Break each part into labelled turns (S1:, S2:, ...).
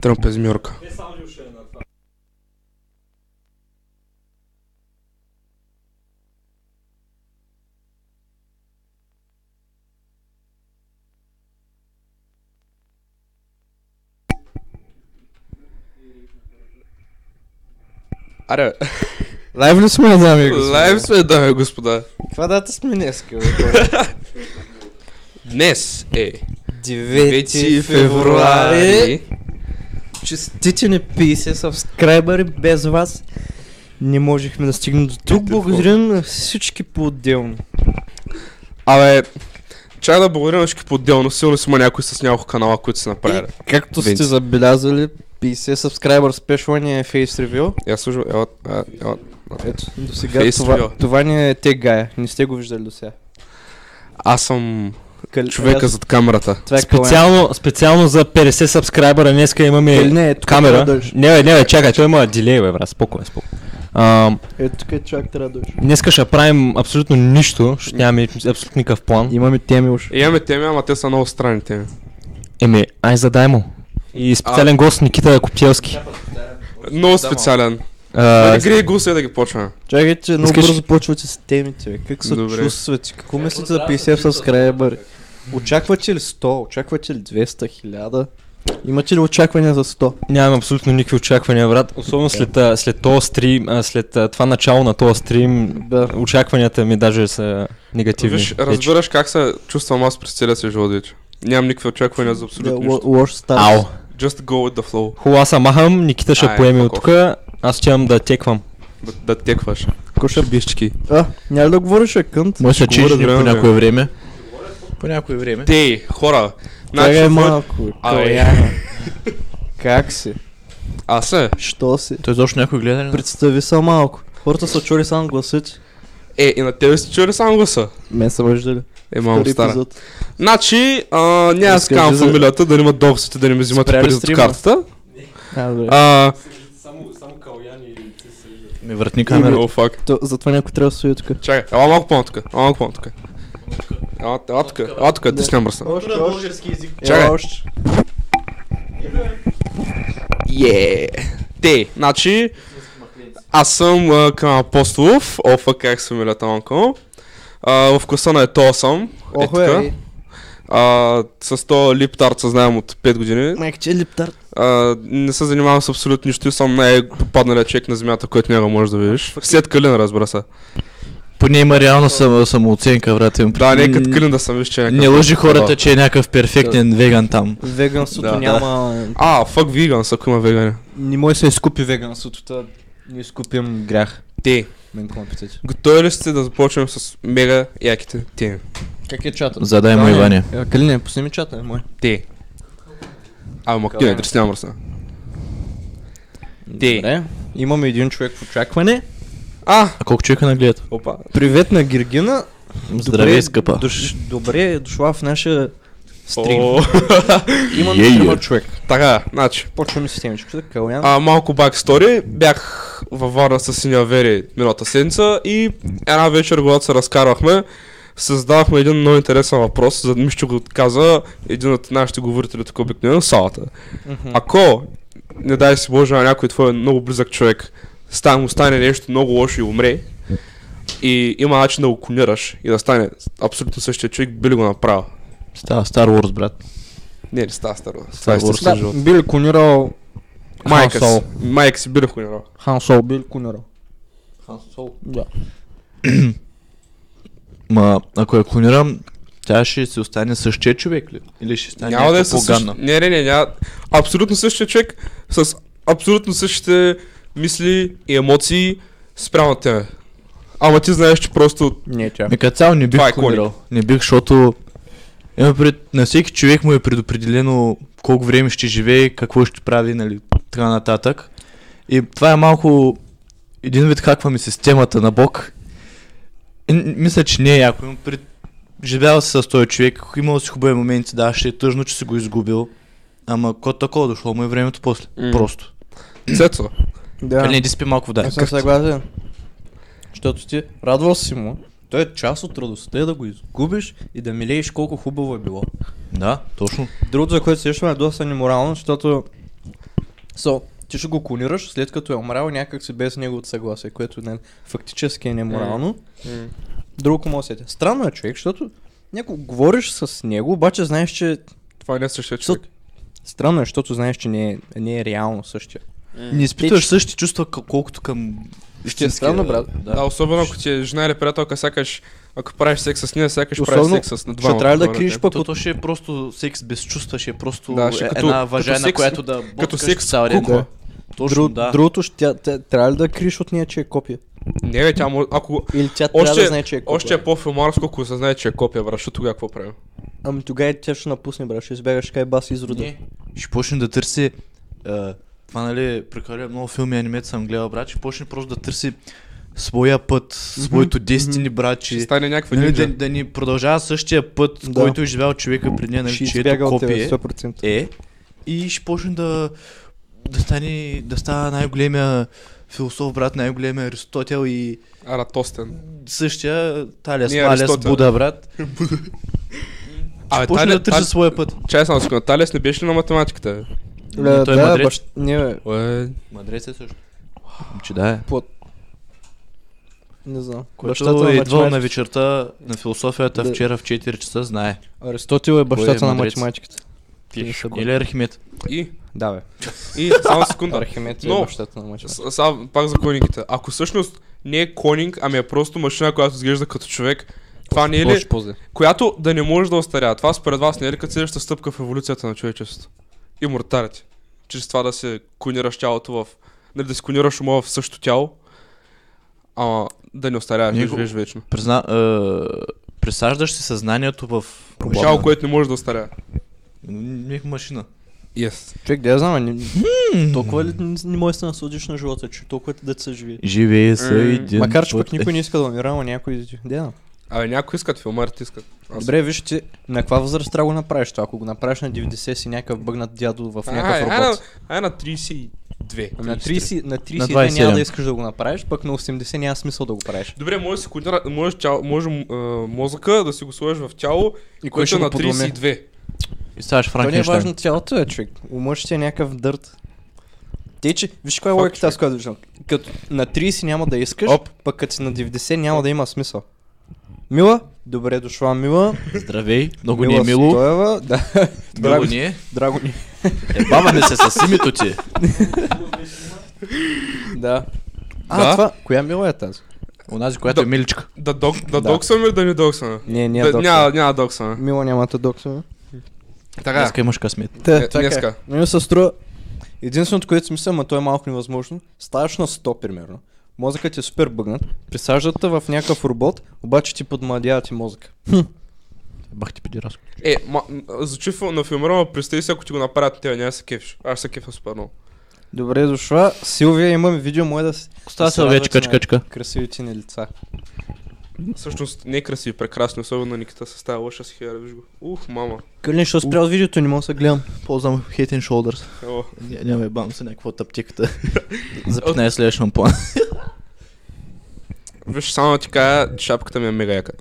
S1: Трапезмерка. Алло,
S2: Лайвлю с меня, дами и Е, господа.
S1: лайв свои, дами и господа.
S2: Квадрата с Минески.
S1: Днес е
S2: 9 февруари.
S1: февруари.
S2: Честите ни 50 сабскрайбъри. Без вас не можехме да стигнем до тук. Благодаря на всички по-отделно.
S1: Абе, чай да благодаря на всички по-отделно. Сигурно си има някой с няколко канала, които са направили.
S2: Както сте
S1: Винци.
S2: забелязали, 50 сабскрайбър спешъл ни е Face Reveal.
S1: Я е слушам, ела, а, ела.
S2: Ето, до сега
S1: Face
S2: това,
S1: Reveal.
S2: това ни е тегая. Не сте го виждали до сега.
S1: Аз съм
S2: Кали...
S1: човека
S2: аз-
S1: зад камерата.
S2: Това е Калян.
S3: Специално, специално за 50 сабскрайбъра днеска имаме
S2: Или не, е тук трябва да
S3: камера.
S2: дойдеш.
S3: Не, бе, не, бе, чакай, той има дилей, бе, брат, спокойно, спокойно. Ам,
S2: Ето тук е човек трябва да дойдеш.
S3: днеска ще правим абсолютно нищо, ще нямаме абсолютно никакъв план.
S2: Имаме теми уж.
S1: И Е, Имаме теми, ама те са много странни теми.
S3: Еми, ай задай му. И специален гост Никита Коптелски.
S1: Много специален.
S3: А,
S1: Нали, Грей го се да ги почваме.
S2: Чакайте, много
S3: Искаш-
S2: бързо почвате с темите. бе. Как се
S1: Добре.
S2: чувствате? Какво мислите за 50 сабскрайбъри? Очаквате ли 100? Очаквате ли 200 хиляда? Имате ли очаквания за 100?
S3: Нямам абсолютно никакви очаквания, брат.
S2: Е.
S3: Особено след, а, след този стрим, а, след а, това начало на този стрим,
S2: Да.
S3: очакванията ми даже са негативни.
S1: Виж,
S3: вече.
S1: разбираш как се чувствам аз през целия си живот вече. Нямам никакви очаквания за
S2: Да,
S1: абсолютно
S2: ло-
S1: нищо.
S2: лош старт.
S3: Ау.
S1: Just go with the flow.
S3: Хубаво, аз се махам, Никита ще
S1: Ай,
S2: е
S3: поеме
S1: fuck
S3: от тук. Аз отивам да теквам.
S1: Да, да текваш.
S2: Коша.
S1: Бишчики.
S2: А, няма ли да говориш е кънт?
S4: Може да
S1: Говоря
S4: чуеш ли
S1: време,
S4: по
S1: бе.
S4: някое време? По някое време.
S1: Те, хора.
S2: Тяга е
S1: какво е-
S2: малко.
S1: Абе.
S2: Каляна. Как си?
S1: Аз се.
S2: Що си?
S4: Той изобщо някой гледа ли? на-
S2: Представи се малко. Хората са чули само гласа ти.
S1: Е, и на тебе сте чули само гласа.
S2: Мен са виждали.
S1: Е, мамо
S2: Втори
S1: стара.
S2: епизод.
S1: Значи, а, няма да си
S2: Разкажи
S1: казвам
S2: за-
S1: фамилията, да не имат дохсите, да не ми взимат
S4: Спря ли
S1: пари от
S4: стрима?
S1: картата.
S2: А, добре.
S1: А,
S4: Ми въртни камера.
S1: о, фак.
S2: То- Затова някой трябва да стои тук.
S1: Чакай, ела малко по-натук, ела малко по-натук. Ела, ела тук, ела тук, ти сням мръсна.
S2: Още, още.
S1: Чакай.
S2: Ела, още.
S1: Е, Те, значи, аз съм а, към Апостолов, офа как се милята онко. А, в класа на ето 8, е
S2: Охо
S1: така.
S2: е.
S1: А, с то липтарт се знаем от 5 години.
S2: Майк, че е липтар.
S1: А, не се занимавам с абсолютно нищо и съм най-попадналия човек на земята, който няма можеш да видиш. След Калин, разбира се.
S4: Поне има реална само, самооценка, брат. Им.
S1: Да, не е като
S4: М,
S1: Калин да съм виж, че е някакъв.
S4: Не лъжи хората,
S1: Да.
S4: че е някакъв перфектен веган там.
S2: Веганството
S1: Да.
S2: няма...
S1: А, фак виган, ако има вегани.
S2: Не може да
S5: е
S2: се изкупи веганството, та не изкупим грях.
S1: Те,
S2: Мен какво ме питате?
S1: готови ли сте да започнем с мега яките теми?
S2: Как е чата?
S4: Задай му, Иване.
S2: Калине, пусни ми чата, е мой.
S1: Те. А, ма ти не треснявам мръсна. Ти.
S2: Добре. Имаме един човек в очакване.
S1: А,
S4: А колко човека нагледат?
S1: опа.
S2: Привет на Гиргина.
S4: Здравей, скъпа.
S2: Дош, добре е дошла в нашия стрим.
S1: О,
S2: Има
S4: Е, е.
S2: трима човек.
S1: Така, значи.
S2: Почваме с темичката. Калян.
S1: А, малко бакстори. Бях във Варна с Синя Вери миналата седмица и една вечер, когато се разкарвахме, създавахме един много интересен въпрос, за Мишчо го каза един от нашите говорители тук обикновено в салата.
S2: Мгм.
S1: Ако, не дай си Боже, на някой твой много близък човек стане, му стане нещо много лошо и умре, и има начин да го клонираш и да стане абсолютно същия човек, би ли го направил?
S4: Става Star Wars, брат.
S1: Не, не става старо. Това е
S4: Wars.
S1: истински живот.
S2: би ли клонирал
S1: Майка
S2: Хан
S1: си.
S2: Соло.
S1: Майка си би ли клонирал?
S2: Хан Соло би ли клонирал? Хан Соло? Да.
S4: Ма, ако я клонирам, тя ще си остане същия човек ли? Или ще стане
S1: Няма да е
S4: някаква
S1: със същ...
S4: по-гадна?
S1: Не, не, не, няма. Абсолютно същия човек с абсолютно същите мисли и емоции спрямо тебе. Ама ти знаеш, че просто...
S2: Не, тя.
S4: Ми като цяло не
S1: Това е
S4: бих клонирал. Не бих, защото има пред... на всеки човек му е предопределено колко време ще живее, какво ще прави, нали, така нататък. И това е малко един вид хакваме системата на Бог. И, н- мисля, че не е яко. Имам пред... Живял си с този човек, имал си хубави моменти, да, ще е тъжно, че си го изгубил. Ама кот такова дошло му е времето после.
S1: М.
S4: Просто.
S1: Цецо.
S2: Да.
S4: Или не ти спи малко вода.
S2: Аз съм съгласен. Защото ти радвал си му. Той е част от радостта е да го изгубиш и да милееш колко хубаво е било.
S4: Да, точно.
S2: Другото, за което се сещам е доста неморално, защото So, ти ще го клонираш, след като е умрял някак си без неговото съгласие, което нали, фактически е неморално.
S1: М.
S2: Друго му сетя. Странно е човек, защото някой говориш с него, обаче знаеш, че...
S1: Това не е същия
S2: Со-
S1: човек.
S2: Странно е, защото знаеш, че не е, не е реално същия.
S4: Не изпитваш същите чувства, кол- колкото към...
S2: Ще е странно, брат.
S1: Да, особено ако ти е жена или приятелка, сякаш, ако правиш секс с нея, сякаш правиш
S2: Особено,
S1: секс с на двама.
S2: Ще трябва да
S1: хора,
S2: криеш
S1: не?
S2: пък
S4: То,
S2: от...
S4: то ще е просто секс без чувства, ще е просто
S1: Да, ще
S4: е-
S1: като-
S4: една
S1: като
S4: важена,
S1: секс-
S4: която да
S1: Като
S4: боткаш
S1: секс
S4: цял
S1: с
S4: ден.
S1: кукла.
S4: Точно,
S2: Друг-
S4: да.
S2: Другото, ще, тя, тя, трябва ли да криеш от нея, че е копия?
S1: Не, бе, тя му... Ако...
S2: Или тя трябва
S1: Още-
S2: да знае, че е копия?
S1: Още е по-филмарско, ако се знае, че е копия, брат, защото тогава какво правим?
S2: Ами тогава тя ще напусне, брат, ще избягаш кай бас изрода.
S4: Не. Ще почне да търси... а, Това, нали, прекалено много филми и анимета съм гледал, брат, ще почне просто да търси своя път, своето дестини, брат,
S1: Ще
S4: че...
S1: стане някаква
S4: Нали, да,
S1: нинджа.
S4: да ни продължава същия път,
S2: Да.
S4: който е живял човека преди, нали,
S2: Ще
S4: чието
S2: избяга от
S4: копие
S2: тебе, 100%.
S4: е и ще почне да, да стане, да става най-големия философ, брат, най-големия Аристотел и
S1: Аратостен.
S4: същия Талия
S1: Не
S4: Малес
S1: Аристотел.
S4: Буда, брат.
S1: А,
S4: Почне да търси своя път.
S1: Чай само секунда, Талес не беше ли на математиката? бе?
S2: Ле,
S4: той е
S2: да,
S4: мъдрец.
S2: баш... Не, бе,
S1: Уе,
S4: Мадрец е също. Че да е.
S2: не знам.
S4: Който е
S2: на
S4: идвал на
S2: математиката.
S4: вечерта на философията
S2: Да.
S4: вчера в 4 часа, знае.
S2: Аристотел е бащата
S4: Кой е
S2: на
S4: мъдрец?
S2: математиката. Ти не са бе.
S4: Или Архимед.
S1: И,
S2: Да, бе.
S1: и, само секунда.
S2: Архимед
S1: Но-
S2: е бащата на математиката.
S1: С- Сега пак за кониките. Ако всъщност не е коник, ами е просто машина, която изглежда като човек, това не е ли,
S2: Още по-зле.
S1: която да не може да остаря. Това според вас не е ли като следваща стъпка в еволюцията на човечеството? Иморталите. Чрез това да се клонираш тялото в... Нали, да си клонираш ума в същото тяло, а да не остаряваш, да
S4: Ние го-
S1: живееш вечно.
S4: Призна, е, пресаждаш си съзнанието в...
S1: Тяло, което не може да остаря.
S4: М- машина.
S1: Yes.
S2: Човек, да я знам, не... толкова ли не, не можеш да се насладиш на живота, че толкова ти да се живее.
S4: Живее
S1: М,
S4: са един
S2: Макар, че пък
S4: път. е.
S2: никой не иска да умира, ама някой... Да, знам.
S1: Абе, някои искат, филмарите искат. Аз...
S2: Добре, виж ти, на каква възраст трябва да го направиш това? Ако го направиш на 90 си някакъв бъгнат дядо в някакъв
S1: Ай, ай, на,
S2: робот.
S1: ай на 32.
S2: Ами На 30, на 30
S4: На
S2: няма
S4: 27.
S2: да искаш да го направиш, пък на 80 няма смисъл да го правиш.
S1: Добре, може, да си клонира, може, тяло, може а, мозъка да си го сложиш в тяло,
S2: И кой
S1: което
S2: ще
S1: е
S2: го
S1: на
S2: подроме?
S1: 32.
S4: И ставаш
S2: Това не е
S4: Франкенштайн.
S2: важно тялото е, човек. Умът ще ти е някакъв дърт. Те, че, виж коя е
S1: Факт,
S2: логиката, аз която виждам. Като на 30 няма да искаш,
S1: Оп.
S2: пък като си на 90 няма да има смисъл. Мила, добре дошла, Мила.
S4: Здравей, много ни е мило.
S2: Стоева, да.
S4: Много
S2: Драго,
S4: ни е.
S2: драго ни.
S4: Ебаваме се с името ти.
S2: Да. А,
S1: Да.
S2: това, коя Мила е тази?
S4: Онази, която е
S1: Да.
S4: миличка.
S1: Да, док, да,
S2: Да.
S1: доксваме или да не доксваме?
S2: Не, не е
S1: Да,
S2: доктор.
S1: няма, няма доксваме.
S2: Мила няма да е доксваме.
S1: Така.
S4: Днеска имаш късмет.
S2: Та,
S1: Е,
S2: така е.
S1: днеска.
S2: На мен се струва. Единственото, което си мисля, ама то е малко невъзможно, ставаш на 100 примерно. Мозъкът е супер бъгнат, присаждат те в някакъв робот, обаче ти подмладяват и мозъка.
S4: Бах ти педераско.
S1: Е, ма, м, звучи фил- на филмера, ма представи си, ако ти го направят тебе, няма да се кефиш. Аз ще се кефа супер много.
S2: Добре дошла, Силвия, имам видео мое да с...
S4: Става
S2: се
S4: се вече
S2: радват на
S4: качкачка.
S2: Красивите ни лица.
S1: Всъщност, не е красиви, прекрасни, особено Никита с тази лъша с хера, виж го. Ух, мама.
S2: Кълин, ще спря от видеото, не мога да се гледам.
S4: Ползвам Head and Shoulders.
S1: О,
S4: Ня- Няма бам се някаква от аптеката. За 15 следващ имам план.
S1: виж, само да ти кажа, шапката ми е мега яка.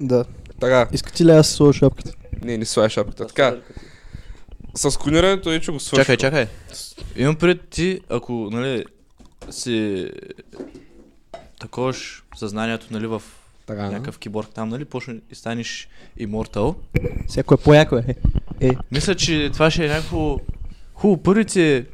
S2: Да.
S1: Така,
S2: Искате ли аз да сложа шапката?
S1: не, не слай шапката. Така, с клонирането е, че го свърши.
S4: Чакай, чакай. Имам пред ти, ако, нали, си таковаш съзнанието, нали, в
S2: Така,
S4: някакъв киборг там, нали, почне и станеш имортал.
S2: Всяко е по-яко е. Е,
S4: Мисля, че това ще е някакво хубаво. Първите,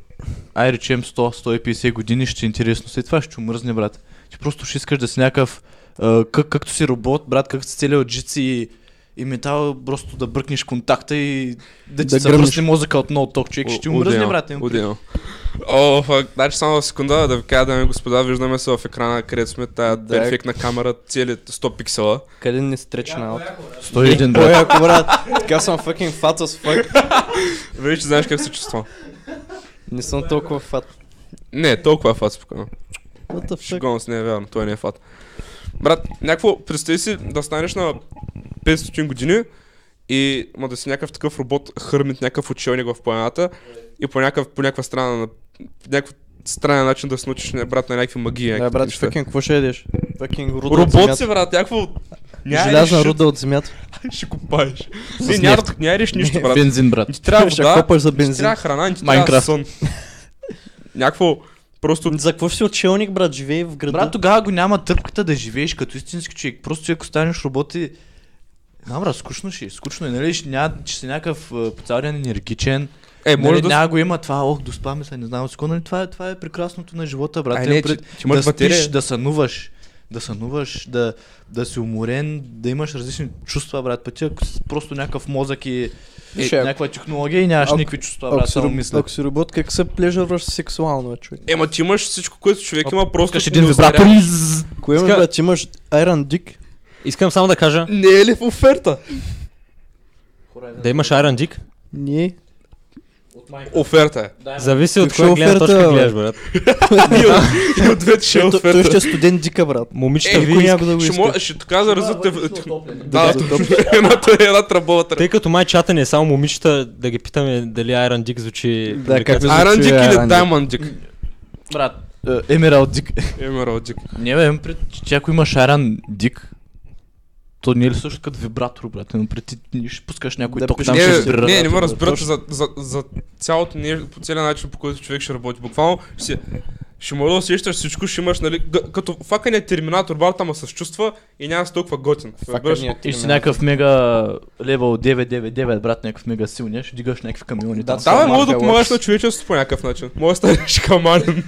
S4: ай речем 100-150 години ще е интересно. След това ще умръзне, брат. Ти просто ще искаш да си някакъв, а, как, както си робот, брат, както си целият от джици и, и метал, просто да бръкнеш контакта и да
S2: Да
S4: ти да
S2: гръмнеш.
S4: съвръзне мозъка от много ток, човек. Ще умръзне, брат. имам предвид.
S1: Удино. О, фак, значи само секунда да ви кажа, дами и господа, виждаме се в екрана, където сме тая
S2: Да.
S1: перфектна камера, цели 100 пиксела.
S2: къде не
S1: е
S2: стречна от? Е,
S4: 101, брат.
S2: По-яко, брат. Така съм fucking fat as fuck.
S1: Вече знаеш как се чувствам.
S2: Не съм толкова fat.
S1: Не, толкова е фат спокойно.
S2: What the fuck?
S1: Шегон с не е вярно, той не е фат. Брат, някакво, представи си да станеш на 500 години и ма да си някакъв такъв робот хърмит някакъв учебник в планината и по някакъв, по някаква страна, на по някакъв странен начин да се научиш на- брат на някакви магии.
S2: Да,
S1: някакви
S2: брат,
S1: неща.
S2: фъкин, какво ще едеш? Фъкин руда от
S1: Робот си,
S2: земята.
S1: брат, някакво... няма
S2: Желязна
S1: решит.
S2: руда от земята.
S1: ще купаеш. Не,
S4: С нефт.
S2: е?
S1: няма, да- няма да реш нищо, брат.
S4: Бензин, брат.
S1: Ти трябва
S2: Ще
S1: вода,
S2: копаш за
S1: ти
S2: бензин.
S1: трябва храна, ти трябва
S4: Майнкрафт.
S1: сън. някакво просто...
S5: За какво ще си отшелник, брат? Живее в града.
S4: Брат, тогава го няма тръпката да живееш като истински човек. Просто ако станеш роботи, знам, брат, скучно ще е. Скучно е, нали? Ще, ня, ще си някакъв а, по цял ден енергичен.
S1: Е, може
S4: нали,
S1: да...
S4: Няма го има това, ох, доспаме се, не знам, ско, нали? Това, това е прекрасното на живота, брат.
S1: Ай,
S4: Е,
S1: не,
S4: пред-
S1: че- че имаш
S4: да спиш,
S1: батерия.
S4: да сънуваш. Да сънуваш, да, да си уморен, да имаш различни чувства, брат. Пъти, ако си просто някакъв мозък и е,
S2: Ще, ако-
S4: някаква технология и нямаш
S2: ако-
S4: никакви чувства,
S2: Ако
S4: брат,
S2: си,
S4: само
S2: роб-
S4: мисля.
S2: ако си робот, как се плежърваш сексуално, бе, човек?
S1: Ема Е, ти имаш всичко, което човек има, просто...
S4: Искаш един
S1: не
S4: вибратор.
S1: озаря.
S2: Кое имаш,
S3: Иска-
S2: брат? Имаш Iron Dick?
S3: Искам само да кажа,
S1: Не е ли в оферта?
S4: е,
S3: да имаш Iron Dick,
S2: Не.
S1: Оферта е.
S3: зависи от
S2: Каква
S3: коя гледна
S2: оферта,
S3: точка
S2: бе?
S3: гледаш, брат.
S1: И от- И от двете ще е
S2: Той, той ще
S1: оферта.
S2: е студент дика, брат.
S3: Момичета,
S1: Е,
S2: Никой
S3: ви...
S2: няма да го
S1: Ще,
S2: иска.
S1: мога- ще така заразят те... Да,
S2: Да,
S1: точно. едната е една тръба вътре.
S3: Тъй като май чата не е само момичета, да ги питаме дали Iron Dick звучи...
S2: Да,
S3: привлекателно.
S2: как ми звучи?
S1: Iron Dick или
S2: е Iron Dick.
S1: Diamond Dick?
S4: Брат, е, Емералд Дик.
S1: Emerald Dick.
S4: Не, бе, имам пред, че ако имаш Аран Дик, то не е ли също като вибратор, брат? Имам пред, ти не ще пускаш някой
S2: Да,
S4: ток,
S2: пиш-
S4: там
S1: Не,
S4: ще
S2: ще
S1: бе,
S2: се
S1: не,
S4: разбира.
S1: не
S2: разбира,
S1: ме
S2: да,
S1: разбирате
S2: точно.
S1: за, за, за цялото нещо, по целия начин, по който човек ще работи. Буквално ще, ще може да усещаш всичко, ще имаш, нали, г- като факания терминатор, барта ма с чувства и няма с толкова готин. Разбираш?
S2: е
S4: И ще си някакъв мега левел 999, брат, някакъв мега силния, ще дигаш някакви камиони.
S2: Да,
S4: там.
S1: Да, бе,
S2: Марка
S1: може да помагаш
S2: Лапс.
S1: на човечеството по някакъв начин. Може да станеш каманен.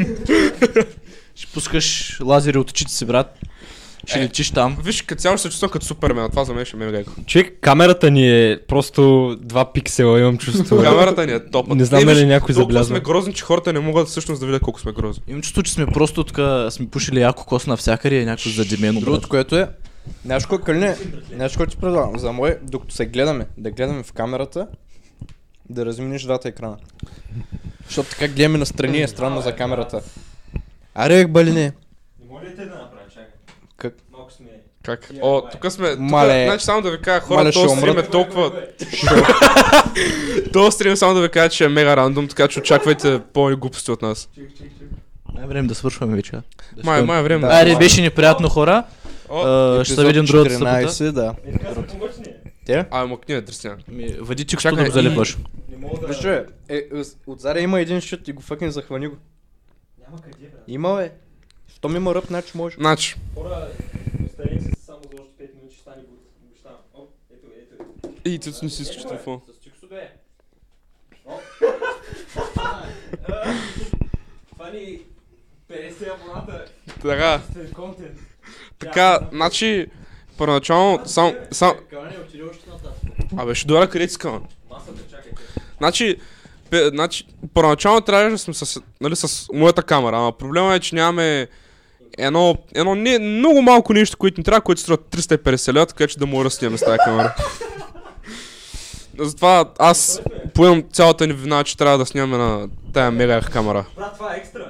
S4: Ще пускаш лазери от очите си, брат. Ще
S1: Е.
S4: летиш там.
S1: Виж, като цяло ще се чувствам като супермен, това за мен ще ме е мега. яко.
S3: Човек, камерата ни е просто два пиксела, имам чувство.
S1: Камерата ни е топът.
S3: Не знам
S1: Е,
S3: дали
S1: виж,
S3: някой
S1: Толкова
S3: забелязва.
S1: сме грозни, че хората не могат всъщност да видят колко сме грозни.
S4: Имам чувство, че сме просто така, сме пушили яко кос навсякъде и е някакво задемено, брат.
S2: Другото, което е, знаеш кой Калине, знаеш кой ти предлагам? За мое, докато се гледаме, да гледаме в камерата, да разминиш двата екрана. Защото така гледаме настрани е странно за камерата. Аре, балине.
S3: Не можете да направя, чакай.
S2: Как?
S3: Малко сме...
S1: Как? О, тук сме. Тук,
S2: Мале.
S1: Значи само да ви кажа,
S2: Мале,
S1: хората
S2: ще
S1: този стрим е
S2: умрат.
S1: толкова. Този стрим само да ви кажа, че е мега рандом, така че очаквайте по-глупости от нас.
S4: Май е време да свършваме вече. а. Да
S1: Май,
S4: спрем.
S1: май е време.
S2: Да.
S4: Аре, беше неприятно хора.
S1: О,
S4: А, Ще се видим другата събота.
S2: 14, да.
S1: А, мъкни е дръсня.
S4: Ми, Въди ти,
S1: Чакай,
S4: като да го
S1: и-
S4: залепаш.
S2: Виж, бе, е, отзаре има един шут и го фъкин захвани го. Има, бе. Щом има ръб, значи може.
S1: Значи, и ти не си искаш телефон. Така, така, значи, първоначално, само, само, Абе, ще дойда къде искам. Значи, пе, значи, първоначално трябваше да сме с, нали, с моята камера, ама проблема е, че нямаме едно, едно не, много малко нещо, което ни трябва, което струва 350 лева, така че да му ръснем с тази камера. Затова аз поемам цялата ни вина, че трябва да снимаме на тая мега камера.
S5: Брат, това е екстра,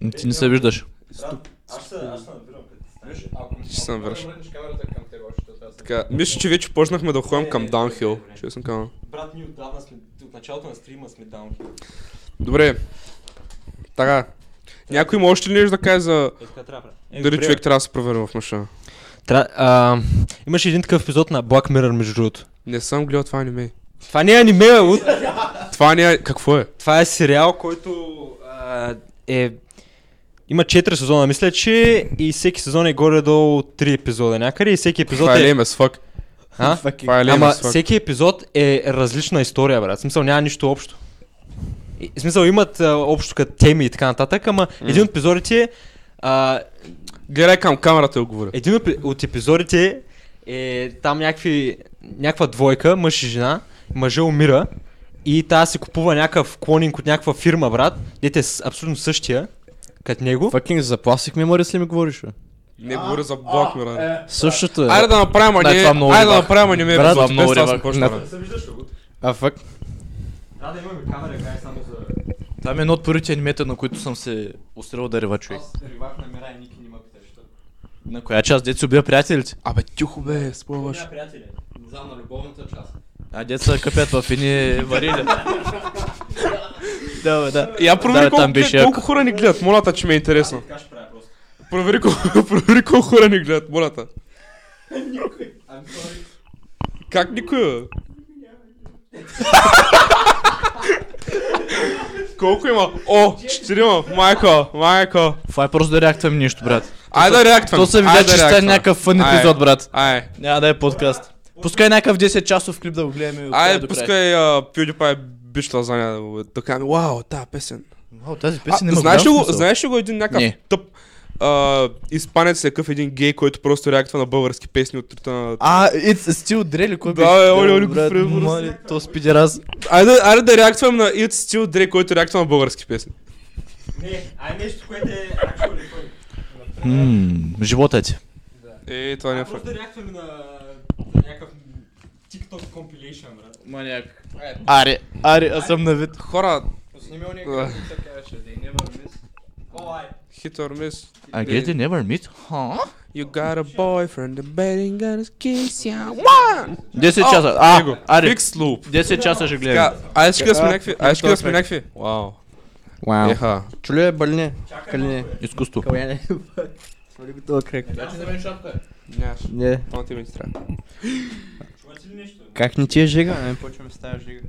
S5: бе.
S4: Ти не се виждаш.
S5: Брат, аз ще аз ще набирам като станеш.
S1: Ще се навърш.
S2: камерата към тебе,
S1: Така, мисля, че вече почнахме да ходим към Downhill. Честно казвам.
S5: Брат, ние отдавна сме, от началото на стрима сме даунхил.
S1: Добре. Така. Някой има още ли нещо да каже за
S5: Е, така трябва, брат.
S1: дали човек трябва да се провери в машина?
S3: Тра... А, имаше един такъв епизод на Black Mirror, между другото.
S1: Не съм гледал това аниме.
S3: Това не е аниме, бе, луд.
S1: Това не е... Какво е?
S3: Това е сериал, който а, е... Има 4 сезона, мисля, че и всеки сезон е горе-долу 3 епизода някъде и всеки епизод
S1: Това е
S3: е...
S1: леме с фак.
S3: А?
S1: Това е леме
S3: Ама
S1: с фак.
S3: всеки епизод е различна история, брат. В смисъл няма нищо общо. И, в смисъл имат а, общо като теми и така нататък, ама един от епизодите е, а,
S1: Гледай към камерата и го говоря.
S3: един от- от епизодите е там някакви, някаква двойка, мъж и жена, мъжа умира и тази си купува някакъв клонинг от някаква фирма, брат, дете е с- абсолютно същия, като него.
S2: Факин за пластик меморис ли ми говориш, бе?
S1: Не говоря за блокмира.
S2: Същото е.
S1: Айде да направим
S4: Да,
S1: аниме.
S4: това много
S1: Айде да
S4: рибах.
S1: направим аниме.
S4: Брат,
S1: епизод,
S4: това много
S1: без това
S4: рибах.
S1: започна,
S2: На-
S1: бе.
S2: А, фак.
S5: Да, да имаме камера, гай само за...
S4: Това ми е едно от първите анимета, на които съм се устрел да рева човек.
S5: ревах на Мира и Ники не ме питаш.
S4: На коя част дето си убива приятелите?
S1: Абе, тихо бе, спъваш.
S5: приятели. Не знам, на любовната част.
S4: А дето са къпят в едни варили. да, бе, да.
S1: Я провери
S4: Да, бе, там
S1: колко,
S4: беше
S1: глед- колко
S4: яко.
S1: хора ни гледат. Молята, че ми е интересно.
S5: Така ще правя просто.
S1: Провери колко, провери колко хора ни гледат. Молята.
S5: I'm sorry.
S1: Как никой бе? Колко има? О, четирима. Майко, майко.
S4: Това е просто да реактвам нещо, брат.
S1: Айде да реактвам.
S4: То се видя, че ще е някакъв фън
S1: Ай.
S4: епизод, брат.
S1: Ай,
S4: Няма да е подкаст. Пускай някакъв 10 часов клип да го гледаме от края
S1: ай,
S4: до края.
S1: пускай а, PewDiePie е бич лазаня да го да кажем. Вау, тази песен.
S4: Вау, тази
S1: А,
S4: песен има
S1: знаеш, ли
S4: голям
S1: го,
S4: смисъл.
S1: знаеш ли го един някакъв
S4: Не.
S1: тъп а, испанец е какъв един гей, който просто реактва на български песни от трита на...
S4: А, it's still drill, кой
S1: Да, е, оле, оле, го фрем,
S4: То спиди раз.
S1: Айде, айде да реактвам на It's Still Dre, който реактва на български песни.
S5: Не, ай нещо, което е actually funny.
S4: Живота ти.
S1: Е, това не е факт.
S5: Просто да реактваме на на някакъв TikTok compilation, брат.
S4: Маняк. Ари. Ари, аз съм на вид.
S1: Хора,
S2: Снимил ни
S1: Да.
S2: така беше, да не
S5: О, ай.
S1: hit or miss.
S4: I get it, never meet. Huh?
S1: You got a boyfriend, the betting gonna kiss ya. Wah!
S4: 10 часа.
S1: Него.
S4: А, Ари.
S1: Fix loop.
S4: 10 часа ще
S1: Така,
S4: гледам.
S1: айде ще да сме
S2: Така,
S1: някакви, айде ще да сме някакви. Вау.
S2: Вау.
S1: Еха.
S2: Чули е бълне? Калине.
S4: Изкуство.
S2: Калине. Свали го този кръг.
S4: Значи
S1: Нямаш.
S2: Не.
S1: Това ти ми ти трябва.
S5: Чувате ли нещо?
S2: Как не ти е жига? Не, почваме с тази жига.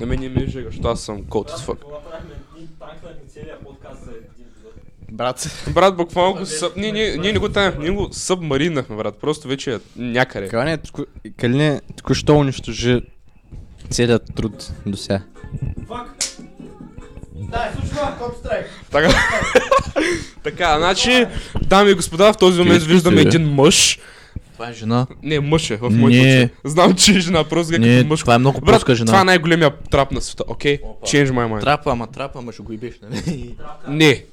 S1: На мен не ми жига, защото аз съм cold as fuck.
S5: Го направихме, ние танкнахме целия подкаст за един епизод.
S2: Брат.
S1: Брат, буквално го съб... Ние, ние, ние не го танахме, ние го събмаринахме, брат. Просто вече е някъде.
S2: Калине, току- Калине, току-що унищожи целият труд до сега.
S5: Фак! Да, случва, топ страйк.
S1: Така. така, значи, дами и господа, в този момент
S4: Кръсти
S1: виждаме
S4: се, бе.
S1: един мъж.
S4: Това е жена.
S1: Не, мъж е в моите
S4: Не.
S1: очи. Знам, че е жена, просто гледай
S4: Не,
S1: като мъж.
S4: това е много
S1: Брат,
S4: плоска жена.
S1: това е най-големия трап на света, окей?
S4: Опа.
S1: Change my mind.
S4: Трапа, ама трапа, ама ще го ибиш, нали?
S1: Не.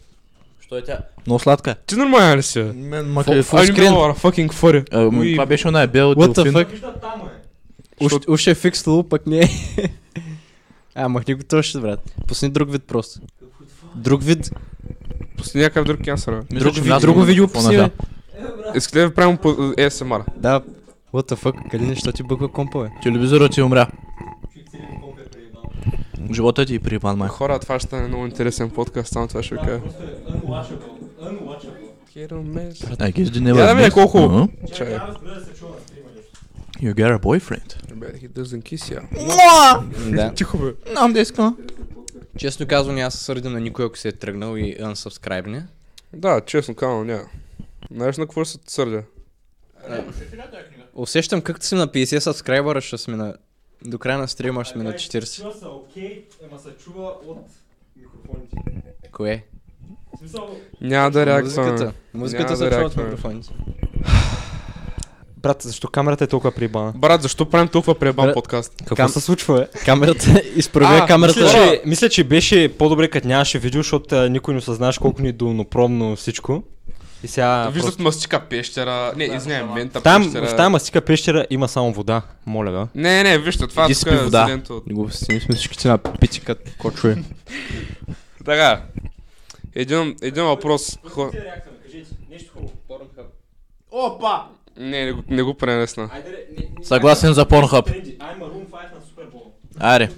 S4: Що е тя? Много сладка.
S1: Ти нормален ли си? бе?
S4: Мен
S1: I
S4: мака е
S1: remember our fucking furry.
S4: э,
S1: We-
S4: Това беше она е бел
S2: What the
S4: делфин.
S2: fuck?
S5: Вижда там е.
S2: Уж,
S1: Що-
S2: уж е фикс лу, пък не е. а, махни го точно, брат. Пусни друг вид просто. Друг вид.
S1: Пусни някакъв друг кенсър, бе.
S4: Мисля,
S2: друг
S4: че
S2: ви-
S4: влязох
S2: друго
S4: на
S2: видео
S4: телефона,
S2: пусни,
S4: да.
S2: бе.
S1: Искате да ви правим по ASMR?
S2: Да. What the fuck? Калине, що ти бъква компа, бе?
S4: Телевизорът ти умря.
S5: Чух целият комп е преебал.
S4: Живота ти е приебан, май.
S1: Хора, това ще стане много интересен подкаст, само това ще ви кажа.
S5: Да, просто е unwatchable. Unwatchable.
S4: I guess they
S1: Я да
S4: never
S1: ми е
S4: met.
S1: колко-
S4: Uh-huh.
S5: Чакай, трябва да разбера да се чува на стрима нещо.
S4: You got a boyfriend.
S2: Да.
S1: Тихо бе.
S4: Нам да искам.
S2: Честно казвам, аз се сърдя на никой, ако се е тръгнал и unsubscribe
S1: Да, честно казано, няма. Знаеш на какво ще се сърдя?
S2: Усещам как сме на 50 сабскрайбъра, ще сме на... До края на стрима ще сме на
S5: Така,
S2: 40.
S5: Чува се окей, ема се чува от микрофоните.
S2: Кое?
S5: В смисъл,
S1: Няма да реакция.
S2: Музиката. Музиката
S1: Няма
S2: се
S1: да
S2: чува от
S1: реактваме.
S2: микрофоните.
S3: Брат, защо камерата е толкова прибана?
S1: Брат, защо правим толкова пребан
S2: Брат,
S1: подкаст?
S3: Какво
S2: Кам-
S3: се случва, е?
S2: Камерата, изправя
S1: А,
S3: Мисля,
S2: камерата.
S3: че, мисля, че беше по-добре, като нямаше видео, защото а, никой не осъзнаваш колко ни е долнопробно всичко. И сега...
S1: Виждат
S3: просто-
S1: мастика пещера. Не, извиняй, мента
S3: В там,
S1: пещера.
S3: в тази мастика пещера има само вода. Моля, бе.
S1: Не, не, вижте, това
S2: Иди
S1: тук
S2: спи
S1: е
S2: вода.
S1: зеленото.
S2: Не го сме всичките на пити като кочове.
S1: Така. Един, един въпрос. Хо...
S5: ти е реакция, кажете нещо хубаво. Порнхъб. Опа!
S1: Не, не го, не го пренесна.
S5: Айде, ре, не, не,
S4: Съгласен за Pornhub.
S5: Тренди, I'm a room 5 на Супербол.
S4: Аре.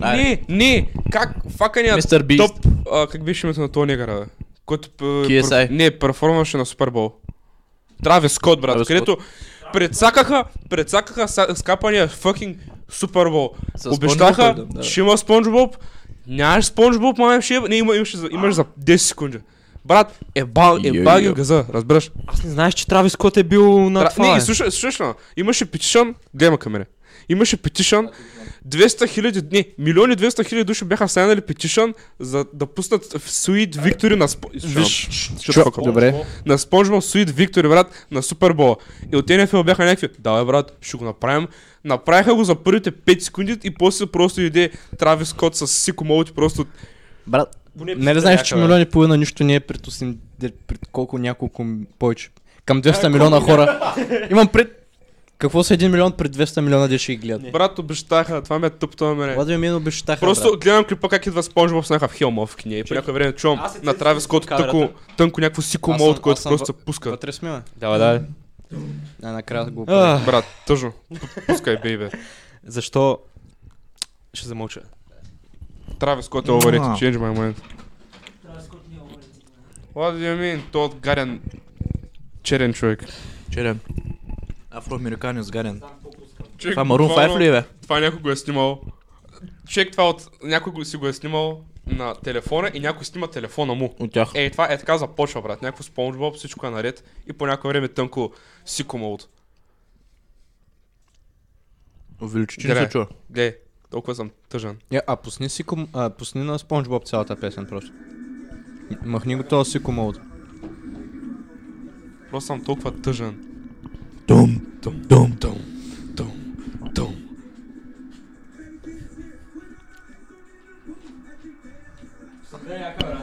S4: Аре.
S1: Не, не, как факаният
S4: Мистер Бист.
S1: топ, а, как беше името на този негъра, бе? който п-
S4: KSI.
S1: пер- не, перформаше на Супербол. Траве Скот, брат,
S4: Травис
S1: където предсакаха, предсакаха са- скапания fucking Супербол.
S4: С
S1: Обещаха,
S4: SpongeBob, да, да.
S1: ще има Спонжбоб, нямаш Спонжбоб, май ще има- не, има, имаш, имаш за 10 секунди. Брат, е бал, е
S4: Йо,
S1: бал ги
S4: йо.
S1: газа, разбираш?
S3: Аз не знаеш, че Трави Скот е бил на
S1: Тра...
S3: това,
S1: Не,
S3: е.
S1: слушай, слушай, ме. имаше петишън, гледам към мене. Имаше петишън, 200 хиляди, не, милиони 200 хиляди души бяха станали петишън, за да пуснат в Суид Виктори на спо... Виж, shut the fuck up.
S2: Добре.
S1: на SpongeBob Суид Виктори, брат, на Супербола. И от NFL бяха някакви, давай брат, ще го направим. Направиха го за първите 5 секунди и после просто иде Травис Скот с Сико Молт и просто...
S2: Брат,
S3: Поне
S2: Нали
S3: писта
S2: знаеш,
S3: някъде,
S2: че
S3: бе.
S2: милиони и половина нищо не е пред 8, де- пред колко няколко м- повече. Към 200 милиона хора. Имам пред... Какво са 1 милион пред 200 милиона де ще ги гледат?
S1: Брат, обещаха, това ме е тъпто на мене.
S2: Владимир Мин обещаха,
S1: Просто
S2: брат.
S1: гледам клипа как идва Спонжбоб с някакъв хелма в кине и по някое време чувам
S3: Аз се
S1: на Травис Скот
S3: камерата.
S1: тънко, тънко някакво сико
S2: Аз съм-
S1: молт, който
S2: аз съм
S1: просто се
S2: въ-
S1: пуска.
S2: Вътре сме, ме.
S3: Давай, давай.
S2: А, накрая го оправя.
S3: Ах,
S1: Брат, тъжно. Пускай, бейбе.
S3: Защо... Ще замълча.
S1: Травис Скот е overrated.
S4: Муа.
S1: Change my mind. What do you mean? Тот гаден черен човек.
S4: Черен. Афроамериканец гаден.
S1: Човек,
S4: Това е Марун
S1: буквално-
S4: 5 ли е, бе?
S1: Това някой го е снимал. Човек това от някой го си го е снимал. на телефона и някой снима телефона му.
S2: От тях.
S1: Е, това е така започва, брат. Някакво спонжбоб, всичко е наред и по някое време тънко сико мълт.
S4: Увеличи, че не се
S1: Добре.
S4: чува.
S1: Гледай, толкова съм тъжен.
S2: Е, а пусни си ком... а, пусни на Спонж Боб цялата песен просто. М- Махни го този си комод.
S1: Просто съм толкова тъжен.
S4: Дум, дум, дум, дум, дум, дум.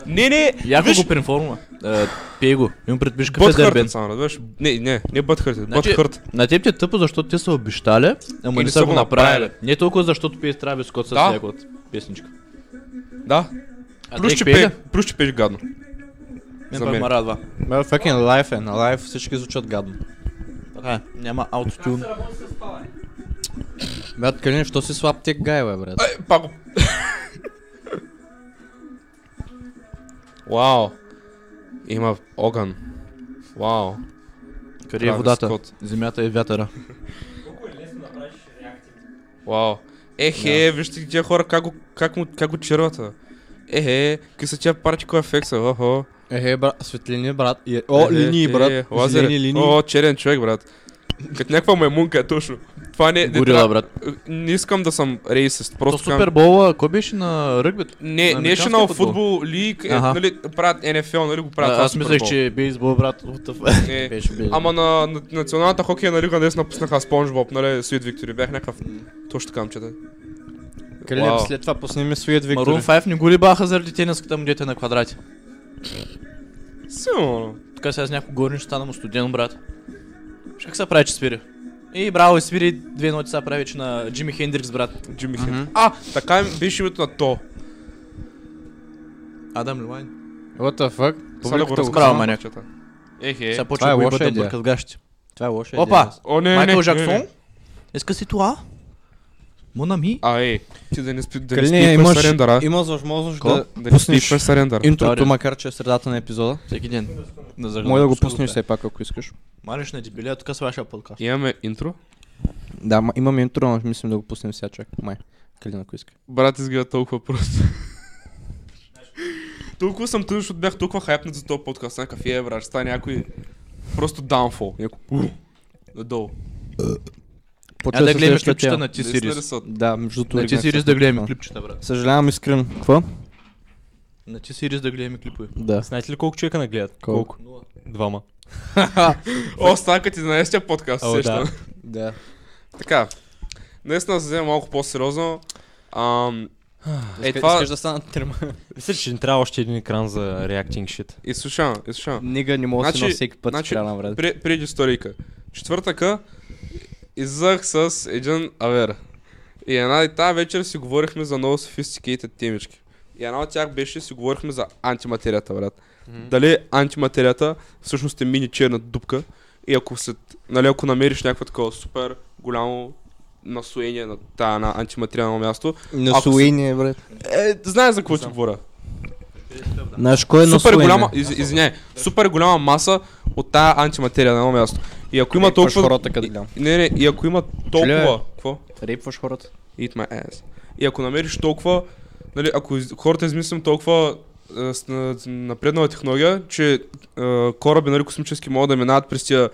S1: Не, не!
S4: Яко
S1: виж,
S4: го преформа. Е, Пей го. Имам пред биш кафе дербен.
S1: Бъдхъртът само, разбираш? Не, не, не бъдхъртът,
S4: Значи-
S1: бъдхърт.
S4: На теб ти е тъпо, защото те са обещали, ама
S1: И
S4: не са го направили. Не толкова защото пее Травис Скот с
S1: Да.
S4: неговата песничка.
S1: Да, Е,
S4: А
S1: плюс
S4: Дрейк
S1: че,
S4: пее ли?
S1: пее, плюс, че пееш гадно.
S4: Мен
S1: за
S4: пак
S1: мен.
S4: ме радва.
S2: Бе, fucking life е, на life всички звучат гадно.
S4: Така е, няма аутотюн.
S2: Бе, Калин, що си слаб тек гай, бе, брат?
S1: Е, пак го... Вау. Има огън. Вау.
S4: Къде е
S1: Травис
S4: водата?
S1: Скот.
S4: Земята и вятъра.
S1: Вау. Ехе, вижте ги тия хора как го, как му, как го черват. а. Ехе, какви са тия партикова ефекса, охо.
S2: Ехе, брат, светлини, брат. Е, о, линии, брат. Зелени линии.
S1: О, черен човек, брат. Като някаква маймунка е точно. Това не, не,
S4: Горила,
S1: трябва-
S4: брат.
S1: не искам да съм рейсист.
S4: То
S1: Просто
S4: Супер Бола, кой беше на ръгбито?
S1: Не, е National
S4: на американския футбол.
S1: Football League, е,
S4: Аха.
S1: нали, правят NFL, нали го правят.
S4: А,
S1: това
S4: Аз
S1: Super
S4: мислех,
S1: Bowl.
S4: че е бейсбол, брат. What the е, fuck?
S1: Не,
S2: Беше бе.
S1: Ама на, на националната хокейна лига днес напуснаха Спонжбоб, нали, Sweet Victory. Бях някакъв точно камчета.
S4: е
S2: Калин,
S1: Вау.
S2: след е това пусни ми Sweet
S4: Марун
S2: Victory.
S4: 5 не го ли баха заради тениската му дете на квадрати?
S1: Сигурно.
S4: Така сега с някой горнич стана му студен, брат. Виж как се прави, че свири. И браво, и свири две ноти са прави, че на Джими Хендрикс, брат.
S1: Джимми Хен. А, така им беше името на то.
S4: Адам Левайн.
S2: What the
S1: Сега да
S2: fuck?
S1: го
S2: Публиката го
S1: разказвам,
S4: браво, маняк.
S1: момчета. Ехе.
S4: Сега
S2: това е
S4: почва го
S2: лоша
S4: да
S2: идея.
S4: бърка в гащите.
S2: Това е лоша
S4: Опа!
S2: идея.
S1: О, не, не,
S4: Майкъл
S1: не, не,
S4: Жаксон?
S1: не.
S4: Иска си това? Монами?
S1: А, ей, ти да не спи, да не
S2: Калин,
S1: спи през
S2: е? имаш,
S1: сарендъра.
S2: имаш възможност
S4: Кво?
S2: да
S1: Да не спи
S2: пуснеш
S1: през сарендъра.
S2: интрото,
S4: Добре.
S2: макар че е средата на епизода.
S4: Всеки ден. На загъна.
S2: Може да го
S4: Пускай
S2: пуснеш
S4: бе.
S2: все пак, ако искаш.
S4: Мариш на дебили, а тук с вашия подкаст.
S1: Имаме интро.
S2: Да, ма- имам интро, но мислим да го пуснем сега, чак. Май. Калин, ако иска.
S1: Брат, изгледа толкова просто. толкова съм тъжен, защото бях толкова хайпнат за този подкаст. Някакъв е, брат, ще стане някой просто даунфол. Някой пу, надолу.
S4: А да
S2: Почва
S4: гледаме клипчета на
S1: Наистина ли
S4: T-Series.
S1: са-
S2: Да, между другото.
S4: На
S2: оригинал
S4: T-Series
S2: съм.
S4: да гледаме
S2: А.
S4: клипчета, брат.
S2: Съжалявам искрен. Какво?
S4: На T-Series да гледаме клипове.
S2: Да.
S3: Знаете ли колко човека не гледат?
S2: Колко?
S4: Ну, Э,
S3: Двама.
S1: О, стана като 11-тия подкаст,
S3: О,
S1: се сещам.
S3: да.
S2: Да.
S1: Така, днес нас взема малко по-сериозно. Ам, е,
S2: Иска-
S1: това...
S2: Искаш да стана трима.
S3: Мисля, че ни трябва още един екран за reacting shit.
S1: И слушам, и слушам.
S2: Нига не мога да си
S1: Значи-
S2: на всеки път
S1: значи,
S2: значи, трябва навред.
S1: Пре, преди историка. Четвъртъка иззах с един авер. И една и тази вечер си говорихме за много sophisticated темички. И една от тях беше си говорихме за антиматерията, брат. Дали антиматерията всъщност е мини черна дупка и ако, след, нали, ако намериш някакво такова супер голямо наслоение на тая на антиматериално място,
S2: На
S1: ако
S2: Суини, брат.
S1: е, знае за какво ти говоря.
S2: Знаеш, кой е на
S1: супер
S2: Суини?
S1: голяма, из, извиняй, супер голяма маса от тая антиматерия на едно място. И ако има
S2: Рейпваш
S1: толкова...
S2: хората, къде гледам.
S1: Не, не, и ако има толкова... Какво?
S2: Рейпваш хората.
S1: Eat my ass. И ако намериш толкова... Нали, ако из- хората измислим толкова е, с- на- напреднала технология, че е, кораби нали, космически могат да минават през, тия,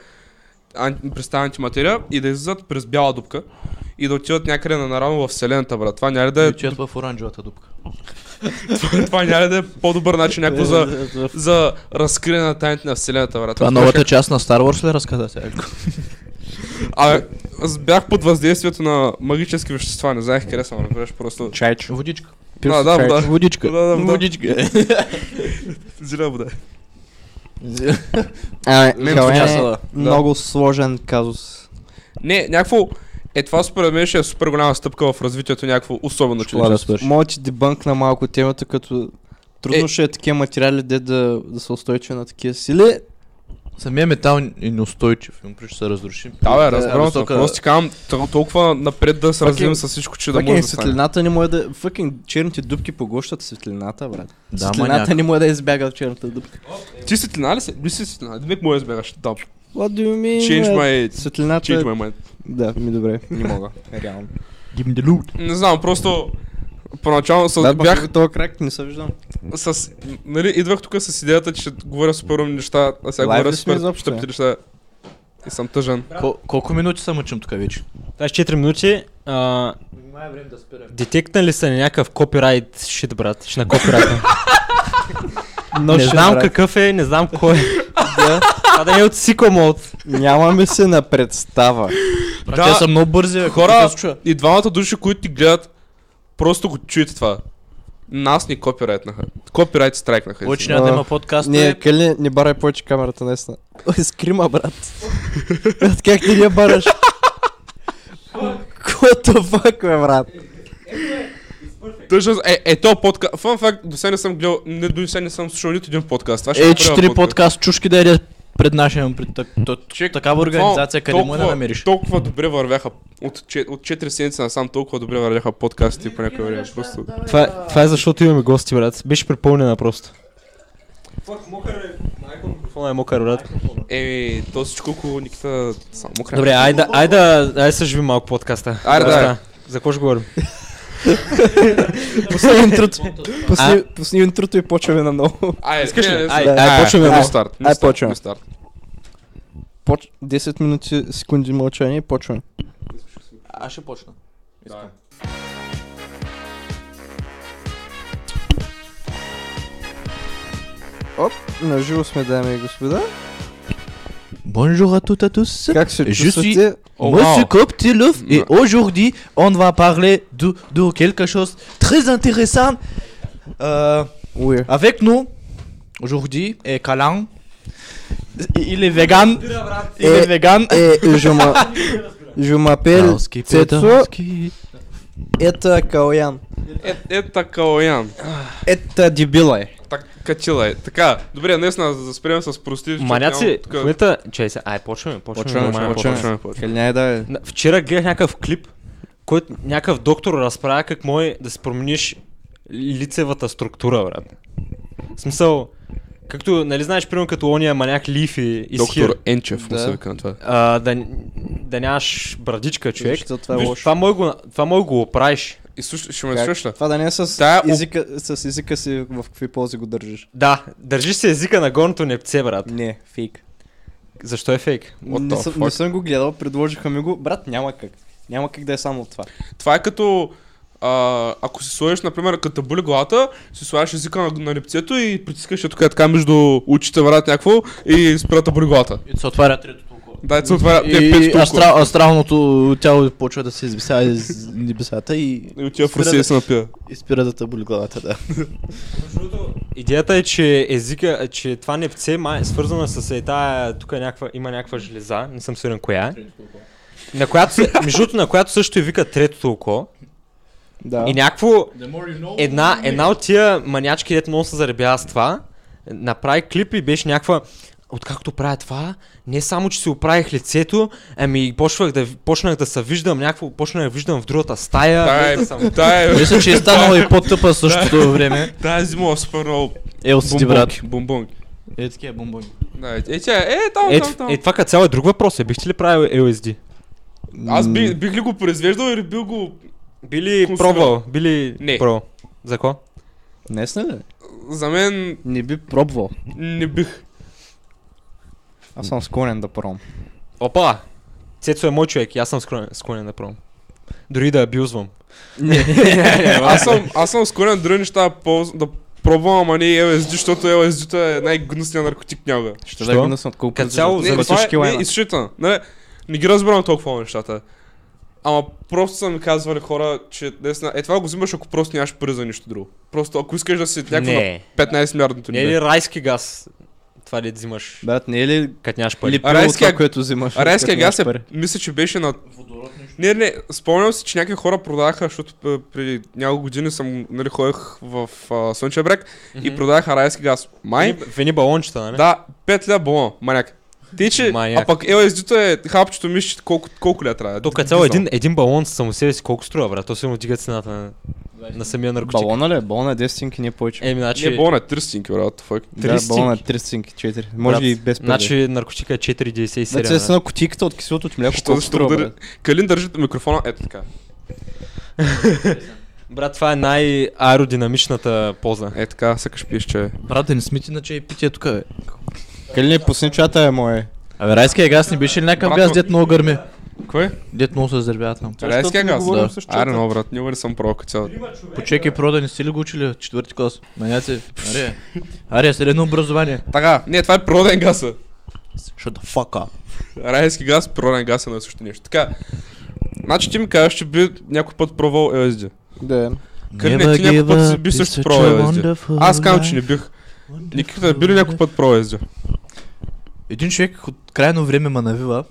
S1: ан, през тази антиматерия и да излизат през бяла дупка и да отиват някъде на наравно в Вселената, брат. Това няма ли
S2: Ами,
S1: да е,
S4: Ютият в оранжевата дупка.
S1: това няма ли да е по-добър начин някакво
S2: Е,
S1: за, за разкриване на тайните на Вселената, брат?
S4: Това
S1: Аз
S4: новата част на Star Wars ли разказа сега?
S1: А, аз бях под въздействието на магически вещества, не знаех къде съм, разбираш, просто...
S2: Чайчо.
S4: Водичка. Ну,
S2: Пил
S1: Да,
S2: си
S1: да,
S2: чайчо.
S1: да.
S2: Водичка.
S1: Да, да, да.
S4: Водичка.
S1: Зелена вода.
S2: А,
S1: Мен
S2: Калин е
S4: участвала.
S2: много сложен казус.
S1: Не, някакво... Е, това според мен ще е супер голяма стъпка в развитието някакво особено човечество.
S2: Мога ти дебънкна малко темата, като трудно
S1: Е.
S2: ще е такива материали, де да, да са устойчиви на такива сили.
S4: Самия метал е неустойчив. Им ще се разруши.
S1: Да, бе, разбрано,
S4: висока-
S1: просто ти казвам, тол- толкова напред да се
S2: Е, Пак е-
S1: развием с всичко, че да
S2: Факин
S1: може да стане.
S2: светлината не може да... Факин черните дупки поглощат светлината, брат.
S4: Да,
S2: светлината
S4: маняк.
S2: не може да избяга от черната дупка.
S1: Ти светлина ли си? Ти си светлина. Димек му избегаш. Да.
S2: What do you mean?
S1: Change
S2: брат?
S1: my...
S2: Е, Светлината... е-
S1: Change my mind.
S2: Да, ми добре. Не мога. Реално.
S4: Give me the loot.
S1: Не знам, просто... Поначално с,
S2: Да,
S1: бях
S2: бях... този крак не се виждам.
S1: с... Нали, идвах тук с идеята, че ще говоря супер умни неща, а сега
S2: Лайв ли
S1: говоря
S2: сме
S1: супер
S2: изобщо,
S1: тъпти неща. И съм тъжен.
S4: Кол- колко минути се мъчим тук вече?
S3: 24 минути. А,
S4: Май е време да спираме.
S3: детектнали са ни някакъв копирайт шит, брат. Ще на копирайт. Но не
S2: shit,
S3: знам
S2: брат.
S3: какъв е, не знам кой е. Това да не е от Сикъл Мод.
S2: Нямаме се на представа.
S1: Да.
S4: Да. Те са много бързи, бе,
S1: Хора,
S4: какво Е, се случва?
S1: и двамата души, които ти гледат, просто го чуете това. Нас ни копирайтнаха. Копирайт страйкнаха.
S4: Повече няма да
S2: А,
S4: има подкаст. е,
S2: Не,
S4: Не,
S2: Къли, не барай повече камерата, наистина. Ой, скрима, брат. брат, как ти не я бараш? What the fuck, бе, брат?
S1: Тъжен. Е, е, то подкаст. Фан факт, до сега не съм гледал, не, до сега не съм слушал нито един подкаст. Това ще е
S4: е,
S1: първия
S4: 4 подкаст, чушки да яде пред нашия му пред так, то-
S1: Чек,
S4: такава организация, къде му я да
S1: толкова-
S4: намериш?
S1: Толкова добре вървяха. От, че- от 4 седмици насам толкова добре вървяха подкастите по някакво време. Просто.
S3: Това, е- това е защото имаме гости, брат. Беше препълнена просто.
S5: Фак, мокър е. Майкъл.
S3: Микрофона е мокър, брат.
S1: Еми, то всичко около Никита само край.
S3: Добре, айде, айде, айде съживи малко подкаста.
S1: Айде,
S3: Да,
S1: да.
S3: да. За какво ще говорим?
S2: Пусни интрото. Пусни, пусни интрото и почваме на ново.
S1: Ай,
S3: искаш ли?
S1: не, не,
S3: Ай,
S1: не,
S2: ай,
S1: не,
S2: почваме,
S1: не,
S2: ай.
S1: не, старт. не,
S2: Ай,
S1: старт,
S2: почваме.
S1: не, старт.
S2: Поч... 10 минути, секунди мълчание и почваме.
S4: Аз ще почна.
S2: Наживо сме, дами и господа.
S4: Bonjour à toutes et tous.
S2: Как се
S4: Je
S2: чувствате?
S1: О,
S4: Moi,
S1: вау.
S4: c'est Coptilov et
S1: Ouais.
S4: aujourd'hui, on va parler de, de quelque chose de très intéressant. Euh,
S2: Уе.
S4: avec nous, aujourd'hui, est Kalan. Il est vegan. Il est
S2: Et-
S4: vegan.
S2: Е, je m'a- je m'appelle
S4: Tauski,
S2: Цецо,
S4: Pedalski.
S2: это Каоян.
S1: Е, е така, Оян.
S2: Это дебила е.
S1: Так, качила е. Така, добре, наистина, да спрем с прости. защото
S3: Маняци,
S1: нямам
S3: в
S1: тук-
S3: момента... Чай сега, ай, почваме, почваме. нормално.
S1: почваме.
S2: Хелняй да е.
S3: На- Вчера гледах някакъв клип, който някакъв доктор разправя как може да си промениш лицевата структура, брат. В смисъл, както, нали знаеш, примерно като ония маняк Лифи и
S1: Доктор Енчев, му
S2: Да.
S1: се вика на това.
S3: а, да, н- да нямаш брадичка, човек.
S2: Виж, това е
S3: Виж,
S2: лошо.
S3: Това може го, това може го оправиш.
S1: И слушай, ще ме
S2: Как?
S1: слушаш. ли?
S2: Това да не е с,
S1: Тая оп-
S2: езика, с езика си в какви ползи го държиш.
S3: Да, държиш се езика на горното непце, брат.
S2: Не, фейк.
S3: Защо е фейк?
S1: What
S2: Не
S1: the
S2: съм,
S1: fuck?
S2: не съм го гледал, предложиха ми го. Брат, няма как. Няма как да е само това.
S1: Това е като а, ако си сложиш, например, като боли главата, си слагаш езика на, на лепцето и притискаш е тук е така между очите, врат някакво и спира да боли главата.
S4: И се отваря трето толкова.
S1: Да, се отваря не,
S4: И
S1: пет толкова.
S4: астра, астралното тяло почва да се избисава из небесата и,
S1: И отива в
S4: спира
S1: Русия и
S4: да-
S1: се напия.
S4: и спира да те боли главата, да.
S3: Идеята е, че езика, че това непце май е свързано с е тая, тук е някаква, има някаква железа, не съм сигурен коя е. На която, се- между другото, на която също и вика третото око.
S2: Да.
S3: И някакво, една, една от тия манячки, дето много се заребява с това, направи клип и беше някаква, откакто правя това, не само, че си оправих лицето, ами почвах да, почнах да се виждам, някакво, почнах да виждам в другата стая.
S1: Тая
S3: без
S1: е,
S3: да съм-
S1: тая е,
S4: Мисля, че е станала и по-тъпа същото време.
S1: тая е зимова супер много
S4: LCD, Е, брат.
S1: бомбонки, бомбонки.
S4: Е, такива бомбони.
S1: Да, е, е, тя е, е, там,
S3: Е,
S1: там, там.
S3: е, това като цяло е друг въпрос е. Бихте ли правил LSD?
S1: Аз би, бих ли го произвеждал или бил го...
S3: Били
S1: Консумирал.
S3: пробвал? Били
S1: Не.
S3: пробвал? За ко?
S2: Днесна ли?
S1: За мен
S2: Не би пробвал.
S1: не бих.
S2: Аз съм склонен да пробвам.
S3: Опа! Цецо е мой човек и аз съм склонен, склонен да пробвам. Дори да абюзвам. Е,
S1: Аз съм, аз съм склонен други неща да полз- да пробвам, ама не и LSD, защото LSD е най-гнусният наркотик някога.
S2: Ще
S3: Що?
S2: да гнусна от колко
S3: Като цяло,
S1: Не,
S3: за
S1: това
S2: всички
S1: е, не,
S2: лайна.
S1: изчитам. Не, не ги разбирам толкова нещата. Ама просто са ми казвали хора, че десна, е това го взимаш, ако просто нямаш пари за нищо друго. Просто ако искаш да си някакво на
S3: не.
S1: 15 милиардното
S3: Не е
S1: ниво.
S3: ли райски газ? Това ли взимаш?
S2: Брат, не е ли
S3: Като нямаш пари.
S2: ли пило
S1: Арайския-
S2: това, което взимаш?
S1: Арайския
S2: като
S1: газ е,
S2: нямаш пари?
S1: мисля, че беше на... Не, не, спомням си, че някакви хора продаха, защото п- преди няколко години съм, нали, ходих в а, Слънчев бряг и продаха райски газ. Май,
S3: Вини- Вини балончета, нали?
S1: да, 5 ля балона, маняк. Ти, че,
S3: Маняк.
S1: а пък LSD-то е хапчето, мисля, че колко, колко ля трябва.
S3: То като цяло
S1: Дизел.
S3: е един, един балон само себе си колко струва, брат? То сигурно дига цената на, на самия наркотик.
S2: Балона ли? е? Балона е 10 синки, не е повече.
S3: Еми, значи...
S1: Не, балона е 30 стинки, брат, what the fuck.
S2: Да,
S3: 30
S2: балона е
S3: синки.
S2: 3 синки, 4. Може и без пари.
S3: Значи наркотика е 4,97.
S2: Значи,
S3: брат.
S2: с една кутийката от киселото от мляко,
S1: Що
S2: колко
S1: защо
S2: струва,
S1: удари?
S2: брат?
S1: Калин държи микрофона, ето така.
S3: Брат, това е най-аеродинамичната поза.
S1: Е така, сякаш пиеш че.
S4: Брат, да не смити на чай питие тук, бе.
S2: Калине, пусни чата е мое.
S4: Абе, райския газ не беше ли някакъв
S1: Брат,
S4: газ,
S1: ма-
S4: дет много гърми?
S1: Кой?
S2: е?
S4: Дет много се издървяват там.
S1: Райския
S2: не
S1: газ.
S2: говорим
S1: Да.
S2: с чата.
S1: Аре, но брат, ние не съм прав като цяло.
S4: Почеки про да не сте ли го учили в четвърти клас? Маняте, аре. Аре, средно образование.
S1: Така, не, това е природен газ. а.
S4: Shut the fuck up.
S1: Райски газ, природен газ е на също нещо. Така, значи ти ми казваш, че би някой път пробвал LSD.
S2: Да.
S1: Къде не, ти някой път си би също пробвал
S4: е
S1: LSD. Аз казвам, че не бих. Никакъв би ли някой път пробвал LSD?
S4: Един човек от крайно време ме навива,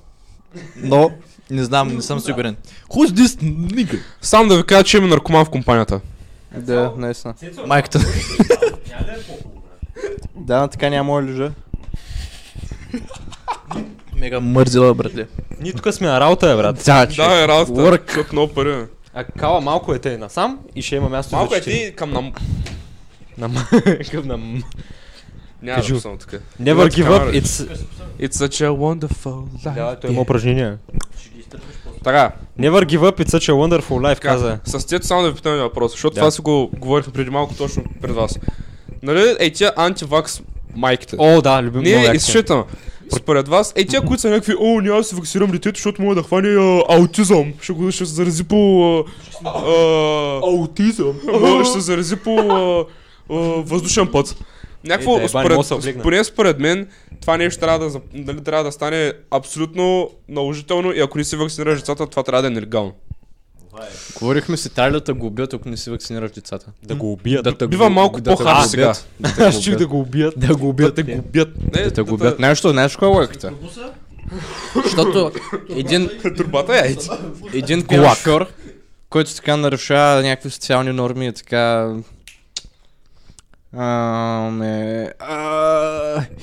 S4: но не знам, не съм сигурен. Who's this nigga?
S1: Сам да ви кажа, че има наркоман в компанията.
S2: Да, наистина.
S4: Майката.
S2: Да, така няма лежа.
S4: е Мега мързила, братле.
S3: Ние тук сме на работа, е, брат.
S1: Да, е работа.
S4: Work.
S1: Защото много пари. бе.
S3: А кала малко е те насам и ще има място
S1: Малко
S3: за
S1: е
S3: четири.
S1: ти към нам...
S3: На м- към на м-
S1: Няма
S3: Кажу.
S1: да съм така.
S3: Never give
S1: камера.
S3: up, it's...
S1: It's such a wonderful life.
S3: той има упражнение.
S1: Така,
S3: Never give up, it's such a wonderful life,
S1: така.
S3: каза.
S1: С тето само е. да ви питам един въпрос, защото
S3: Да.
S1: това си го говорихме преди малко точно пред вас. Нали, ей тия антивакс майките.
S3: О, да, любим много
S1: Ние
S3: яко.
S1: изчитаме. Според вас, е тия, които са някакви, о, няма да се вакцинирам детето, защото мога да хване а, аутизъм. Ще го ще се зарази по... Аутизъм? Ще се зарази по а, а, въздушен път.
S3: Е,
S1: Някакво,
S3: да, е, бани, мога да се
S1: според,
S3: облегна.
S1: поне според мен, това нещо трябва да, зап- нали, трябва да стане абсолютно наложително и ако не се вакцинираш децата, това трябва да е нелегално.
S2: Говорихме си, трайлята го убият, ако не си вакцинираш децата.
S3: Да го убият.
S2: Да те
S1: Бива
S2: го-
S1: малко
S2: да те
S1: по-хард
S2: го
S1: сега.
S2: убият. Да те
S3: Аз
S2: го
S3: чух да
S2: убият.
S3: го убият.
S2: Да го убият.
S3: Да те го убият.
S1: Не,
S2: Да те го убият. Знаеш, що- знаеш коя е логиката? Защото един,
S1: Турбата е айти.
S2: един шофьор, който така нарушава някакви социални норми и така... Аме... а,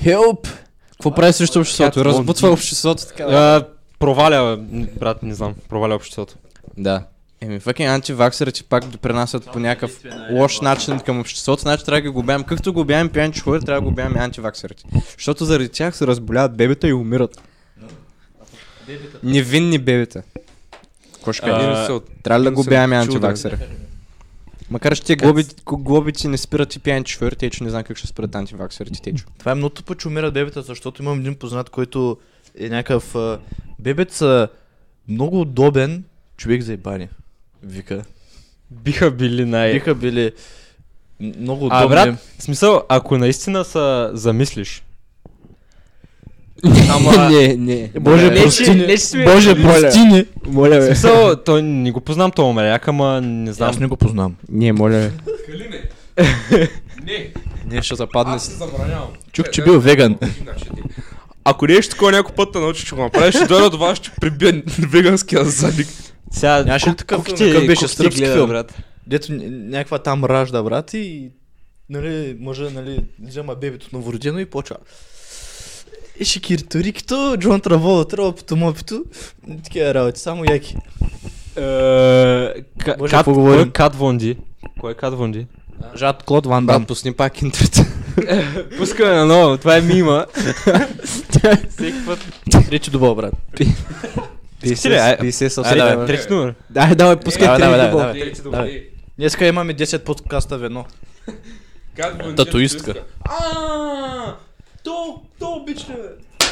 S2: Help! Какво прави срещу обществото? Разбутва обществото така. да.
S3: А, Проваля, бе, брат, не знам. Проваля обществото.
S2: Да. Еми, факен антиваксерите пак допринасят по някакъв лош начин към обществото, значи трябва да ги губяваме. Както губяваме пиянчи хора, трябва да губяваме и антиваксерите. Защото заради тях се разболяват бебета и умират. Невинни бебета. Кошка.
S1: Един се от-
S2: Трябва ли да
S1: един се
S2: губяваме
S1: от чуда.
S2: антиваксери? Макар че тия глоби, глобите не спират и пиянчи хора, те че не знам как ще спрат антиваксерите, те че.
S4: Това е много тъпо, че умират бебета, защото имам един познат, който е някакъв... а, Бебет са много удобен човек за ебане. Вика.
S3: Биха били най...
S4: Биха били м- много удобни.
S3: Е. А, брат, в смисъл, ако наистина са замислиш, Ама-
S2: Не, не.
S4: Боже,
S3: Не, че-
S4: прости ни.
S3: не, че сме-
S4: Боже,
S2: Моля.
S4: прости ни.
S2: Моля,
S3: в
S2: бе.
S3: смисъл, той не го познам този меляк, ама не знам.
S4: Аз не го познам.
S2: Не, моля, бе.
S1: Калине. Не,
S2: Не, ще западне.
S1: аз се забранявам. Е,
S4: Чух, че бил веган.
S1: Ако нещо такова някой път те научиш, че го направиш, ще дойда до вас, ще прибия веганския задник.
S3: Сега,
S4: Нямаше ли
S3: ку-
S4: такъв-
S3: куките-
S4: такъв беше
S3: куките
S4: сръбски
S3: гледам,
S4: филм?
S3: брат.
S4: Дето ня- някаква там ражда, брат, и нали, мъжа, нали, взема бебето новородено и почва. И шикиритурикито, Джон Травола, тропото, мопито, такива работи, само яки.
S3: Е, ка-
S4: Може да
S3: Кат,
S4: поговорим.
S3: кой е Кат Вонди? Кой е Кат Вонди?
S4: Жад Клод Ван
S2: Брат, пусни пак интрата.
S3: Пускаме на ново, това е мима. Всеки път.
S4: Речи добъл, брат.
S3: Искате ли? Ай,
S2: Би се
S4: Ай, давай.
S2: съвсем.
S3: трети номер.
S2: Дай,
S3: Е,
S2: давай, пускай
S4: Давай, давай,
S2: трети
S4: давай,
S2: гол.
S4: Е, давай. Днеска имаме 10 подкаста в едно. Татуистка.
S1: Ааа, то, то обича, бе.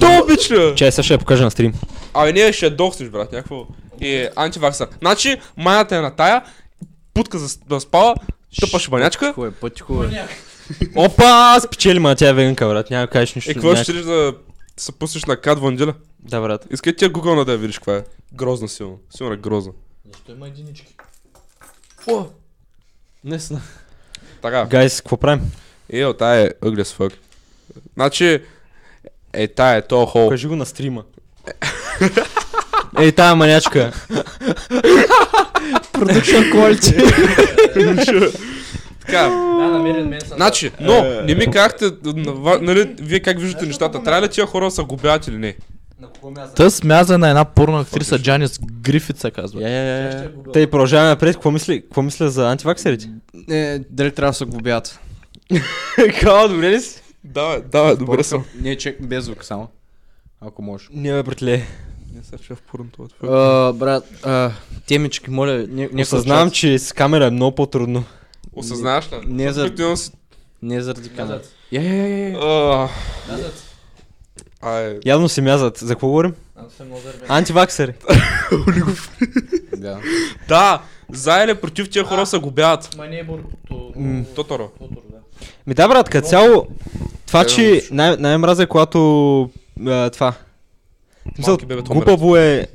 S1: То обича!
S3: Чай, сега ще я покажа на стрим.
S1: Абе, ние ще дохнеш, брат, някакво. И антиваксър. Значи, майната е на тая, путка за, да спава, тъпа шибанячка.
S3: е,
S2: Хубаво, пъти хубаво.
S3: Опа, спечели ма, тя е веганка, брат. Няма да кажеш нищо.
S1: Е, какво
S3: няма-
S1: ще решиш да се пуснеш на Кат Вандиля?
S3: Да, брат.
S1: Искай тя Google на да я видиш каква е. Грозна силно. Силно е грозна.
S4: Защо има единички?
S2: Не сна.
S1: Така.
S3: Гайс, какво правим?
S1: Е, о, тая е ugly as fuck. Значи, е, тая е то хол.
S3: Кажи го на стрима. Ей, тая манячка.
S2: Продукшн quality.
S1: Така,
S4: Да, намерен мен съм.
S1: значи, но не ми казахте, на ва- нали, вие как виждате нещата, трябва ли тия хора да се губят или не?
S4: Та смяза на една порно актриса Джанис Грифит се казва.
S3: Я, я, я, я. Тъй, продължаваме напред. Какво мисли, какво мисля за антиваксерите?
S2: Не, Е, дали трябва да се глобят?
S3: Као, добре ли си?
S1: Да, да, добре съм.
S2: Не, че без звук само. Ако може.
S3: Не, бе, братле.
S1: Не се чуя в порното.
S2: А, брат, а, темички, моля, не, не
S3: Осъзнавам, че с камера е много по-трудно.
S1: Осъзнаваш ли?
S2: не за- Е.
S1: Тук имам си-
S2: Не заради камера.
S5: Мязат.
S2: Я, я, я, я.
S1: А,
S5: Мязат.
S1: Ай,
S3: Явно се мязат. За какво говорим?
S5: Аз съм Лозър, бе.
S3: Антиваксери.
S2: Да.
S1: да, за или против тия хора се губят.
S5: Ма не е буркото.
S3: М.
S1: Тоторо.
S5: Тотор, да.
S3: Ми да, брат, като цяло, това,
S1: Е,
S3: че
S1: лошо.
S3: най- най-мраза е, когато а, това. Мисъл,
S1: Малки бебета
S3: глупаво е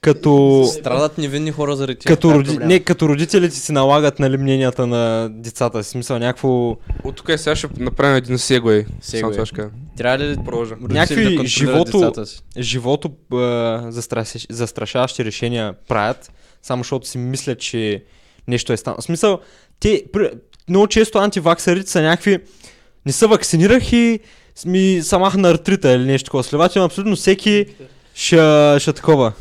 S3: като...
S2: Страдат невинни хора заради тях.
S3: Като,
S5: това е
S3: роди...
S5: проблема.
S3: не, като родителите си налагат нали, мненията на децата, в смисъл някакво...
S1: От тук е сега ще направим един сегуей.
S2: Сегуей.
S1: Само това ще кажа.
S2: Трябва ли да
S1: Продължа.
S2: родители
S3: Някакви
S2: да контролират
S3: живото-
S2: децата си?
S3: живото а, застраш... застрашаващи решения правят, само защото си мислят, че нещо е станало. В смисъл, те пр- много често антиваксарите са някакви, не се вакцинирах и с- ми самах на артрита или нещо такова. Следователно, абсолютно всеки ще, ще такова.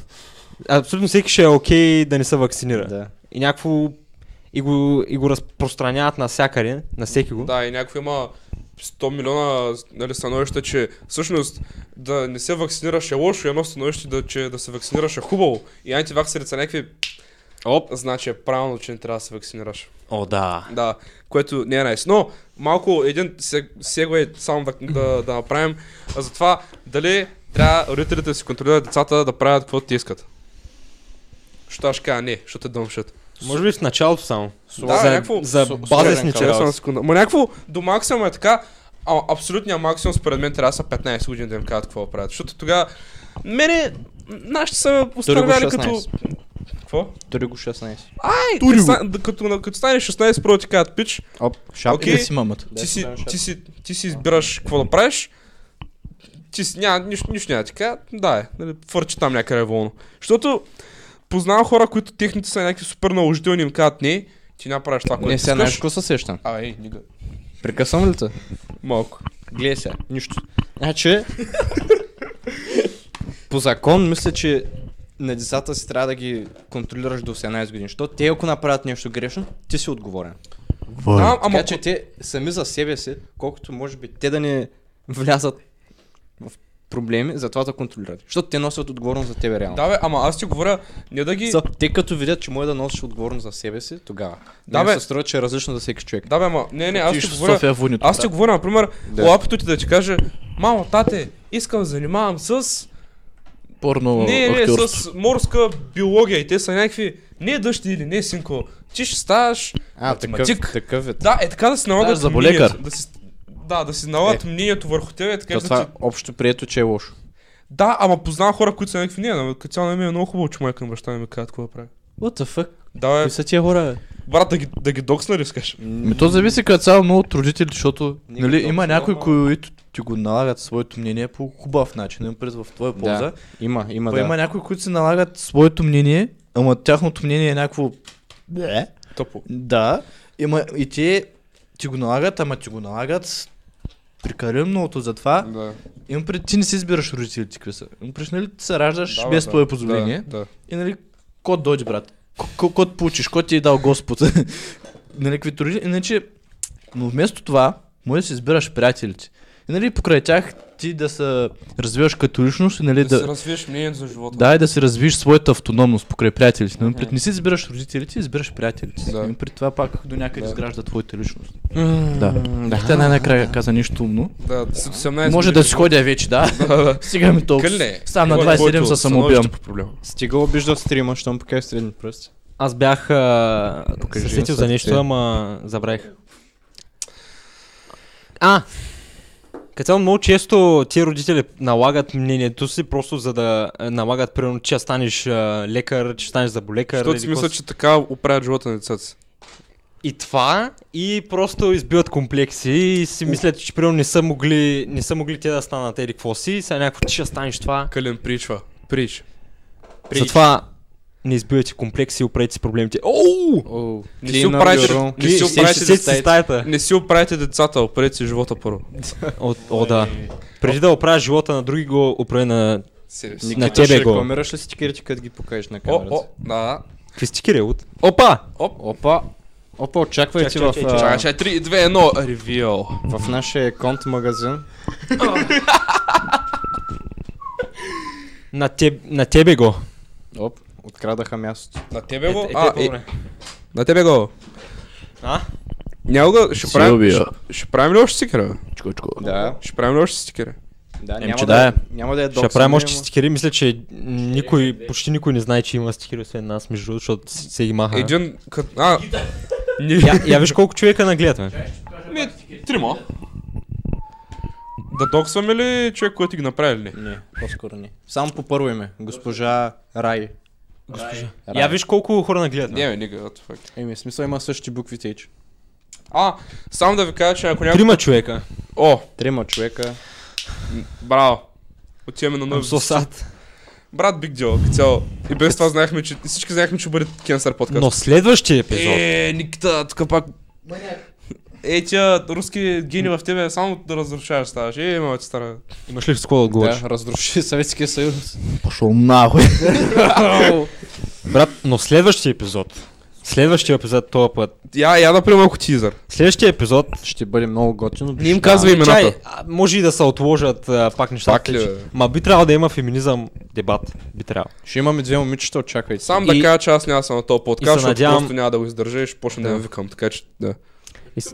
S3: Абсолютно всеки ще е окей да не се вакцинира.
S2: Да.
S3: И някакво и го, и го разпространяват навсякъде, на всеки го.
S1: Да, и някакво има 100 милиона нали, становища, че всъщност да не се вакцинираш е лошо, и едно становище, да, че да се вакцинираш е хубаво. И антиваксерите са някакви... Оп. Значи е правилно, че не трябва да се вакцинираш.
S3: О, да.
S1: Да, което не е най Но малко един сегуей само да, да, да направим а за това дали трябва родителите да си контролират децата да правят каквото ти искат. Що аз ще кажа не, защото е дъмшът.
S3: Може би в началото само.
S1: Да,
S3: за,
S1: някакво
S3: за
S2: су-
S3: базисни
S2: суверен
S1: Чакай само
S3: чела.
S1: секунда. Ма някакво до максимум е така, а абсолютния максимум според мен трябва да са 15 години да им кажат какво да правят. Защото тогава мене нашите са установяли като...
S2: 16.
S1: Какво?
S2: Дори го 16.
S1: Ай, като, ста- да- като, на- като станеш 16, първо ти казват пич,
S2: Оп, шапки.
S1: Окей.
S4: Къде си мамата?
S2: Да,
S1: ти, си,
S2: ставам шапка.
S1: ти, си, ти си избираш какво да правиш. Ти си, няма, нищо, нищо няма да ти кажа. Да, е, нали, фърчи там някъде е волно. Защото познавам хора, които техните са някакви супер наложителни, им казват не, ти няма правиш това, което
S2: Не, сега
S1: искаш.
S2: знаеш какво се сещам.
S1: А, ей, нига.
S2: Прекъсвам ли те?
S1: Малко.
S2: Гледай сега, нищо. Значи, по закон мисля, че на децата си трябва да ги контролираш до 18 години. Защото те ако направят нещо грешно, ти си отговорен.
S1: Да,
S2: Ама
S1: ама
S2: така че те сами за себе си, колкото може би те да не влязат в проблеми, затова да контролират. Защото те носят отговорност за тебе реално.
S1: Да, бе, ама аз ти говоря, не да ги...
S2: За- Те като видят, че може да носиш отговорност за себе си, тогава.
S1: Да,
S2: Да,
S1: бе.
S2: се струва, че е различно за всеки човек.
S1: Да, бе, ама, не, не, аз
S4: Отиваш
S1: ти
S4: в
S1: говоря...
S4: София в унито.
S1: Аз ти говоря, например,
S2: Да.
S1: лапито ти да ти каже, мамо, тате, искам да занимавам с...
S4: Порно
S1: Не, не,
S4: актьорство.
S1: с морска биология и те са някакви... Не дъщи или не, синко, ти ще ставаш
S2: А,
S1: математик.
S2: такъв, такъв е.
S1: Да, е така да си налагат
S4: за
S1: мнението,
S4: болекар.
S1: Да, си, да, да си налагат мнението върху тебе, така
S2: Защото
S1: че...
S2: това
S1: Да,
S2: е
S1: ти-
S2: общо прието, че е лошо.
S1: да, ама познавам хора, които са някакви ние, но като цяло на мен е много хубаво, че майка на баща ми ми казват какво да прави.
S2: What the fuck?
S1: Да, бе,
S2: Кои са тия хора?
S1: брат, да ги, да ги доксна ли искаш?
S4: Ми то зависи като цяло много от родителите, защото
S2: Ние
S4: нали,
S2: като
S4: има някои,
S2: обстановка-
S4: които ти го налагат своето мнение по хубав начин, им през в твоя полза.
S2: Да, има, има,
S4: Па
S2: да.
S4: има някои, които си налагат своето мнение, ама тяхното мнение е някакво... Бе.
S1: Тъпо.
S4: Да. Има, и те ти го налагат, ама ти го налагат прикаремното затова.
S1: Да.
S4: Им пред, ти не си избираш родителите какви са. Им пред, нали, ти се раждаш без твое позволение.
S1: Да, да.
S4: И нали, кот дойде, брат. К- к- Кот получиш, кот ти е дал Господ. нали, каквито родители. Иначе, но вместо това, може да си избираш приятелите. И нали, покрай тях ти да се развиваш като личност и нали,
S1: Да, си
S4: да,
S1: развиеш мнението за живота.
S4: да, и да си развиеш своята автономност покрай приятелите. Нали, пред, не си избираш родителите, избираш приятелите. си.
S1: Да.
S4: Нали, пред това пак до някъде изгражда твоята личност.
S2: М,
S4: Да.
S2: да.
S4: И тя най-накрая каза нещо умно.
S1: Да, след 18
S4: Може да си ходя вече, да. Сега ми толкова.
S1: Кълне.
S4: Сам на 27 се самоубивам.
S2: Стига обижда в стрима, щом покажеш средни пръсти.
S3: Аз бях а,
S1: е
S3: се сетил за
S2: на
S3: нещо,
S2: сърце.
S3: ама забравих. А! Като цяло много често тия родители налагат мнението си просто за да е, налагат, примерно, че ще станеш а, лекар, че ще станеш заболекар.
S1: Защото
S3: или
S1: си
S3: какво
S1: мисля,
S3: си.
S1: че така оправят живота на децата си.
S3: И това, и просто избиват комплекси и си мислят, че примерно не са могли, не са могли те да станат еди какво си, и сега някакво, че ще станеш това.
S1: Кълен причва. Прич.
S3: Затова не избивайте комплекси и оправете си проблемите. Оу!
S2: Оу,
S1: Не си оправите, не си
S3: Вие
S1: оправите
S3: ще сетите
S1: децата.
S3: стаята.
S1: Не си оправите децата, оправете си живота първо.
S3: О, о, да. Преди да оправя живота на други, го оправя на...
S1: Сериозно.
S3: на тебе го.
S2: Рекламираш ли стикерите, като ги покажеш на
S1: О,
S2: камерата?
S1: о, да.
S3: Какви стикери от? Опа!
S2: Опа, опа, очаквай ти в, а,
S1: Чакай, чакай, 3, 2, 1, ревил.
S2: в нашия конт магазин.
S3: На, теб, на тебе го.
S2: Оп, открадаха мястото.
S1: На тебе
S3: Е,
S1: го?
S3: е,
S1: А,
S3: те
S1: е,
S3: по-добре.
S1: на тебе го.
S3: А?
S1: Някога ще правим...
S4: Силвия.
S1: ще- Ще правим ли още стикера?
S4: Чко, чко.
S2: Да,
S1: Ще правим ли още стикера?
S2: да,
S4: Ем,
S2: няма
S4: че
S2: да,
S4: да е.
S2: няма да е
S3: Ще
S2: доксана,
S3: правим още
S2: ама-
S3: стикери. Мисля, че никой, почти никой не знае, че има стикери освен нас, между другото, защото се се ги маха.
S1: Един... кът- А, ние...
S3: Я, я виж колко човека нагледат, ме.
S1: Ми, трима. Да доксваме ли човек, който ги направи ли?
S2: Не, по-скоро не. Само по първо име. Госпожа Рай.
S3: Я виж колко хора нагледат,
S1: Не,
S3: ме.
S1: не, не, what the fuck.
S2: Еми, в смисъл има същите букви теч.
S1: А, само да ви кажа, че ако някой...
S3: Трима човека.
S1: О,
S2: Трима човека.
S1: браво. Отиваме на нов...
S3: I'm so sad.
S1: Брат, биг дел, цяло. И без това знаехме, че всички знаехме, че ще бъде кенсър подкаст.
S3: Но следващия епизод.
S1: Е, Никита, тук пак... Е, тя руски гени в тебе само да разрушаваш ставаш. Е, мама ти стара.
S3: Имаш ли с кого да отговориш?
S2: Да, разруши Съветския съюз.
S4: Пошъл нахуй.
S3: Брат, но в следващия епизод. Следващия епизод този път.
S1: Я, я да приема малко тизър.
S3: Следващия епизод.
S2: Ще бъде много готино.
S1: Не им казва имената.
S3: Ами Чай, а, може и да се отложат а, пак нещата.
S1: Пак ли,
S3: че-
S1: бе?
S3: Ма би трябвало да има феминизъм дебат. Би трябвало.
S2: Ще имаме две момичета, очаквайте.
S1: Сам
S3: И-
S1: да кажа, че аз няма да съм на този подкаст, защото
S3: надявам-
S1: просто няма да го издържа и ще почна да,
S3: Да.
S1: да викам. Така че, да.
S3: И, с- и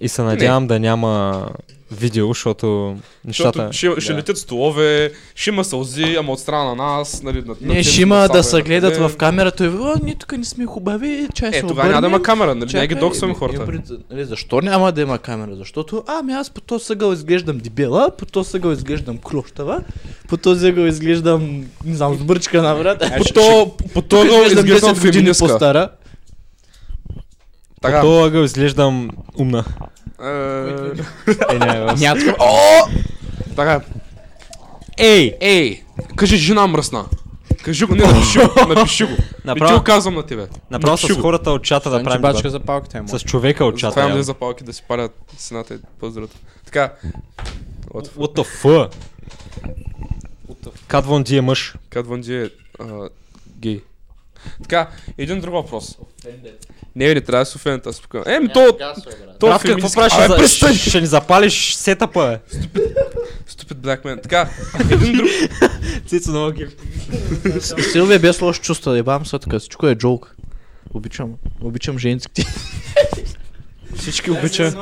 S1: Ами.
S3: се надявам да няма видео, защото нещата...
S1: Защото ще, ще летят столове, ще има сълзи, ама от страна на нас. Нали, на, на
S4: Не,
S1: тези,
S4: ще има
S1: на
S4: да
S1: Сава и
S4: се
S1: на
S4: гледат
S1: къде.
S4: в камерата и о, ние тук не сме хубави, чай
S1: Е,
S4: се
S1: тогава няма да има
S4: обърнем.
S1: камера, нали? Няма
S4: Чакай,
S1: ги доксваме
S4: еми,
S1: хората.
S4: еми, пред- нали, защо няма да има камера? Защото, ами аз по този съгъл изглеждам дебела, по този ъгъл изглеждам клющава, по този ъгъл изглеждам, не знам, с бърчка на врата.
S1: По то, по то го Е, изглеждам
S4: 10 години
S1: феминистка.
S4: по-стара.
S1: Така.
S3: По този ъгъл изглеждам умна.
S1: е,
S3: Е, не, бе.
S1: Така.
S3: Ей!
S1: Ей, кажи жена мръсна. Кажи го, не, напиши го, напиши го. Направо... ти
S3: Направо,
S1: го казвам на тебе.
S3: направо
S1: Напиши
S3: с
S1: го.
S3: хората от чата да правим
S2: бачка
S3: дебат.
S2: за е, палката, ама.
S3: С човека от чата.
S1: Затова имам
S3: явно.
S1: две запалки да си парят сената и поздрата. Така. What the fuck?
S3: What the fuck? Кадвон ти е мъж.
S1: Кадван Ди е а, гей. Така, един друг въпрос. Не, не трябва да се офендят, аз пък. Еми, то... То е
S3: Травка, какво
S1: феминистка.
S3: правиш?
S1: Абе,
S3: за-
S1: престани!
S3: ще- Ще ни запалиш сетъпа, бе.
S1: Stupid black man. Така, един друг...
S3: Цицо много ги.
S4: Силвия без лошо чувство, да ебам се така, всичко е джолк. Обичам, обичам женските. Всички обичам.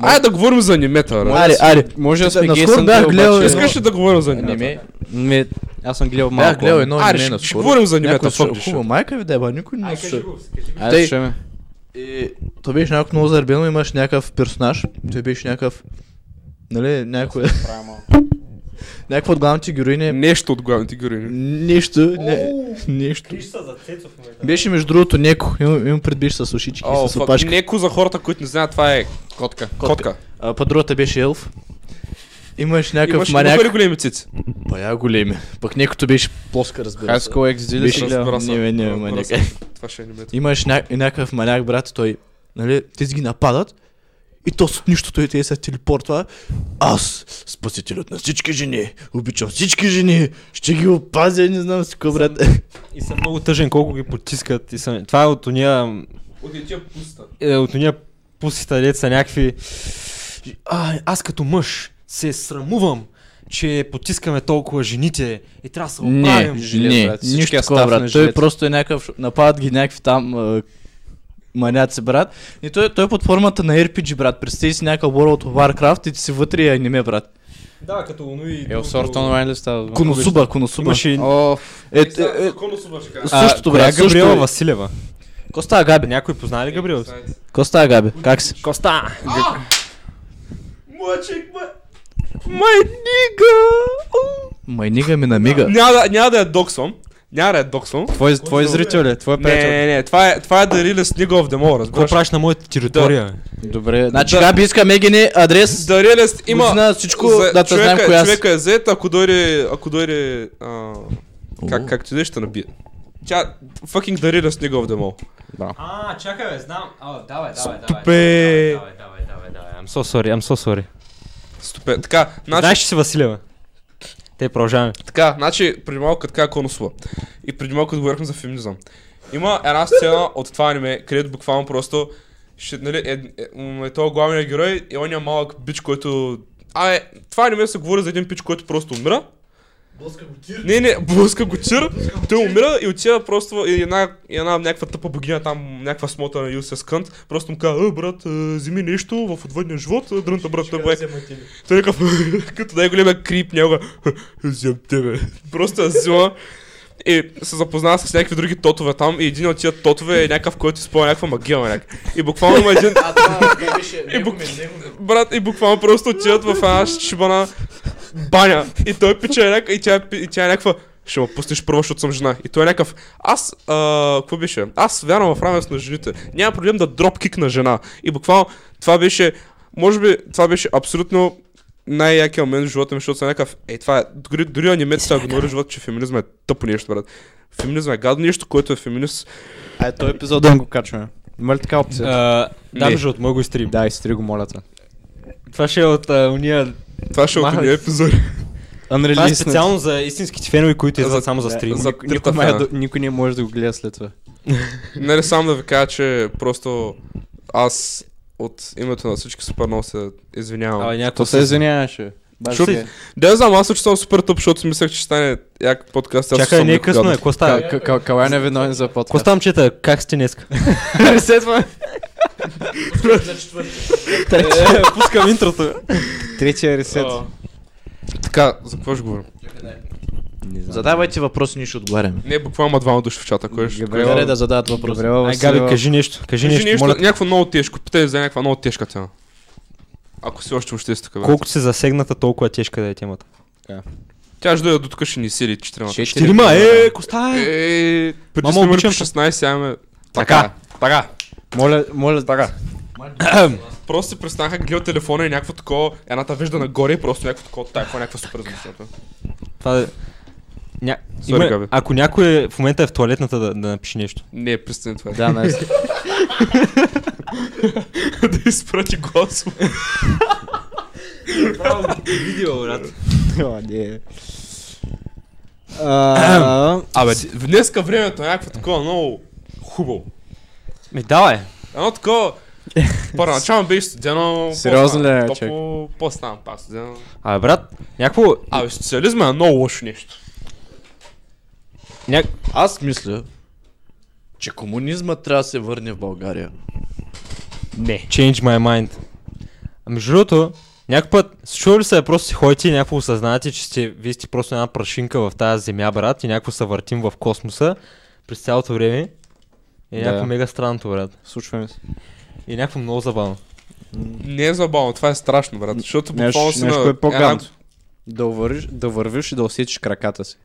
S1: Айде да говорим за анимета, бе.
S4: Аре, аре.
S2: Може да сме гей
S4: Наскоро бях гледал
S2: обаче.
S1: Искаш ли да говорим за
S2: Не
S1: анимета?
S2: ми. Аз съм гледал малко.
S4: Бях гледал едно
S1: Аре,
S4: аниме
S1: ще-
S4: наскоро.
S1: ще говорим за анимета,
S4: Някой
S1: fuck
S4: ще-
S1: this
S4: Хубава
S1: shit.
S4: майка ви да еба, никой не се...
S2: Айде,
S4: Тъй-
S2: слушаме.
S4: И то беше някакво много заребено, имаш някакъв персонаж, той беше някакъв... Нали, някой... Някаква от главните героини е
S1: Нещо от главните героини.
S4: нещо, не, нещо.
S3: за Цецо в момента.
S4: Беше между другото неко, имам им пред беше с ушички
S1: О,
S4: и с опашка.
S1: фак, неко за хората, които не знаят, това е
S2: Котка.
S1: котка.
S4: А па другата беше елф. Имаш някакъв
S1: Имаш
S4: маняк.
S1: много ли големи цици?
S4: Бая големи. Пък некото беше плоска, разбира
S2: High
S4: се.
S2: School X Dealer.
S4: Беше-
S1: Разбира се.
S4: Не, не, не,
S1: Разбира
S4: маняк.
S1: се. Това ще е анимето.
S4: Имаш ня- и някакъв маняк, брат, той, нали, те си ги нападат. И то с нищо той те е се телепортва. Аз, спасителят на всички жени, обичам всички жени, ще ги опазя, не знам си какво, брат.
S3: И съм много тъжен колко ги потискат. И съм... Това е от уния...
S1: Отидя пуста.
S3: Е, от уния пусита деца някакви... А, аз като мъж се срамувам, че потискаме толкова жените и трябва да се оправим.
S2: жилет, брат. Всичкия
S4: нищо
S2: став
S4: такова,
S2: на
S4: брат. Той
S2: жилет.
S4: просто е някакъв, нападат ги някакви там а, маняци, брат. И той, той е под формата на RPG, брат. Представи си някакъв World of Warcraft и ти си вътре и аниме, брат.
S3: Да, като уно и...
S2: Ел Сорт онлайн ли става? дума?
S4: Коносуба, коносуба.
S3: Имаше и...
S2: О,
S4: Е, е, е,
S3: А,
S4: същото,
S3: коя
S4: брат,
S3: Габриела
S4: същото. е.
S3: Василева.
S4: Ко става, Габи?
S3: Някой познае ли
S1: Е,
S3: Габриела?
S4: Ко става, Габи? Как си?
S3: Коста!
S1: Мъчик, ма... Май нига!
S4: Майнига ми намига.
S1: Няма да, няма да я доксвам. Няма да я доксвам.
S2: твой, твой зрител е, твой
S1: Не,
S2: приятел.
S1: не, не, това е, това е да риле с Нига в демо,
S3: Какво
S1: разбираш?
S3: правиш на моята територия?
S2: Добре,
S4: Значи
S1: Да.
S4: Габи иска Мегини адрес.
S1: Да рилест има...
S4: Има всичко,
S1: за-
S4: да те знаем
S1: човека,
S4: коя си.
S1: човека е зет, ако дойде... Ако дойде... А,
S4: О.
S1: как, как ти дойде, ще набие. Тя... Fucking да риле с Нига в демо.
S3: А, чакай бе, знам. А, давай, давай, давай.
S1: Стопе.
S3: Давай, давай, давай, давай. I'm so sorry, I'm so sorry.
S1: Стопе. Така, значи...
S3: Знаеш, че си Василева. Те продължаваме.
S1: Така, значи преди малко така конусува. И преди малко говорихме за феминизъм. Има една сцена от това аниме, където буквално просто ще, нали, е, е, м, е, този главният герой е, и оня малък бич, който... Абе, това аниме се говори за един бич, който просто умира. Не, не, блъска го чир, той умира и отива просто и една, и една някаква тъпа богиня там, някаква смота на Юсес Кънт, просто му казва, «Е, брат, е, вземи нещо в отвъдния живот, е, дрънта брат, той е. Той е някакъв, като най-големия крип, някога, взем тебе. Просто я взима и се запознава с някакви други тотове там и един от тия тотове е някакъв, който изпълня някаква магия, някак. И буквално има един,
S2: А, това
S4: Е,
S2: беше...
S1: и, бук... брат, и буквално просто отиват в една шибана баня. И той пича е някаква, и тя, е пи- и тя е някаква, ще ме пуснеш първо, защото съм жена. И той е някакъв, аз, а, какво беше? Аз вярвам в равенство на жените. Няма проблем да дропкик на жена. И буквално това беше, може би, това беше абсолютно най-якия момент в живота ми, защото съм някакъв, е, това е, дори, дори анимецията го говори в живота, че феминизма е тъпо нещо, брат. Феминизма е гадно нещо, което е феминист.
S2: А, е, този епизод да не го качваме. Има ли така опция?
S3: Да,
S1: Не.
S3: между от моего стрим.
S2: Да, изтри го, моля те.
S3: Това ще е от а, уния...
S1: Това ще е от
S3: Махай.
S1: един епизод.
S3: Това е
S2: Unreleased.
S3: специално за истинските фенове, които идват само за
S2: Да,
S3: стрим.
S1: за-
S2: никой-
S1: трета
S2: никой, май
S1: фена.
S2: да- никой не може да го гледа след това.
S1: Нали само да ви кажа, че просто аз от името на всички супер много се извинявам.
S3: Абе,
S2: То
S3: някакво
S2: се извиняваше.
S1: Шо- Да я знам, аз също съм супер тъп, защото си мислех, че ще стане як подкаст. аз
S3: Чакай,
S1: съм
S3: не е
S1: леко
S3: късно, е.
S1: гаден.
S3: Какво става?
S2: Калай не е виновен за
S3: Какво
S2: подкаст.
S3: ставам, чета? Как сте днеска?
S2: Следва.
S3: Е, Пускам интрото.
S2: Третия ресет.
S1: Така, за какво ще говорим?
S4: Задавайте въпроси, ние ще отговаряме.
S1: Не, буквално има двама души в чата, кое ще
S2: Добре,
S1: кое-
S4: Добре да задават въпроси.
S2: Добре, Василева.
S3: Ай, Е, Габи, кажи нещо. Кажи
S1: Кажи
S3: нещо,
S1: нещо,
S3: моля. те.
S1: някакво много тежко, питай за някаква много тежка тема. Ако си още въобще си така. брат.
S3: Колкото се засегната, толкова тежка да е темата.
S1: Тя ще дойде до тук, ще ни сили четирима.
S3: Ще има, е, коста е.
S1: Е, преди
S3: Мама,
S1: сме имали по
S3: обичам те.
S1: 16, имаме...
S3: Така.
S1: Така.
S2: Моля, моля. Така.
S1: Просто си представяха гледал телефона и някакво такова, едната вижда нагоре и просто някакво такова, тайфа, някаква супер различната.
S3: Това е... Ня...
S1: Сори, Габи.
S3: Има... Ако някой е- в момента е в туалетната да, да напише нещо.
S1: Не, пристани това.
S4: Да, най
S1: да изпрати глас.
S3: Видео, брат.
S2: О, не. А,
S1: Абе, в днеска времето е някакво такова много хубаво.
S3: Ми, давай.
S1: Едно такова, първоначално беше студено.
S2: Сериозно
S1: по-стана
S2: ли е,
S1: топло,
S2: човек?
S1: По-стана пак студено.
S3: Абе, брат, някакво...
S1: Абе, социализма е много лошо нещо.
S3: Ня...
S4: Аз мисля, че комунизма трябва да се върне в България.
S3: Не. Change my mind. А Между другото, някой път, чува ли се, просто си ходите и някакво осъзнаете, че сте, вие сте просто една прашинка в тази земя, брат, и някакво се въртим в космоса през цялото време. И е
S2: Да.
S3: някакво мега странното, брат.
S2: Случваме се.
S3: И е някакво много забавно.
S1: Не е забавно, това е страшно, брат. Защото буквално
S2: Нещо,
S1: си
S2: нещо
S1: на...
S2: е по-гадно.
S1: една-
S2: Да, вървиш, да вървиш и да усетиш краката си.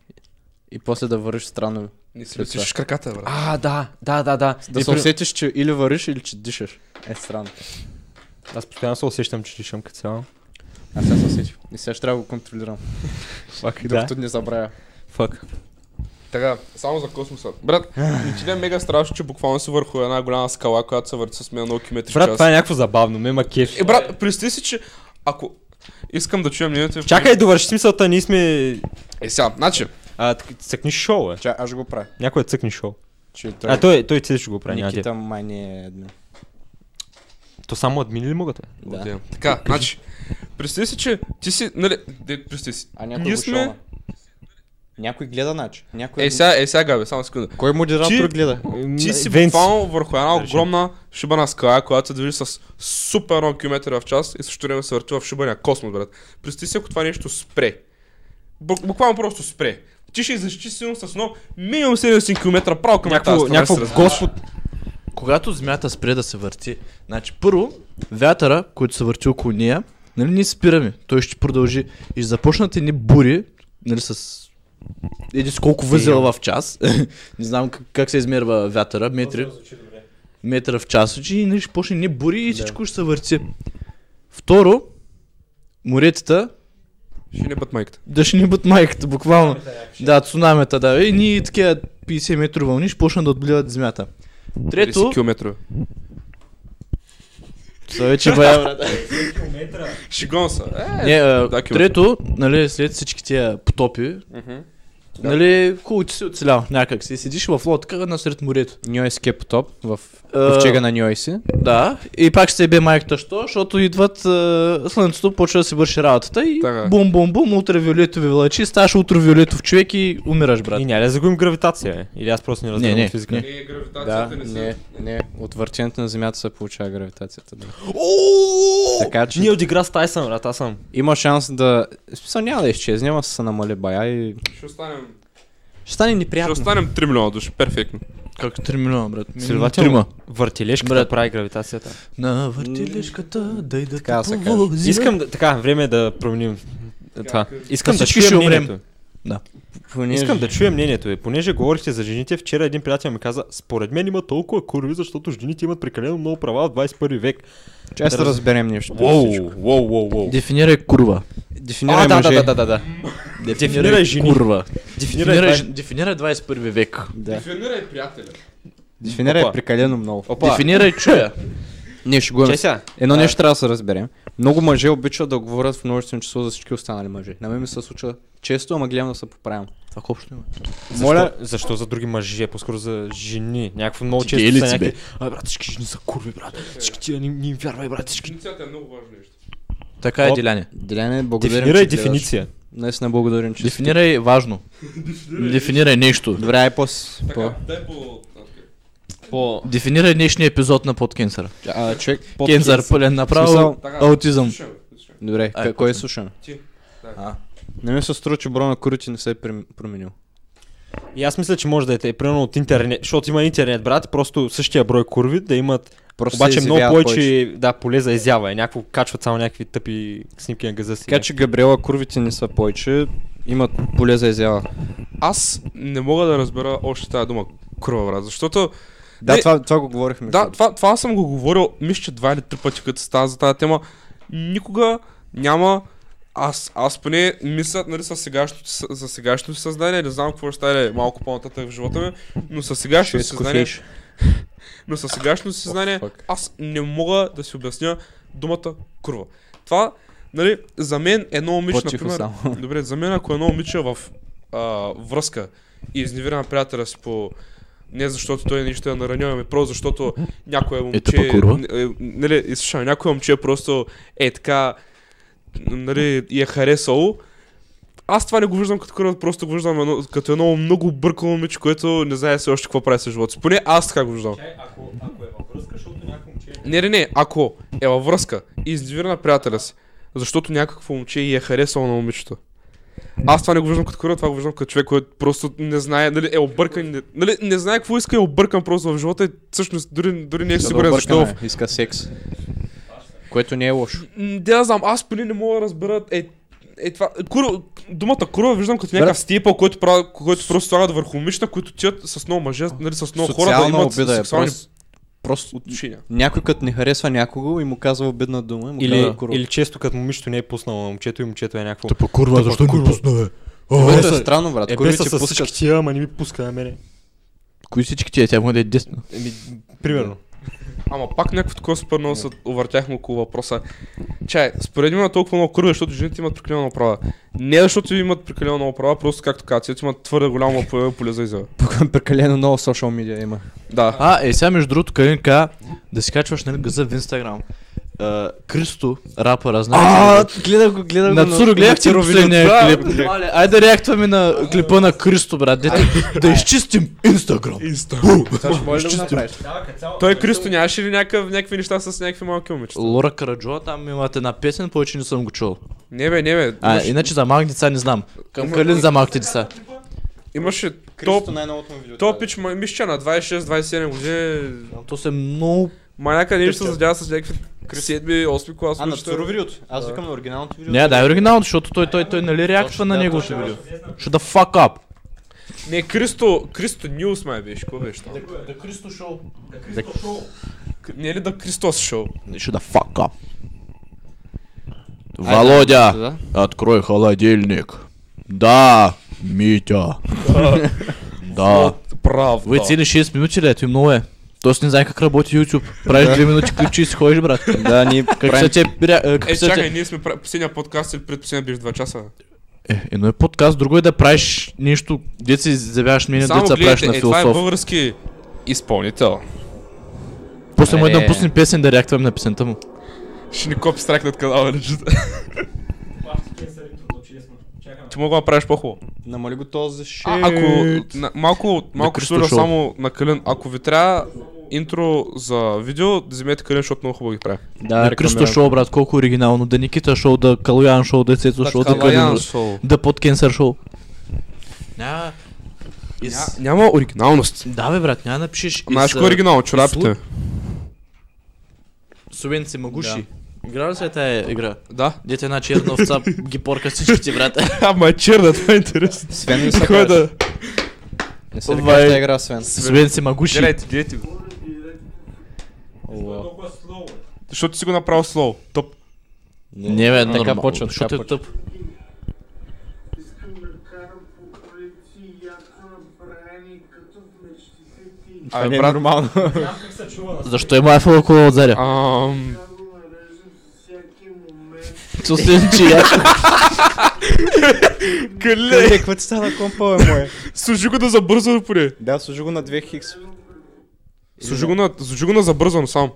S2: И после да вървиш странно.
S1: Не си летиш краката, брат.
S3: А, да, да, да, да.
S2: Да се усетиш, че или вървиш, или че дишаш. Е, странно.
S3: Аз постоянно се усещам, че дишам като цяло.
S2: Аз сега се усетих. И сега ще трябва да го контролирам.
S3: Фак, да.
S2: Докато не забравя.
S3: Фак.
S1: Така, само за космоса. Брат, не ти ли е мега страшно, че буквално си върху една голяма скала, която се върти с мен много километри в
S3: Брат,
S1: час?
S3: това е някакво забавно, ме ма кеф.
S1: Е, брат, представи си, че ако... Искам да чуя мнението ви.
S3: Чакай, довърши мисълта, ние сме...
S1: Е, сега, значи,
S3: А, так- цъкни шоу, е.
S2: Чай, аз ще го правя.
S3: Някой е цъкни шоу.
S2: Че той... е.
S3: А, той, той ти ще го прави. няма
S2: Никита
S3: да-
S2: май не е админ.
S3: То само админи ли могат? е?
S2: Да.
S1: Отивам. Така, значи, представи си, че ти си, нали, де, представи си.
S2: А някой
S1: Ние
S2: го
S1: сме-
S2: шоуна. Някой гледа, значи. Някой...
S1: Е, сега, е, сега, Габи, само секунда.
S2: Кой модератор
S1: Ти-
S2: гледа?
S1: Ти си
S3: Венци.
S1: буквално върху една
S3: Да речем.
S1: огромна шибана скала, която се движи с супер много километра в час и също време се върти в шибания космос, брат. Представи си, ако това нещо спре. Бук, буквално просто спре. Ти ще защити силно с едно минимум 70 км право към
S3: Някакво,
S1: метаста,
S3: някакво
S1: да се разбира.
S3: господ.
S4: Когато земята спре да се върти, значи първо, вятъра, който се върти около нея, нали ние спираме, той ще продължи и ще започнат едни бури, нали с еди с колко възела в час, не знам как, как се измерва вятъра, метри, метра в час, значи, и нали ще почне ни бури и всичко ще се върти. Второ, моретата
S1: Ще не бъд майката.
S4: да ще ни бъдат майката, буквално. Да, цунамета, да. И ние такива 50 метри вълни ще почнат да отбливат земята.
S1: 30
S4: Трето,
S1: км.
S4: са вече бая, брат.
S1: Шигон са. Е,
S4: Не, а,
S1: да, километра.
S4: трето, нали, след всички тия потопи, Нали, хубаво, че си оцелял някак си. Седиш в лодка насред морето.
S2: Ньойс Кеп е Топ в
S4: А,
S2: ковчега на Ньойси.
S4: Да, и пак ще се бе майката, що, защото идват а, слънцето, почва да си върши работата и
S1: Така.
S4: бум, бум, бум, ултравиолетови лъчи, ставаш ултравиолетов човек и умираш, брат.
S3: И няма ли да загубим гравитация? е? Или аз просто не разбирам
S4: Не, не,
S3: от физика?
S4: не.
S1: Не,
S2: Да,
S1: Нали, гравитацията не
S2: не, е-
S1: се...
S2: не. От въртенето на Земята се получава гравитацията. Да.
S3: О!
S2: Така че
S3: Ние от Диграс Тайсън, брат, аз съм.
S2: има шанс да... в Смисъл няма да изчезне, ама се намали бая и...
S1: Ще останем...
S2: Ще стане
S1: Ще
S2: неприятно.
S1: останем 3 милиона души, перфектно.
S4: Как 3 милиона, брат? Минимум
S3: Следователно.
S4: трима.
S3: Въртележката
S4: Брат.
S3: прави гравитацията.
S4: На въртележката, дай да
S2: Така да
S4: те
S2: се каже.
S4: повози.
S3: Искам да, така, време е да променим е, това. Искам да
S4: Всички
S3: чуя
S4: ще умрем.
S3: мнението.
S2: Понеже-
S3: Искам да чуя мнението ви. Понеже говорихте за жените, вчера един приятел ми каза, според мен има толкова курви, защото жените имат прекалено много права в 21 век.
S2: Чай ще
S3: Раз-
S2: разберем нещо.
S3: Уоу, уоу, уоу, уоу.
S4: Дефинирай курва.
S2: Дефинирай
S3: да,
S2: мъже.
S3: да, да, да, да. Дефинирай жени.
S4: Курва.
S3: Дефинирай
S4: Дефинирай,
S3: жени.
S4: ж- дефинирай 21 век.
S2: да.
S1: Дефинирай приятеля.
S2: Дефинирай
S3: Опа.
S2: прекалено много.
S3: Опа,
S4: Дефинирай чуя.
S2: Не, ще го
S3: чай сега.
S2: Едно
S3: А.
S2: нещо трябва да се разберем. Много мъже обичат да говорят в множествено число за всички останали мъже. На мен ми се случва често, ама гледам да се поправям.
S4: Това общо има.
S3: Защо,
S2: Моля-
S3: Моля... защо за други мъже, по-скоро за жени? Някакво много
S4: Ти
S3: често
S4: гей ли
S3: са
S4: си, бе?
S3: някакви... А, брат, всички жени са курви, брат. Всички тия ни, ни им вярвай, брат. Всички...
S1: Дефиницията е много важно нещо.
S4: Така е,
S3: Оп.
S4: Деляне.
S2: Деляне, благодарим,
S3: Дефинирай
S2: че гледаш.
S3: дефиниция.
S2: Днес не благодарим, че си.
S4: Дефинирай важно. Дефинирай нещо.
S2: Добре, ай пос.
S1: Така, дай по...
S3: По...
S4: Дефинирай днешния епизод на Подкенсъра.
S2: А, човек,
S4: Кензър пълен направо.
S2: Смисъл-
S1: Така,
S4: Аутизъм.
S1: слушай, слушай.
S2: Добре,
S4: Ай,
S2: ка- кой слушаме?
S1: Ти. Да.
S4: А.
S2: Не ми се струва, че броя на курите не се е прем- променил.
S3: И аз мисля, че може да е те, примерно от интернет, защото има интернет, брат, и просто същия брой курви да имат
S2: Просто
S3: Обаче
S2: се
S3: много
S2: изявяват
S3: повече, да, поле за изява е. Някакво качват само някакви тъпи снимки на газа си.
S2: Така че Габриела курвите не са повече, имат поле за изява.
S1: Аз не мога да разбера още тази дума кръва, брат, защото
S2: Да,
S1: Не.
S2: това, това го говорихме.
S1: Да, това, това съм го говорил, мисля, че два или три пъти, като става за тази тема. Никога няма... Аз, аз поне мисля, нали, с сегашното, си съ- за сегашното си съзнание, не знам какво ще стане малко по-нататък в живота ми, но с сегашното си съзнание, но с сегашното си съзнание,
S2: fuck.
S1: аз не мога да си обясня думата курва. Това, нали, за мен едно момиче,
S2: По-тихо
S1: например,
S2: само.
S1: добре, за мен ако едно момиче е в а, връзка и изневира на приятеля си по не защото той нещо е наранил, ами просто защото някое момче...
S4: пък курва.
S1: н- е, Нали, изслушай, някое момче просто е така, нали, и е харесало. Аз това не го виждам като курва, просто го виждам едно, като едно много бъркало момиче, което не знае все още какво прави с живота си. Поне аз така го виждам.
S3: ако, ако е във връзка, защото някакво момче...
S1: Не, не, не, ако е във връзка и изневира на приятеля си, защото някакво момче и е харесало на момичето. Аз това не го виждам като курва, това го виждам като човек, който просто не знае, нали, е объркан, не- нали, не знае какво иска и е объркан просто в живота и всъщност дори, дори не е сигурен защо. в-
S2: Иска секс. Което не е лошо.
S1: М, Да, знам, аз поне не мога да разбера, е, е това, курва, думата курва виждам като някакъв степъл, който, прави, който просто слагат върху момичета, които тият с много мъже, нали, с много хора да
S2: Социална
S1: имат
S2: обида е.
S1: сексуални
S2: Просто, просто
S1: отношения.
S2: някой като не харесва някого и му казва обидна дума и му
S3: Или,
S2: казва курва.
S3: или често като момичето не е пуснало на момчето и момчето е някакво...
S4: Тъпа курва, защо не пусна, бе? О,
S2: Което е странно, брат.
S3: Е, без
S2: Курвите
S3: са с
S2: пускат
S3: всички тия, ама не ми пуска на мене.
S4: Кои всички тия? Тя му да е десна.
S3: Еми, примерно.
S1: Ама пак някакво такова супер много се увъртяхме около въпроса. Чай, според мен има толкова много кърви, защото жените имат прекалено много права. Не защото имат прекалено много права, просто както казват, цвет имат твърде голямо поле, поле за изява.
S2: прекалено много социал медиа има.
S1: Да.
S4: А, е, сега между другото, Калин ка, да си качваш нали, газа в Инстаграм. А, Кристо, рапъра, знаеш. ли го?
S2: гледах го, гледах
S4: На Цуро гледахте ли последния
S2: Да,
S4: е клип? Мале, Айде реактваме на клипа на Кристо, брат. Дете, да изчистим Инстаграм. Инстаграм.
S1: Той Кристо нямаше ли някакъв, някакви неща с някакви малки момичета?
S4: Лора Караджова, там имат една песен, повече не съм го чул.
S1: Не бе, не бе.
S4: А,
S1: имаше-
S4: иначе за малки деца не знам. Към
S1: Има-
S4: Калин за малките деца.
S1: Имаше топ,
S2: Кристо най-новото му видео.
S1: топ пич, ма- мисля, че на 26-27 години
S4: То се много...
S1: маняка нещо се задява с някакви 7-8 клас.
S2: А, на
S1: момичета.
S2: Цуро видеото. Аз викам на оригиналното видео.
S4: Не, дай оригиналното, защото той, той, той нали реактва на неговото видео. Ще да fuck up.
S1: Не, Кристо, Кристо Нилс май беше, какво беше там?
S4: Да Кристо шоу.
S1: Не е ли да Кристос шоу?
S4: Ще да fuck up. Володя,
S2: Да.
S4: открой холодильник. Да, Митя. Да.
S1: Правда.
S4: Вы цели 6 минути, да, ты много е. Тоест не знае как работи YouTube. Правиш 2 минути ключи и си ходиш, брат.
S2: Да, ние
S4: Как
S2: правим...
S4: са те... бря- е,
S1: Е,
S4: Как са
S1: чакай,
S4: те...
S1: ние сме пра- последния подкаст или предпоследния беше 2 часа.
S4: Е, едно е подкаст, друго е да правиш нещо, дето си изявяваш мнение,
S1: Само
S4: дето се правиш
S1: гледайте,
S4: на
S1: е, това е
S4: философ.
S1: български изпълнител.
S4: После му е да
S2: Е.
S4: пусне песен да реактвам на песента му.
S1: Ще ни копи стракнат канала, лежите.
S5: Плащите са интрото, чудесно. Чакаме.
S1: Ти мога да направиш по-хубаво.
S2: Намали го този шит.
S1: А, ако на, малко, малко ще
S4: Кристо
S1: сложа
S4: Шоу.
S1: само на Калин, ако ви трябва интро за видео, да вземете Калин, защото много хубаво ги прави.
S4: Да, Кристо Шоу, брат, колко оригинално. Да Никита Шоу, да Калуян Шоу, да Цецо Шоу, да Калуян Шоу. Да Подкенсър Шоу. Няма... Из...
S1: Няма оригиналност.
S4: Да бе, брат, няма да напишеш
S1: Знаеш кой е оригинал? Чорапите.
S4: Сувенци Магуши. Играл ли се е тая игра?
S1: Да.
S4: Дете една черна овца ги порка всичките, брат.
S1: Ама е черна, това е интересно.
S2: Свен не се
S1: Кой
S2: да...
S1: да...
S2: Не се ли
S4: Вай.
S2: кажа игра, Свен?
S4: Сувенци Магуши.
S1: гледайте.
S5: Той е толкова слоу.
S1: Защото си го направил слоу. Топ.
S4: Не бе,
S2: Така
S4: нормално.
S2: почва, така
S4: Защото е
S2: почва.
S4: тъп.
S1: А,
S2: не е
S1: брат,
S2: нормално.
S5: Знам как се чува.
S4: Защо има айфон около от заря?
S1: ам,
S4: Освен, че я...
S1: Калин,
S2: е? какво ти стана компа, бе, мое?
S1: служи го да забързано поне.
S2: Да, служи го на 2 хикс.
S1: Служи го на, служи го на забързано сам.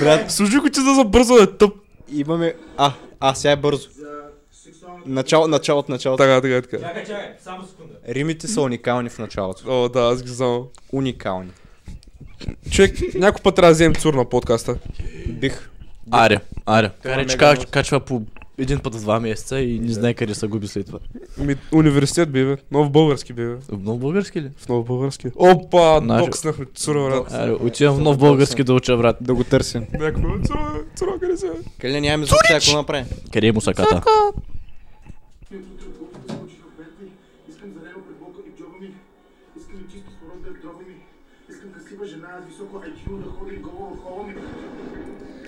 S2: Брат,
S1: Служи го, че да забързано е тъп.
S2: имаме... А, а, сега е бързо. Начало, начало от началото.
S1: Така, така, така.
S5: Чакай, чакай, само секунда.
S2: Римите са уникални в началото.
S1: О, да, аз ги знам.
S2: Уникални.
S1: Човек, някой път трябва да вземем цур на подкаста.
S2: Бих.
S4: Аре, аре. Карич
S2: мега
S4: как-
S2: нос.
S4: качва по един път в два месеца и не знае къде се губи след това.
S1: Ми, университет биве, нов български биве,
S4: Много български ли?
S1: в нов български. Значи- Опа,
S4: Наше-
S1: докснахме цура, брат.
S4: Аре, отивам в нов български да уча, брат.
S2: Да го търсим.
S1: Някакво, цура, цура, къде се?
S2: Къде нямаме звук, сега какво направим?
S4: Къде е мусаката?
S6: Искам за него пред и в джоба ми. Искам и чисто скоро да е в джоба ми. Искам красива жена, с високо IQ да ходи гола в хола ми.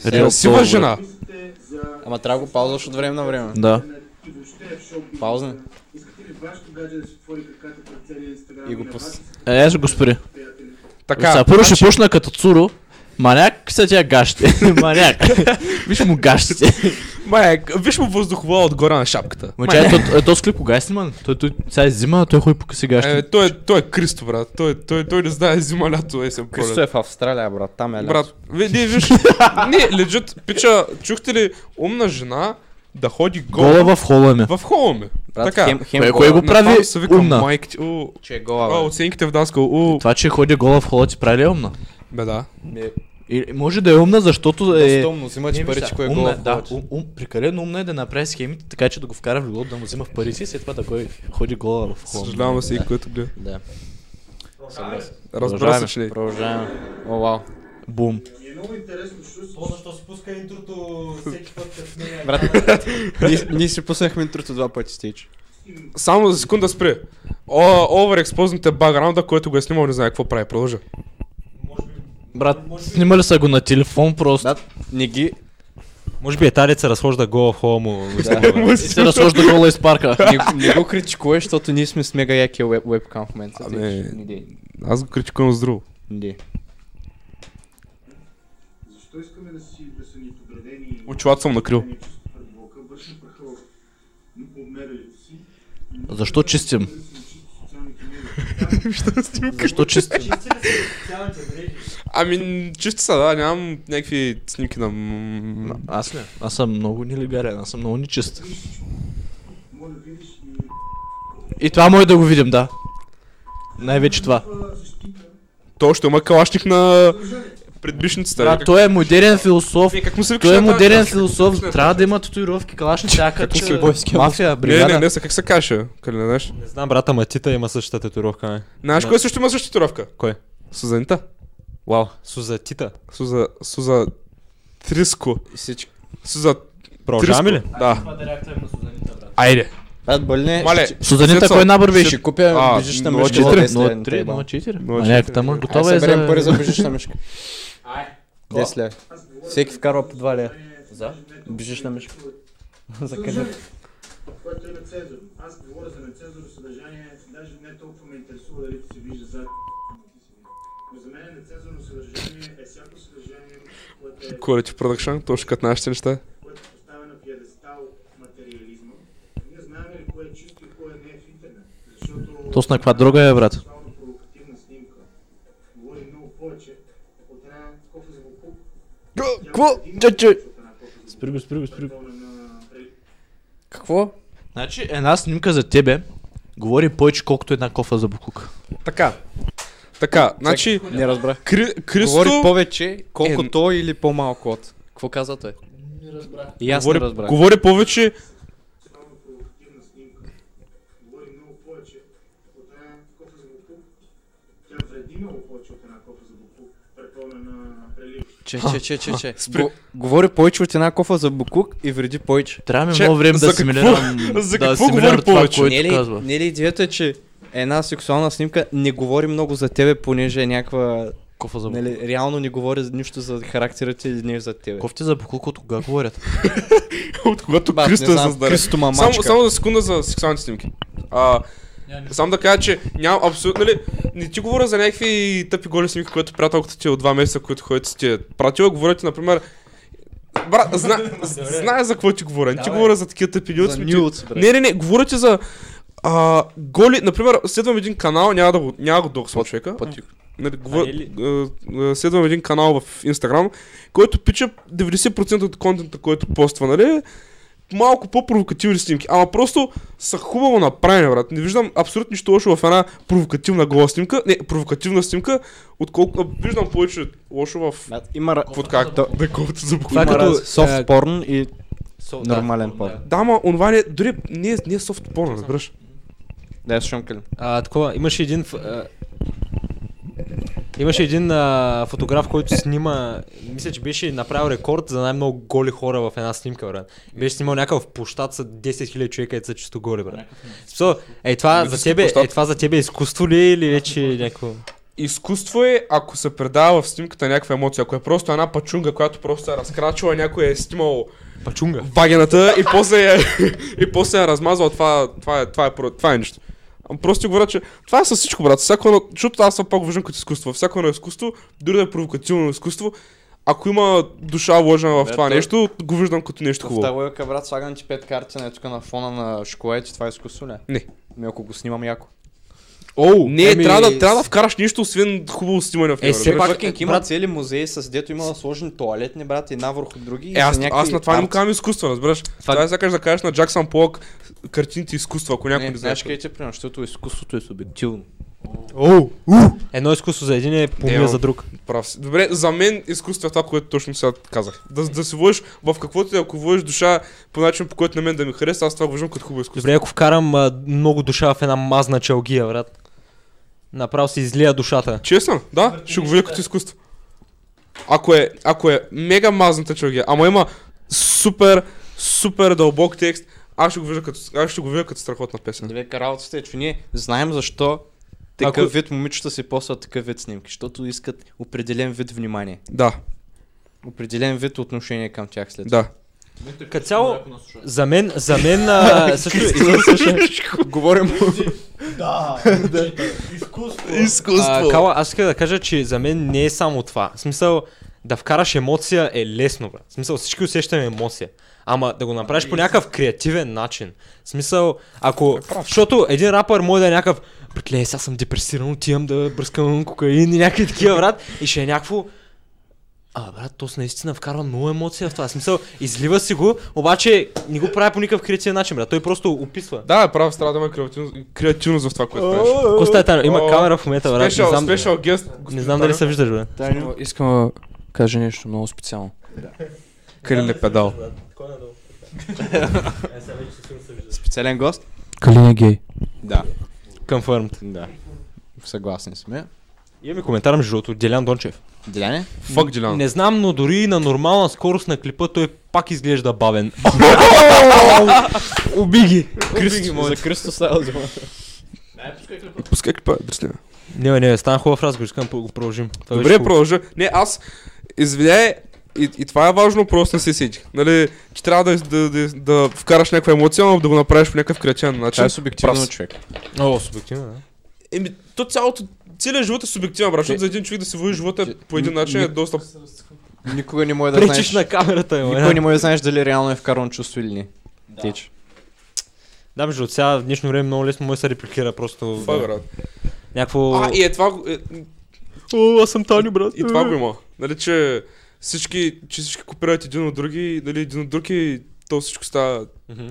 S4: Реал
S1: Сива
S4: сол,
S1: Е, жена.
S6: Мислите за...
S2: Ама трябва да го паузваш от време на време.
S4: Да.
S6: И въобще в шоу
S2: Паузне.
S6: Искате ли вашето гадже да си отвори краката пред целия инстаграм?
S2: И го пус.
S4: Е, аз ще го спри. Сега
S1: Така,
S4: първо ще почна като Цуро. Маняк, сега тя гащите. Маняк. Виж му гащите.
S1: май, виж му въздуховола отгоре на шапката.
S4: Ма чай, то- е, този клип кога е сниман? Той, той сега е зима, а той ходи по къси
S1: Е,
S4: гащи.
S1: той, е, той е Кристо, брат. Той, той, той не знае зима, лято, есен, пролет.
S2: Кристо е в Австралия, брат. Там е лято.
S1: Брат, ви, ние виж, не, лежат, пича, чухте ли умна жена да ходи гола
S4: Гола в хола е. ми.
S1: в, в хола ми?
S2: брат
S1: така.
S2: хем, хем
S4: Кое-
S2: гола,
S4: кое го прави
S1: Направо се викам,
S4: умна?
S1: майка ти, у,
S2: че е гола,
S1: а,
S2: брат.
S1: оценките в Данско, у,
S4: Това, че ходи гола в хола ти прави ли е умна?
S1: бе да.
S2: Ми,
S4: И, може да е умна, защото е...
S2: Доста умно, взима ти
S4: Не,
S2: пари,
S4: виж
S2: че
S4: сега,
S2: кой е
S4: умна
S2: гола
S4: е,
S2: в
S4: да,
S2: колата.
S4: ум, ум, прекалено умна е да направи схемите, така че да го вкара в леглото, да му взима в пари си и след това да кой ходи гола в хола.
S1: Съжалявам се и което гледа.
S2: Да. Съгласен.
S1: Разбира се,
S4: Продължаваме.
S1: че ли.
S2: Продължаваме. О, вау.
S4: Бум.
S6: Ми е много интересно, защото
S5: То защо се пуска интрото всеки път, като сменя.
S2: Брат. Ние- Ние си пуснахме интрото два пъти, стич.
S1: Само за секунда спри. О, Оверекспозните баграунда, който го е снимал, не знае какво прави. Продължа.
S5: Може би.
S4: Брат, снимали са го на телефон просто.
S2: Брат, не ги,
S3: Може би е тарица разхожда гола в хола му.
S4: И се разхожда гола из парка.
S2: не, го- не го критикувай, защото ние сме с мега якия веб, вебкам в момента.
S1: Ами-
S2: стич. Не дей,
S1: Аз го критикувам с друго.
S2: не дей.
S6: защо искаме да си да са ни подредени и
S1: Очилата съм накрил.
S6: ни чисто пред блока, върши праха в обмералите си.
S4: Защо чистим?
S6: Търсим чисто социалните медии.
S4: Защо чистим?
S5: Чисти ли са социалните мрежи?
S1: Ами, м, чисти са, да, нямам някакви снимки на... м,
S4: Аз ли? Аз съм много нелегарен, аз съм много нечист.
S6: Може да видиш и
S4: И това може да го видим, да. Най-вече това.
S6: а, защита.
S1: Той още има калашник на предбишницата.
S4: Брат,
S1: бе,
S4: той е модерен философ.
S1: Е, как му се викаш
S4: Той е
S1: на тази
S4: модерен
S1: калашник?
S4: философ. Трябва да има татуировки, калаш всяка.
S1: Как му се-
S4: Мафия,
S1: Не, не,
S4: бригада.
S1: не, са как се каже, къде не знаеш.
S3: Не знам, брата Матита има същата татуировка, не?
S1: Знаеш,
S3: Да.
S1: кой също има същата татуировка?
S3: Кой?
S1: Сузанита.
S3: Вау, Сузатита.
S1: Суза... Суза... Триско.
S2: И Всички.
S1: Суза...
S3: Продължаваме ли?
S1: Триско. Да. Айде.
S2: Брат, боли не,
S1: Мале,
S2: ще-
S4: Е, Сузанита,
S1: Цецо,
S4: кой е набор
S2: ще,
S4: беше?
S2: ще купя
S1: А,
S2: бежична
S1: нула
S2: мишка за
S1: 4.
S2: 10 лева.
S4: 03, 04.
S1: Нула четири.
S4: Някаква му.
S2: Ай,
S4: Готова е
S2: съберем пари за
S4: за...
S2: бежична мишка.
S5: Ай.
S2: 10 лева. Всеки вкарва по 2 лева. За? Бежична мишка. За къде?
S6: което е на Цезар. Аз говоря за на Цезар съдържание, даже не толкова ме интересува дали ти се вижда зад. Но за мен на Цезар съдържание е всяко съдържание, което е
S1: Quality Production, точно като нашите неща.
S6: е
S4: Точно на каква друга е, брат?
S6: Само провокативна снимка. Говори много повече от една кофе за буклук.
S2: Какво? Че, че.
S4: Спри го, спри го, спри
S6: на
S2: Какво?
S4: Значи, една снимка за тебе говори повече, колкото една кофа за буклук.
S2: Така.
S1: Така, значи,
S2: Не разбрах.
S1: Кри, Кристо...
S2: Говори повече, колко
S1: Е,
S2: той или по-малко от. Какво каза той? Не разбрах. И аз не
S1: говори,
S2: разбрах.
S1: говори повече,
S6: Само провокативна снимка. Говори много повече от една кофе за буклук. Тя вреди много повече от една кофе за буклук. Претона на прелив.
S2: Че, че, че, че, че. Го- Говори повече от една кофа за буклук и вреди повече.
S4: Трябва ми
S1: Че,
S4: много време
S1: за
S4: да
S1: какво-
S4: асимилирам
S1: за
S4: да
S1: какво
S4: асимилирам
S1: говори
S4: това,
S1: повече?
S4: което
S2: не, ли,
S4: казва.
S2: не ли идеята е, че една сексуална снимка не говори много за тебе, понеже е някаква...
S4: Кофа за буклук.
S2: Нали, реално не говори за- нищо за характера ти или не е за тебе.
S4: Кофти за буклук от кога говорят?
S1: от когато
S2: Ба, аз не
S1: Кристо е
S2: знам,
S1: създаде.
S2: Кристо мамачка.
S1: Само, само за секунда за сексуалните снимки. А, само да кажа, че нямам абсолютно... Нали, не ти говоря за някакви тъпи голи снимки, които приятелката ти е от два месеца, които ходите ти е пратила. Говоря ти, например, Брат, зна, знае за какво ти говоря. Не ти говоря за такива тъпи нюдс. ми ти-
S2: нюдс, брат.
S1: Не, не, не, говоря ти за а, голи. Например, следвам един канал, няма да го, няма да го доксвам човека. Нали, говор...
S5: не ли?
S1: а, а, следвам един канал в Инстаграм, който пича 90% от контента, който поства, нали? Малко по-провокативни снимки. Ама просто са хубаво направени, брат. Не виждам абсолютно нищо лошо в една провокативна гола снимка. Не, провокативна снимка, отколко а, виждам повече лошо в...
S2: Брат, Има... ра-
S1: Вот как? Да, колкото за
S2: Това е
S3: Има
S2: като
S3: раз-
S2: софт
S3: е,
S2: порн и
S3: So,
S2: нормален порн.
S1: Да, ма, онова не, дори не е, не е софт порно, разбираш.
S2: Да, я слушам Калин.
S3: А, такова, имаше един... ф- А, имаше един а, фотограф, който снима, мисля, че беше направил рекорд за най-много голи хора в една снимка, брат. Беше снимал някакъв площад с 10 000 човека и са чисто голи, брат. So, е, това за, тебе, е, това за тебе е изкуство ли е или вече е някакво...
S1: Изкуство е, ако се предава в снимката някаква емоция, ако е просто една пачунга, която просто е разкрачила, някой е снимал
S3: Пачунга.
S1: вагената и после я, и после я размазал, това, това, е, това, е, про- това е нищо. Ам Просто ти говоря, че това е със всичко, брат. Всяко едно, защото аз съм пак го виждам като изкуство. Всяко едно изкуство, дори да е провокативно изкуство, ако има душа вложена в
S2: Бе,
S1: това
S2: то-
S1: нещо, го виждам като нещо
S2: В
S1: хубаво.
S2: табелка, брат, слагам ти пет карти на тук на фона на шоколад, че това е изкуство ли?
S1: Не.
S2: Ми ако го снимам яко.
S1: Е, Оу, не,
S3: еми-
S1: трябва, да, трябва да вкараш нещо, освен хубаво снимане в него.
S3: все
S1: разбираш?
S3: пак,
S2: Факинг
S3: Ами- е,
S2: има
S3: брат-
S2: цели музеи с дето има сложни туалетни, брат, една върху други. и
S1: Е,
S2: са
S1: аз,
S2: някакви
S1: аз на това не му
S2: арт.
S1: казвам изкуство, разбираш. Това, е сякаш да кажеш на Джаксън Полък картините изкуство, ако някой не,
S2: Не,
S1: знае.
S2: знаеш къде ти примерно, защото изкуството е субективно.
S3: Едно изкуство за един е помия
S1: Ево.
S3: за друг.
S1: Прав си. Добре, за мен изкуство е това, което точно сега казах. Да, да се водиш в каквото и е, ако водиш душа по начин, по който на мен да ми хареса, аз това го виждам като хубаво изкуство.
S3: Добре, ако вкарам а, много душа в една мазна чалгия, брат. Направо си излия душата.
S1: Честно, да, ще го видя като изкуство. Ако е, ако е мега мазната чоргия, ама има супер, супер дълбок текст, аз ще го видя като, аз ще го видя като страхотна песен.
S2: Две работата е, че ние знаем защо такъв вид момичета си постват такъв вид снимки, защото искат определен вид внимание,
S1: Да,
S2: определен вид отношение към тях след това.
S1: да.
S3: Като цяло, за мен, за мен, а, също, извън също,
S2: Говорим
S3: а,
S1: Изкуство.
S3: Кала, аз искам да кажа, че за мен не е само това. В смисъл, да вкараш емоция е лесно, брат. В смисъл, всички усещаме емоция. Ама да го направиш по някакъв креативен начин. В смисъл, ако... Защото един рапър може да е някакъв... Братле, сега съм депресиран, отивам да бръскам кокаин и някакви такива, брат. И ще е някакво... А, брат, то с наистина вкарва много емоция в това. В смисъл, излива си го, обаче не го прави по никакъв креативен начин, брат. Той просто описва.
S1: Да, е прав, трябва да има креативност, креативност в това, което правиш.
S3: Коста е там?
S1: О,
S3: Има камера в момента, брат. Не
S1: Спешъл,
S3: знам,
S1: спешъл гест.
S3: не знам дали се виждаш, брат.
S7: Искам- Искам да кажа нещо много специално.
S1: Калин е педал.
S2: специален гост.
S7: Калин е гей.
S2: Да,
S3: Към фърмата.
S2: да. Съгласни сме.
S3: Имаме коментар между другото, Делян Дончев.
S2: Деляне?
S1: Фак Джилян.
S3: Не знам, но дори и на нормална скорост на клипа той пак изглежда бавен. Уби ги! Кристо.
S2: За Кристо става дума.
S1: Пускай клипа, дръсливе.
S3: Не, бе, не, бе, стана хубав разговор, искам да го продължим. Това беше
S1: Добре,
S3: хубаво.
S1: продължа. Не, аз, извиняй, и, и това е важно, просто не се сетих. Нали, че трябва да, да, да, да вкараш някаква емоция, но да го направиш по някакъв креативен начин.
S2: Това е субективно
S1: Прав си.
S2: човек.
S3: Много субективно, да.
S1: Еми, то цялото, целият живот е субективен, брат, защото за един човек да се води живота по един начин е доста...
S2: Никога не може да
S3: Пречиш
S2: знаеш.
S3: на камерата, е,
S2: Никога не може да знаеш дали реално е вкаран чувство или не. Тич.
S3: Да, между другото, сега в днешно време много лесно може да се репликира просто.
S1: Това е брат.
S3: Някакво...
S1: А, и е това, го- е,
S3: О, аз съм Таню, брат.
S1: и това го има. Нали, че всички, че всички копират един от други, нали, един от други, то всичко става
S3: Мгм.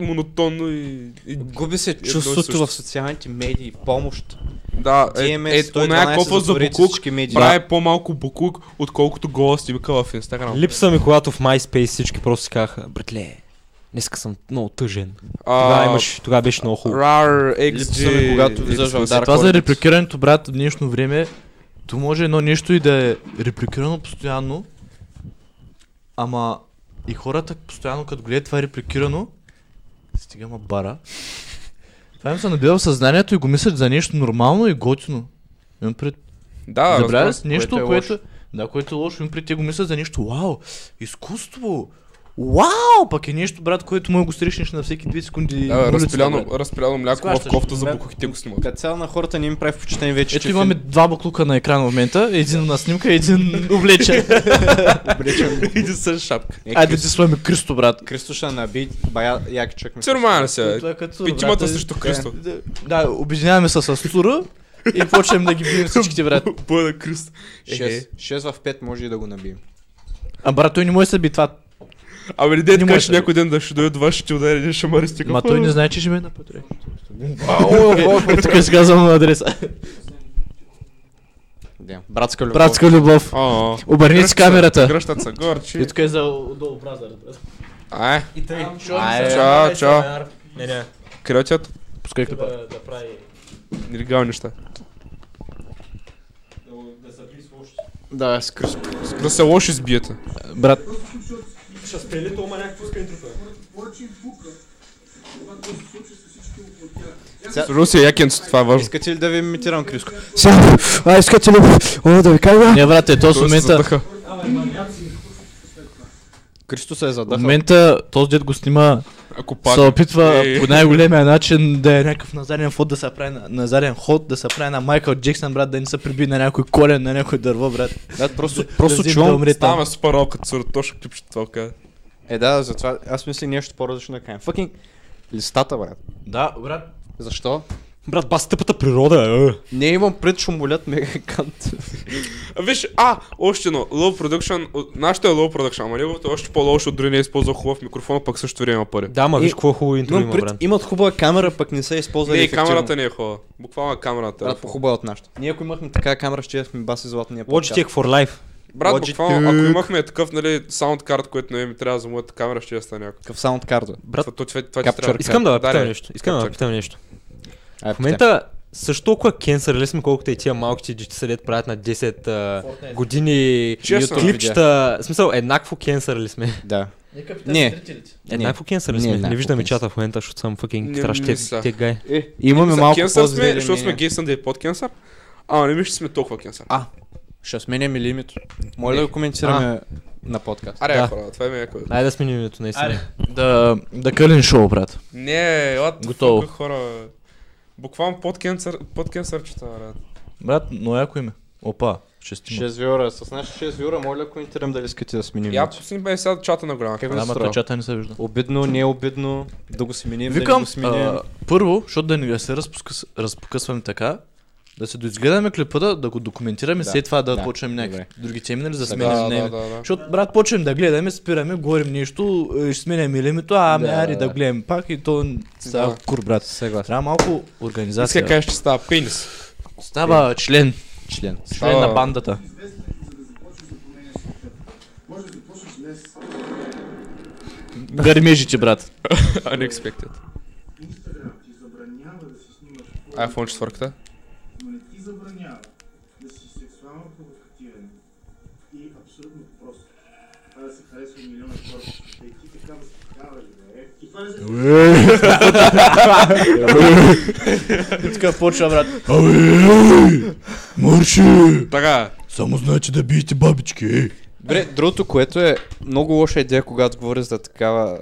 S1: монотонно и... и
S2: Губи се
S1: и също.
S2: чувството в социалните медии, помощ.
S1: да, е,
S2: DMS
S1: е, оная
S2: 112
S1: кофа за
S2: затвори
S1: буклук
S2: всички медии.
S1: прави по-малко буклук, отколкото гола снимка в Инстаграм.
S3: Липса ми, когато в MySpace всички просто си казаха, братле, днеска съм много тъжен. Тогава, имаш, тогава беше много хубаво.
S1: RAR,
S2: Липсва
S1: XG...
S2: ми, когато влизаш в
S1: Xbox.
S2: Dark
S4: Това за
S2: Hornet.
S4: репликирането, брат, в днешно време, то може едно нещо и да е репликирано постоянно, ама и хората постоянно, като гледат това репликирано, стига ма бара. Това им се набива в съзнанието и го мислят за нещо нормално и готино. Имам пред...
S1: Да, разбира
S4: Забравя
S1: се.
S4: се нещо,
S2: което е
S4: което...
S2: лошо.
S4: Да, което е лошо. Имам пред те го мислят за нещо. Вау! Изкуство! Вау! Пък е нещо, брат, което може да го срещнеш на всеки 2 секунди. на
S1: Да,
S4: улицата,
S1: разпиляно,
S4: брат.
S1: разпиляно мляко в
S4: Схващаш.
S1: кофта за
S2: Мен-
S1: буклуките го снимат.
S2: Като цяло на хората не им прави впечатление вече,
S4: Ето имаме два буклука на екрана в момента. Един на снимка, един облечен.
S2: облечен.
S1: Иди с шапка.
S2: Е,
S4: Айде ти слагаме Кристо, брат.
S2: Кристо ще наби, бая, яки чак ми. се.
S1: Нормално се.
S4: Това е като, брат,
S1: Петимата
S4: е-
S1: срещу Кристо.
S4: Да, Да, обединяваме се с Тура и почнем да ги бием всичките, брат.
S1: Бъда Кристо. Е, е.
S2: 6, 6 в 5 може и да го набием.
S4: А брат, той не може да се би това.
S1: Абе, не дей
S4: Не
S1: така,
S4: може
S1: че
S4: да.
S1: някой ден да ще дойде до вас, ще ти удари един шамаристик.
S4: Ма той не знае, че ще ме напътре.
S2: Ау,
S4: Тук си казвам на адреса.
S2: Да, братска любов.
S4: Братска любов.
S1: О,
S4: Обърни си камерата.
S1: Гръщат са горчи.
S4: И тук е за отдолу бразър.
S1: Ай,
S3: И тъй.
S2: Ай,
S1: чао, чао.
S3: Не, не.
S1: Крътят
S4: Пускай клипа.
S3: да прави...
S1: нелегални неща.
S5: Да се присвоиш.
S2: Да, с Кристо.
S1: Да се лоши сбиете.
S4: Брат,
S5: Ще спели, то има някакво ска интрото.
S1: Русия якенцо, това е важно.
S2: Искате ли да ви имитирам Криско?
S7: Сега, а искате ли? О, да ви кажа.
S4: не брат, е то в
S1: Той се
S4: момента.
S1: задъха.
S2: Кристо се е
S4: В
S2: задъхал.
S4: момента този дед го снима
S1: Ако
S4: се
S1: пак.
S4: опитва
S1: Е.
S4: по най-големия начин да е някакъв на заден ход, да се прави на, на заден ход, да се прави на Майкъл Джексън, брат, да не се приби на някой колен, на някой дърво, брат.
S2: Да, просто,
S4: да
S2: просто
S4: взима да
S2: чувам.
S4: умре там.
S1: Ставаме супер рок, като сурат точно клипчето това кажа.
S2: Е, да, затова аз мисля нещо по-различно да кажем. Фъкинг листата, брат.
S4: Да, брат.
S2: Защо?
S3: Брат, бас тъпата природа, е.
S2: Не имам пред, че молят мегакант.
S1: А, Виж, а, още едно, low production, от- нашето е low production, ама неговото е още по-лошо, дори не е използвал хубав микрофон, пък също време има пари.
S3: Да, ма
S2: И-
S3: виж какво хубаво интро
S2: Имам
S3: има,
S2: пред,
S3: брат.
S2: имат хубава камера, пък не са използвали
S3: нали,
S1: Не, и
S2: ефективно.
S1: камерата не е хубава. Буквално камерата. е
S2: Брат,
S1: хубава.
S2: по-хубава от нашата. Ние ако имахме така камера, ще сме баси златния
S3: Logitech for life.
S1: Брат,
S2: Logitech.
S1: буквално, ако имахме такъв, нали, саундкарт, който не ми трябва за моята камера, ще я стане някакъв.
S2: Какъв саунд карта?
S3: Брат,
S1: Това, това, това ти
S2: Капчър.
S1: трябва.
S3: Искам да ви питам
S1: Даре,
S3: нещо. Искам да ви
S1: Капчър.
S3: питам нещо.
S2: Ай,
S3: В момента също толкова кенсърле сме, колкото и тия малките дечи съдят правят на 10 а, години
S1: Честно.
S3: клипчета. В смисъл, еднакво кенсърле сме.
S2: Да. Не. Е,
S3: Еднакво кенсърле
S2: Не,
S3: сме. Не
S2: еднакво
S3: виждам и
S2: кенсър.
S3: чата в момента, защото съм
S1: Не
S3: fucking
S1: мисля.
S3: тращ те гай.
S2: Е, имаме
S1: За
S2: малко
S1: кенсър сме,
S2: по-зле
S1: защото сме
S2: мнение.
S1: гей съм да е под кенсър. А, не мисля, че сме толкова кенсър.
S2: А, ще сменяме Е. ли името. Моля да го коментираме на подкаст.
S1: Аре,
S3: да.
S1: хора, това е яко.
S3: Айде да сменим името, наистина.
S4: Да, да кълен шоу, брат.
S1: Не, лад,
S4: Готово.
S1: Готово. хора. бе. Буквално под кенсър, под кенсърчета, брат.
S4: Брат, но яко име. Опа, шестима.
S2: 6 вюра. С нашите 6 вюра, моля да коментирам дали искате да сменим.
S1: Я
S2: името.
S1: пусни бе сега чата на голяма.
S2: Как ви
S4: Ама
S2: се
S4: той чата не се вижда.
S2: Обидно, не е обидно, да го сменим, да не
S4: Викам,
S2: го сменим.
S4: а, първо, защото да не се разпуска, разпокъсваме така, да се доизгледаме клипа, да, да го документираме,
S2: Да,
S4: след това да,
S2: да,
S4: почнем някакви други теми, нали, да сменяме
S1: Да,
S4: да,
S1: да, да, да.
S4: Защото, брат, почнем да гледаме, спираме, говорим нещо, е, ще сменяме името, а, ами,
S2: Да,
S4: ари
S2: да.
S4: да гледаме пак и то става
S1: Да.
S4: кур, брат.
S2: Съгласен.
S4: Трябва малко
S1: Иска
S4: организация.
S1: да кажеш, че става пенис.
S4: Става член,
S2: Член.
S4: член на бандата. Гърмежите, брат.
S1: Unexpected.
S6: Инстаграм ти забранява да се снимаш в твоя
S1: iPhone 4.
S6: но не ти забранява да си сексуално провокативен и абсолютно прост. Това да се харесва милиони хора. Да и ти така да се такава живее. И това не се
S4: И така почва, брат.
S1: Така,
S2: Добре, другото, което е много лоша идея, когато говоря за такава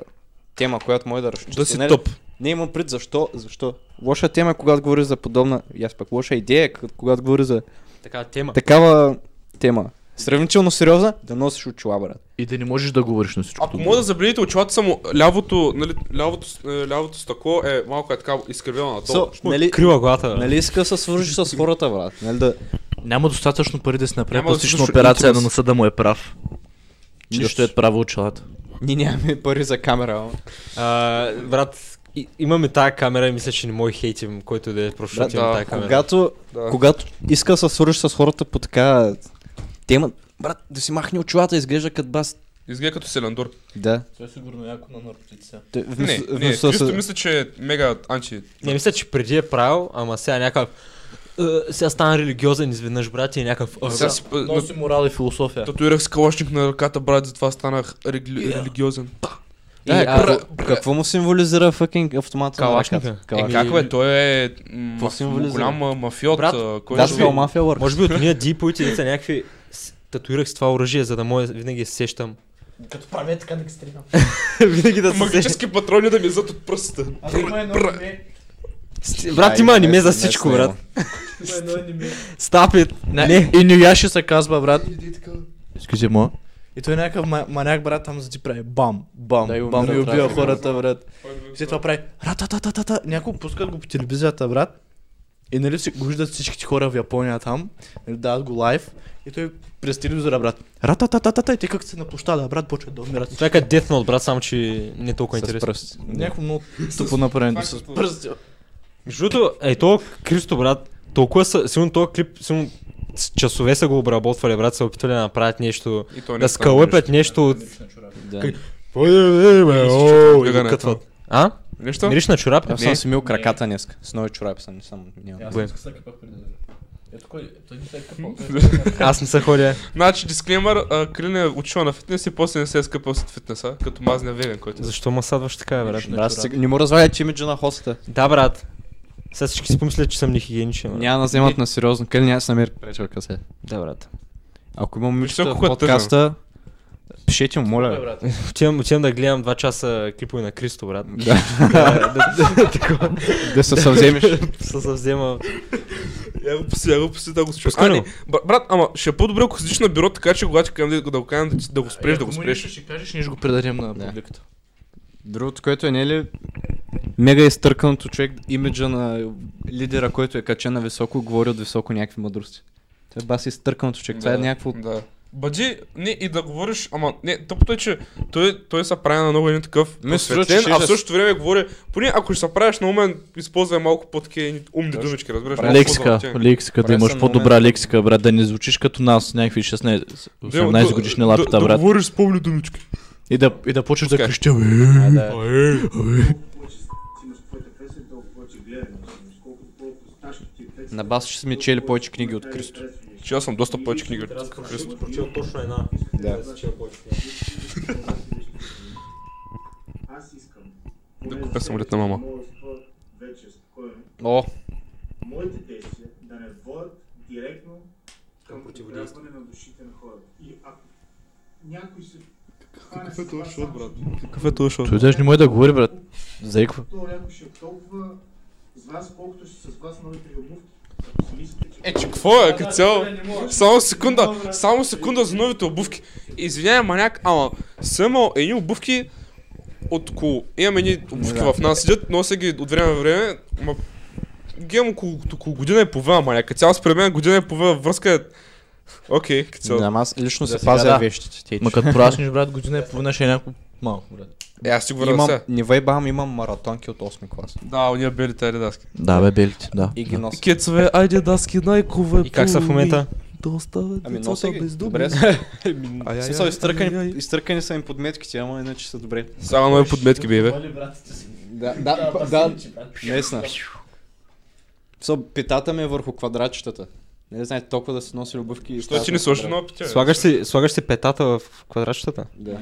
S2: тема, която може да разчита. нали?
S1: да си топ.
S2: Не имам пред защо, защо. Лоша тема, е, когато говоря за подобна, и аз пък лоша идея, е, когато говоря за
S3: Така, тема.
S2: такава тема. Сравнително сериозна, да носиш очила, брат.
S4: И да не можеш да говориш на всичко.
S1: Ако мога да забележите очилата само лявото, нали, лявото, с- е, лявото стъкло е малко е така изкривено на то.
S2: So, нали,
S3: Крива е? главата.
S2: нали иска да се свържи с хората, брат? Нали да...
S4: Няма достатъчно пари да си направи
S1: Няма да
S4: пластична
S1: слушаш
S4: операция,
S1: интерес.
S4: но носа да му е прав. Че
S2: Да.
S4: нищо е право очилата.
S2: Ние нямаме пари за камера, ама.
S3: А, брат, и- имаме тая камера и мисля, че не мой хейтим, който да е просто
S2: Брат,
S3: защото имам
S1: да,
S3: тая камера.
S2: Когато,
S1: Да.
S2: когато иска да се свържи с хората по така тема, брат, да си махне очилата, изглежда като бас.
S1: Изглежда като селендор.
S2: Да.
S4: Той е сигурно яко на наркотици.
S2: Те-
S1: Не,
S2: вместо-
S1: не,
S2: вместо да
S1: чисто
S2: се-
S1: мисля, че е мега анти.
S3: Не мисля, че преди е правил, ама сега някакъв... «Е, сега стана религиозен изведнъж, брат, и е някакъв... «Е,
S1: Сега си, на-
S4: Носи морал и философия.
S1: татуирах с калашник на ръката, брат, затова станах регли- религиозен.
S2: Да,
S3: И,
S2: е,
S3: а,
S2: какво, какво му символизира фъкинг автомата? на
S3: Калашника.
S2: ръката?
S1: Е,
S2: Калашника.
S1: как бе, той е м,
S2: Какво
S1: маф-
S2: символизира?
S1: голям а, мафиот,
S3: Брат,
S1: а,
S2: Да,
S1: който...
S2: това е мафия лър.
S3: Може би от ние диповите деца някакви с- татуирах с това оръжие, за да мое винаги се сещам.
S5: Като правя така да ги стрелям.
S3: винаги да се сещам.
S1: Магически патрони да ми излизат от пръста.
S3: С- Брат, има аниме за всичко, брат.
S5: Има едно аниме.
S3: Стап it.
S4: Не.
S3: Не.
S4: И Нюяши се казва, брат. Excuse me. И той е някакъв ма- маняк, брат, там за ти прави бам, бам,
S2: Да, и
S4: бам
S2: умира,
S4: и убива
S2: трябва.
S4: хората, брат. И След това прави рататататата. Някой пускат го по телевизията, брат. И нали си го виждат всичките хора в Япония там, нали, дават го лайв. И той през телевизора, брат. Рататататата и те как се на площада, брат, почват да умират.
S3: Това е като Death Note, брат, само че не е толкова
S2: С
S3: интересно.
S2: пръст.
S4: Някакво много тъпо направено
S1: това
S4: с
S1: като-
S4: пръсти.
S3: Между другото, е то Кристо, брат, толкова са, сигурно този клип, сигурно с часове са го обработвали, брат, са опитали да направят нещо,
S1: И той не
S3: да
S1: е
S3: скалъпят нещо от...
S2: Да.
S3: е
S1: и го кътват.
S3: Кътват. А?
S1: Нещо?
S3: Мириш на чорап?
S2: Аз съм си мил краката днес. С нови чорапи съм, не съм. нямам.
S3: Бе.
S4: Ето кой, той не е се къпал.
S3: Аз не се ходя.
S1: Значи, дисклеймър, а, Крилин е учила на фитнес и после не се е скъпал след фитнеса, като мазния веган, който... е
S3: Защо ма садваш така, бе, брат?
S2: Брат, сега- не му разваляйте имиджа на хоста.
S3: Да, брат. Сега всички си помислят, че съм нехигиеничен. брат.
S2: Няма да вземат на сериозно. Къде няма да се намери приятелка се.
S3: Да, брат.
S2: Ако има момичета в
S1: колко е тъжно.
S2: подкаста, пишете му, моля. бе.
S3: Отивам, отивам да гледам 2 часа клипове на Кристо, брат.
S2: Да,
S3: Да, да, да, такова.
S2: да се съвземеш.
S3: Се съвзема.
S1: Я го пуси, я го пуси, да го спреш.
S3: Пускай
S1: А,
S3: го.
S1: не, бр- брат, ама ще е по-добре, ако седиш на бюро, така че когато към да го кажем да, ти- да го спреш, да го спреш.
S4: Ще кажеш, ние ще го предадем на
S2: Да.
S4: публиката.
S2: Другото, което е не е ли мега изтърканото човек, имиджа на лидера, който е качен на високо и говори от високо някакви мъдрости. Това е бас изтърканото човек. Това е
S1: Да,
S2: някакво...
S1: Да. Бади, не, и да говориш, ама не, тъпото е, че той, той се прави на много един такъв
S2: Ми се струва, че
S1: просветлен,
S2: ще
S1: а в
S2: да-
S1: същото време говори, поне ако ще се правиш на умен, използвай малко по-такива умни думички, разбираш. малко
S4: Лексика,
S1: по-златен.
S4: лексика, да
S2: Прави
S4: имаш
S2: се
S4: по-добра
S2: момент.
S4: лексика, брат, да не звучиш като нас, някакви 16-18 годишни лапита,
S1: Да
S4: брат.
S1: говориш с помни думички.
S4: И да, и да почнеш да
S1: Пускай.
S4: крещя. «Е,
S6: повече си имаш в твоята песен, толкова повече гледане. Колкото повече сташки ти песен...
S2: На бас ще сме чели повече книги от Кристо.
S1: Че аз съм доста повече книги. от Христо.
S3: Прочел точно една.
S2: Да.
S6: Аз искам...
S1: Да купя самолет на мама.
S6: Мога да спя Вече спокойно.
S2: О,
S6: моите действия да не водят директно към ограбване на душите на хората. И ако някой се... Какъв е това шот, брат?
S1: Какъв е този шот?
S4: Той даже не може да говори, брат. Заиква.
S6: То някой ще е толкова с вас, колкото ще е с вас новите ви обувки. Ако си мислите, че...
S1: Е, че какво е, като цяло? Само секунда, само секунда за новите обувки. Извинявай, маняк, ама съм имал едни обувки от около... Имам едни обувки в нас, седят, нося ги от време на време, ама ги имам около, около година и половина, маняк. Като цяло според мен година и половина връзка е... Окей, като цяло.
S2: да, ама аз лично се
S4: сега
S2: пазя
S4: да.
S2: вещите. Те,
S4: Ма
S2: Е, че-
S4: като пораснеш, брат, година е половина ще е някакво малко, брат.
S1: Е, аз си го върна
S2: Имам,
S1: сега.
S2: не вайбам, имам маратонки от 8 клас.
S1: Да, уния белите аридаски.
S4: Да, бе, белите, да.
S2: И ги нося.
S1: Кецове, айде даски, най-кова
S3: И как са в момента?
S1: Доста,
S2: Ами нося ги. Добре са. В смисъл, изтъркани, изтъркани са им подметките, ама иначе са добре.
S1: Само нови подметки, бебе.
S2: Да, да, да, наистина. Со, питата ми е върху квадратчетата. Не знаете, толкова да се носи обувки. и
S1: Той ти не сложи нова питя. бе.
S3: Слагаш си, слагаш си петата в квадратчетата?
S2: Да.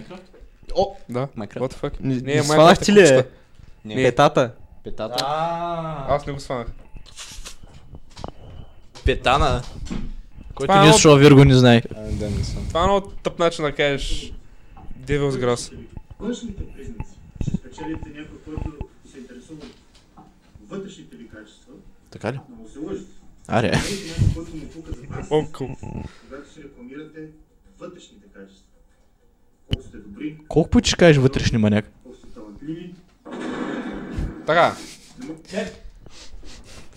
S1: О, да.
S2: Майнкрафт.
S1: What the fuck?
S3: Не,
S1: Не,
S3: не
S1: Minecraft е
S3: сванах ти ли е?
S1: кучета.
S2: Не,
S3: Петата.
S2: петата.
S1: Аз не го сванах.
S4: Петана. Който
S1: Това е
S4: не е
S1: от-
S4: слушал, Вирго не знае.
S2: А, да, не съм.
S1: Това е много тъп начин да кажеш Devil's Grass.
S6: Външните признаци, ще спечелите някой, който се интересува от вътрешните ви качества,
S4: Така ли?
S6: но му се лъжите.
S4: Аре.
S6: Намерите някой, който му пука за вас.
S1: Онкъл.
S6: Когато се рекламирате, вътрешните качества. Колко сте добри,
S4: Колко пъти ще кажеш вътрешни маняк?
S6: колко сте талантливи,
S2: Така.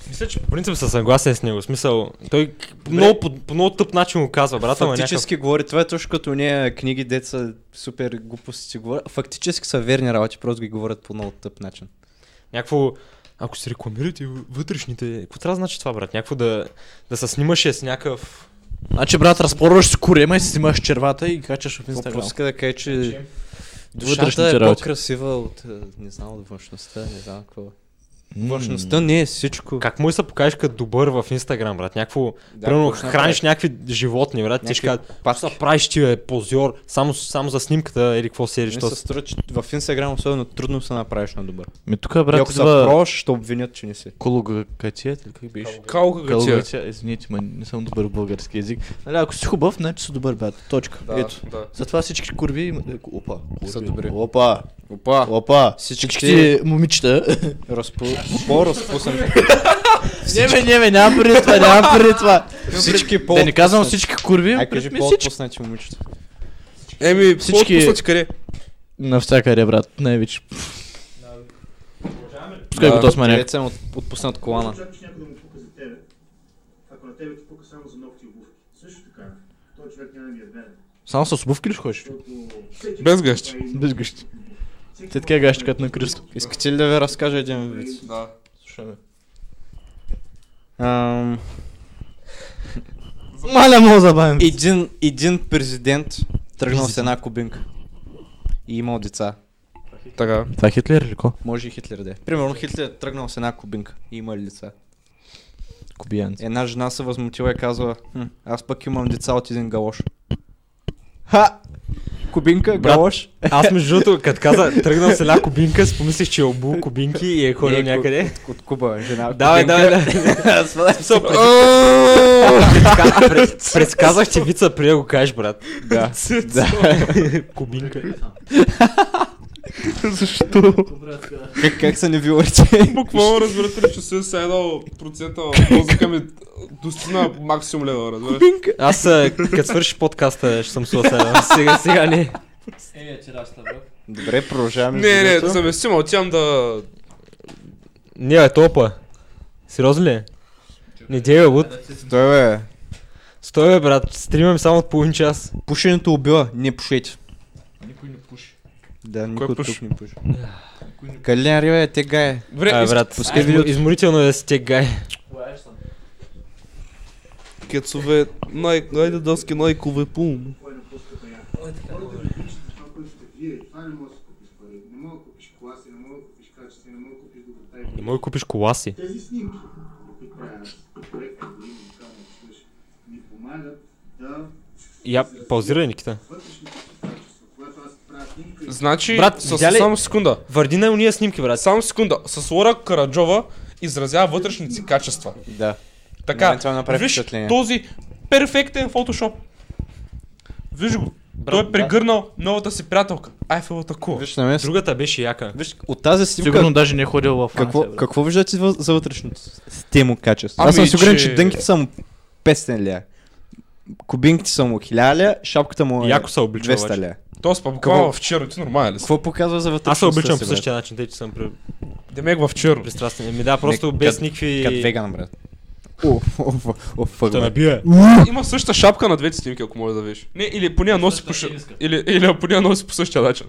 S3: Мисля, че по принцип съм съгласен с него. В смисъл, той по много, по, по много тъп начин го казва, брат. ама някакъв-
S2: Фактически говори, това е точно като ние книги, деца супер глупости си говорят. Фактически са верни работи, просто ги говорят по много тъп начин.
S3: Някакво, ако се рекламирате вътрешните, какво трябва да значи това, брат? Някакво да, да се снимаше с някакъв...
S4: Значи, брат, разпорваш си корема и си снимаш червата и качаш в Инстаграм.
S2: Пропуска да каже, че душата
S4: Вътрешните
S2: е
S4: работи.
S2: по-красива от, е, не знам, от външността, не знам какво.
S4: М.
S2: Външността не е всичко.
S3: Как му се покажеш като добър в Инстаграм, брат? Някакво,
S2: Да,
S3: примерно,
S2: точно
S3: храниш някакви животни, брат. Ти ще
S2: Някакви
S3: кажат, пак са правиш ти, е, позор, само, само за снимката или какво сериш.
S2: Не
S3: то
S2: Нали, се струва, че в Инстаграм особено трудно се направиш на добър.
S4: Ми тук,
S2: И
S4: брат,
S2: ако са
S4: идва
S2: прош, ще обвинят, че не си.
S4: Кологакатият или как беше?
S1: Калка гъчия.
S4: Калогатия, извините, ма не съм добър в български язик. Нали, ако си хубав, значи си добър, брат. Точка. Ето.
S1: да.
S4: Затова всички курви... има- е, Опа.
S2: Са
S4: курви.
S2: добри.
S4: Опа.
S2: Опа!
S4: Опа.
S2: Всичките-
S4: Всичките момичета.
S2: Разпо... По-разпусан.
S4: Не, бе, не, бе, нямам преди това, нямам преди това.
S2: Всички по
S4: Да не казвам всички курви,
S2: Ай, кажи
S4: кажи всички.
S2: по-отпуснати момичета.
S1: Еми,
S4: Всички-
S1: всички... къде?
S4: Навсякъде, брат, най-вече. Пускай
S1: Да.
S4: го този маняк.
S2: Където съм от, отпуснат колана.
S6: очакваш някой да му пука за тебе, ако на тебе ти пука само за ногти и обувки. Също така, той човек няма да ми е верен,
S4: Само с обувки ли ще ходиш?
S6: защото всеки
S1: Без гъщи.
S4: Без гъщи. Те така гащи като на кръст.
S2: Искате ли да ви разкажа един вид?
S1: Да.
S4: Слушаме.
S2: Ам,
S4: Маля му забавим.
S2: един, един президент тръгнал с една кубинка. И имал деца.
S1: Така.
S4: Това Хитлер или ко?
S2: Може и Хитлер да е. Примерно Хитлер е тръгнал с една кубинка и имали деца.
S4: Кубиянци.
S2: Една жена се възмутила и казва, хм, аз пък имам деца от един галош. Ха! Кубинка, галош.
S3: Аз между другото, като каза, тръгнал с една кубинка, спомислих, че е обул кубинки и е ходил
S2: Не, ку-
S3: някъде.
S2: От, от Куба, жена.
S3: Давай,
S2: кубинка.
S3: давай, давай. Смисъл, предска- пред- Предсказах ти вица, преди да го кажеш, брат.
S2: Да.
S3: Кубинка.
S4: Защо?
S2: Как, как са ни вилорите?
S1: Буквално разбирате ли, че съм с едно процента в мозъка ми достигна максимум лева, разбираш?
S3: Аз, а, като свършиш подкаста, ще съм суасайдал. Сега, сега не.
S5: Е, че раста, бе.
S2: Добре, продължаваме. с
S1: Не, не,
S2: другото.
S1: съвместимо, отивам да...
S3: Не, бе, топа. Сериозно ли? е? Не дей, бе, луд.
S2: Той е, бе,
S3: Стой, бе, брат. Стримам само от половин час.
S2: пушенето убива, не пушете.
S5: Никой не пуши.
S2: Да,
S1: Кой
S2: никой от
S1: пуши?
S2: тук не пуши. Калин Рива е тега е.
S1: Добре,
S3: Ай,
S1: искам-
S3: брат,
S2: пускай
S3: изм-
S2: видеото.
S3: изморително е да си те гай.
S1: кецове, най, найде дъски, най-кове пум.
S6: кой напуска тая. Хората ви пишат това, което сте вие. Това не може да си купиш пари. Не мога да купиш класи, не мога да купиш качество, не мога да купиш доброта и
S3: Не мога да купиш кола си.
S6: Тези снимки, които правя аз, проекта, които ми казвам, слушай, ми помагат да
S3: Я, паузирай, Никита.
S6: вътрешните си качества. Когато аз правя снимка и
S1: Значи,
S3: Брат,
S1: с,
S3: видя ли-
S1: само секунда.
S3: Върди на уния снимки, брат.
S1: Само секунда. С Лора Караджова изразява вътрешните си качества.
S2: Да. На
S1: Така,
S2: мен Нали, това направи
S1: виж
S2: впечатление.
S1: този перфектен фотошоп. Виж го. Той е прегърнал новата си приятелка. Айфелата кула.
S2: Виж на мен.
S3: Другата беше яка.
S2: Виж, от тази снимка...
S4: Сигурно даже не е ходил във Франция.
S2: Какво,
S4: брат.
S2: какво виждате въз- за вътрешното стемо качество?
S1: Ами,
S2: Аз съм сигурен, че,
S1: че
S2: дънките са му 500 лея. Кубинките са му 1000 лея, шапката му е
S3: Яко се облича,
S2: 200
S3: обаче.
S2: лея.
S1: Тоест, па буквално в черно. Ти нормален ли си?
S2: Какво показва за вътрешността
S3: Аз се обличам по
S2: си,
S3: същия начин, тъй че съм при-
S1: Демек в черно.
S3: пристрастен. Ми да, просто
S2: Не,
S3: без
S2: кад-
S3: никакви...
S2: брат? Кат веган, е. брат. О, о, о, о, фък,
S3: Та
S2: брат.
S3: набие.
S1: Има същата шапка на двете снимки, ако може да видиш. Не, или поне я носи по, ш...
S5: тениска.
S1: или, или я поне я носи по същия начин.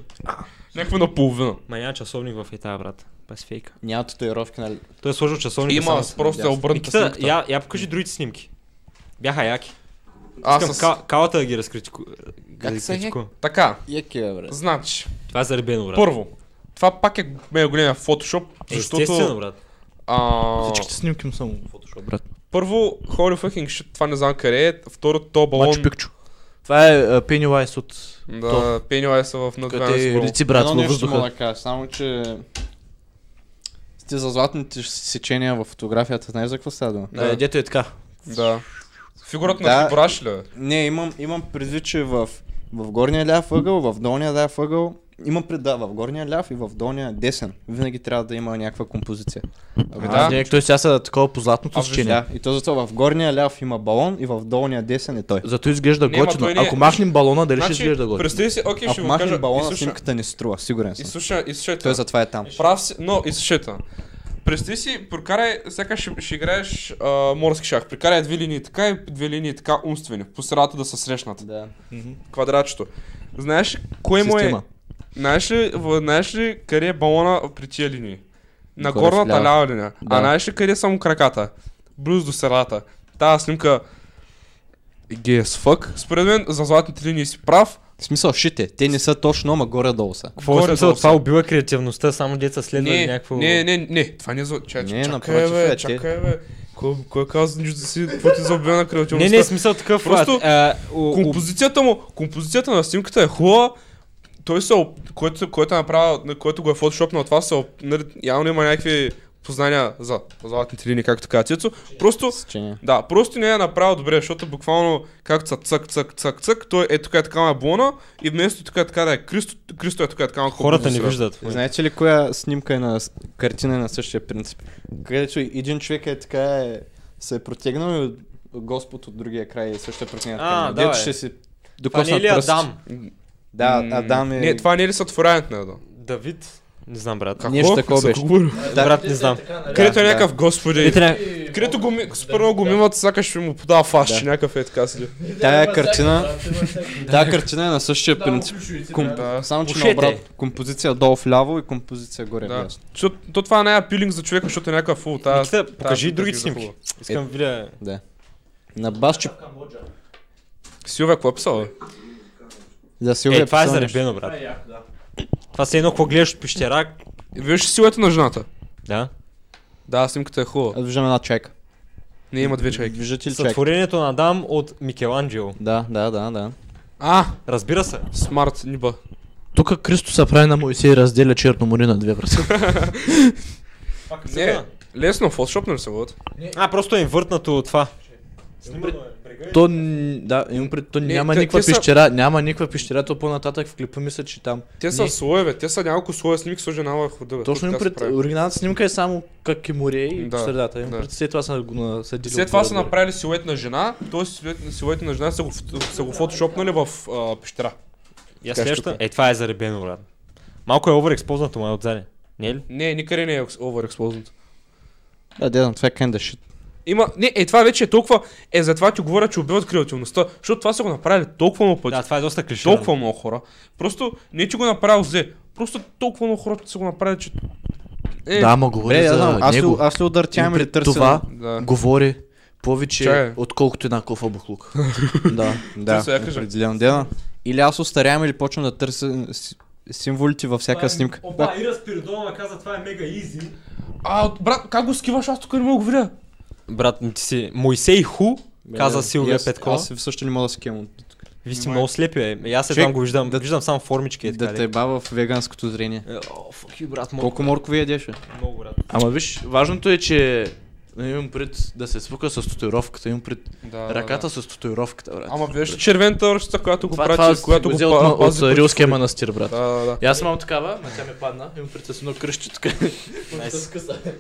S1: Някаква наполовина.
S3: Ма няма часовник в Италия, брат. Без фейка.
S2: Няма татуировки, нали?
S3: Той е сложил часовник.
S1: Има просто е обърната
S3: Никита,
S1: снимка.
S3: я, я покажи другите снимки. Бяха яки.
S1: Аз
S3: Искам
S1: с...
S3: ка- калата да ги разкритику... да ги
S2: са яки?
S3: критикувам.
S1: Така,
S2: Яки, бе, брат.
S1: значи,
S3: Това е заребено, брат.
S1: първо, това пак е мега големия фотошоп,
S3: Е, Естествено,
S1: защото...
S3: брат.
S1: А,
S4: Всичките снимки му са му в фотошоп, брат.
S1: първо, holy fucking shit, това не знам къде е, второ, то балон...
S4: Мачу Пикчу. Това е Пенилайс от...
S1: Да, Пенюайса в
S4: Къде е
S1: надвяна
S4: лети, брат,
S2: Едно
S4: във
S2: нещо мога
S4: въздуха.
S2: да кажа, само че... Сте за златните сечения в фотографията, знаеш за какво става дума?
S1: Да.
S4: Е, Дето е така.
S1: Да. Фигурата
S2: Да.
S1: на фигураш ли? бе?
S2: Не, имам, имам предвид, че в, в горния ляв ъгъл, в долния ляв ъгъл има преда в горния ляв и в долния десен. Винаги трябва да има някаква композиция. Ако
S1: да.
S4: Ами Да. Някак той сега са такова по златното
S2: Общо,
S4: сечение.
S2: да. И то затова в горния ляв има балон и в долния десен е той.
S4: Зато изглежда
S1: Не, ама
S4: готино.
S1: той не е-
S4: Ако махнем балона, дали ще
S1: Значи,
S4: изглежда готино?
S1: представи си, окей, ще
S2: Ако
S1: го кажа,
S2: махнем балона,
S1: изслуша,
S2: снимката не струва, сигурен съм.
S1: изслуша, изслушай
S2: Той
S1: това.
S2: затова е там.
S1: Прав си, но изслушайте. Представи си, прокарай, сега ще, ще играеш а, морски шах. Прекарай две линии така и две линии така умствени. По средата да се срещнат.
S2: Да.
S1: Квадратчето. Знаеш ли, кое му е...
S4: Система.
S1: Знаеш ли, в- знаеш ли къде е балона при тия линии? На
S2: Горе
S1: горната
S2: вляво.
S1: лява линия.
S2: Да.
S1: А знаеш ли къде са му краката? Близо до средата. Тая снимка... Гей as fuck. Според мен за златните линии си прав.
S2: В смисъл, шите, те не са точно, ама горе-долу са.
S3: Какво е
S1: Горе-долу
S3: смисъл?
S1: са.
S3: Това убива креативността, само деца следва
S1: не,
S3: Е, някакво...
S1: не, не, не, това не е за... Чакай,
S2: Не,
S1: чакай,
S2: напротив,
S1: бе,
S2: е, те-
S1: чакай, бе. Кой, кой казва нищо да си, какво ти за обмена
S3: не,
S1: креативността?
S3: не, смисъл такъв.
S1: Просто
S3: а, а, у- у-
S1: Композицията му, композицията на снимката е хубава. Той се, оп- който, който е направил, на който го е фотошопнал това, се, оп- нали, явно има някакви познания за златните линии, както каза Цецо. Просто,
S2: Сечение.
S1: да, просто не е направил добре, защото буквално както са цък, цък, цък, цък, той е тук е така на блона и вместо тук е така да е Кристо, Кристо е тук е така на
S3: Хората не
S1: композицията.
S3: виждат.
S2: Знаете ли коя снимка е на с- картина е на същия принцип? Където и- един човек е така е, се е протегнал и от- Господ от другия край е също е протегнал.
S3: А,
S2: така. Дето
S3: да, бе.
S2: ще си
S3: Това не е
S2: докоснат
S3: ли
S2: пръст.
S3: Адам?
S2: Да,
S1: М,
S2: Адам е...
S1: Не, това не е ли сътворянето на Адам?
S3: Давид? Не знам, брат.
S1: Какво?
S2: Нещо такова
S1: За
S2: беше.
S1: какво говорим?
S2: Да.
S3: Брат, не знам.
S1: Където е
S2: да.
S1: някакъв господи.
S3: Ето не-
S1: Където го, ми- първо го мимат, сякаш ще му подава фаш,
S2: Да.
S1: че някакъв е така си.
S2: Тая картина... Тая картина е на същия принцип. Комп...
S1: Да.
S2: Само, че
S3: Пушете.
S2: наобратно. Композиция долу вляво и композиция горе
S1: Да.
S2: влясно.
S1: Защото то това не е пилинг за човека, защото е някакъв фул. Та,
S3: Никита,
S1: та-
S3: покажи и
S1: та-
S3: другите
S1: та-
S3: снимки.
S1: хубава.
S3: Искам да видя...
S2: На басче...
S1: Силвия, какво е писал? бе?
S2: Да, Силвия
S3: Е, това е
S2: писала нещо.
S3: заребено, брат. Това се едно, какво гледаш от пещера.
S1: Виж ли силуета на жената?
S3: Да.
S1: Да, снимката е хубава.
S2: Аз виждам една чайка.
S1: Не има две чайки.
S2: Виждате ли чайка?
S3: Сътворението на Адам от Микеланджело.
S2: Да, да, да, да.
S1: А,
S3: Разбира се.
S1: смарт, ниба.
S4: Тук Кристо се прави на Моисей и разделя Черно море на две брата.
S1: Не, лесно, фотошоп не се водят.
S3: А, просто е инвъртнато това.
S5: е.
S4: то, н- да, имам пред, то
S1: Не,
S4: няма
S1: те-
S4: никаква
S1: те са-
S4: пещера, няма никаква пещера, то по-нататък в клипа мисля, че там.
S1: Те са слоеве, те са няколко слоя снимки с жена е върху дъга.
S4: Точно им
S1: така се
S4: пред
S1: прави.
S4: оригиналната снимка е само как е море и
S1: Да,
S4: по средата. Им
S1: да.
S4: пред след това са го на- са делили
S1: След това
S4: отгоре
S1: са
S4: отгоре.
S1: направили силует на жена, т.е. силует- силуета на жена са го, фото- са го фотошопнали в а, пещера.
S3: Я
S1: Така,
S3: следваща.
S1: щука.
S3: Е, това е заребено, брат. Малко е оверекспознато, май отзади. Не е ли?
S1: Не, никъде не е оверексплознат.
S2: Да, дедам, това е kinda shit.
S1: Има, не, е това вече е толкова, е затова ти говоря, че убиват креативността, защото това са го направили толкова много пъти.
S3: Да, това е доста клише.
S1: толкова много хора. Просто не че го направил зле. Просто толкова много хора са го направили, че... Е,
S4: Да, ама говори
S2: Бре, аз
S4: за
S2: знам, аз, ли-
S4: него.
S2: аз ли удъртям
S4: Им
S2: или
S4: пред
S2: търся?
S4: Това
S1: Да.
S4: говори повече,
S1: Чай.
S4: отколкото една кофа буклук.
S2: Да, да,
S1: сега кажа.
S2: определено дена. Или аз остарявам или почвам да търся с- символите във
S3: е
S2: всяка снимка.
S5: Опа, Ира Спиридонова каза, това е мега изи.
S1: А, брат, как го скиваш? Аз тук не мога да говоря.
S3: Брат, ти си Моисей Ху, каза Силвия
S2: Аз-
S3: Петкова.
S2: Аз също не мога да скемам.
S3: Вие сте много слепи, е. Аз
S2: Чек,
S3: едва го виждам.
S2: да-
S3: Виждам само формички. е така,
S2: Да те
S3: лек.
S2: баба в веганското зрение.
S3: Е, О, fuck you, брат. Колко
S2: Колко моркови ядеше?
S3: много, брат.
S4: Ама виж, важното е, че не имам пред да се свука с татуировката, имам пред
S1: Да,
S4: ръката с татуировката, брат.
S1: Ама виж червената ръща, която го
S4: това, това
S1: прати, която
S4: си
S1: го
S4: взел
S1: па-
S4: от,
S1: пази
S4: от,
S1: пред
S4: Рилския
S1: фури.
S4: манастир, брат.
S1: Да, да, да.
S4: И аз имам такава, ма тя ми падна, имам пред с едно кръще така.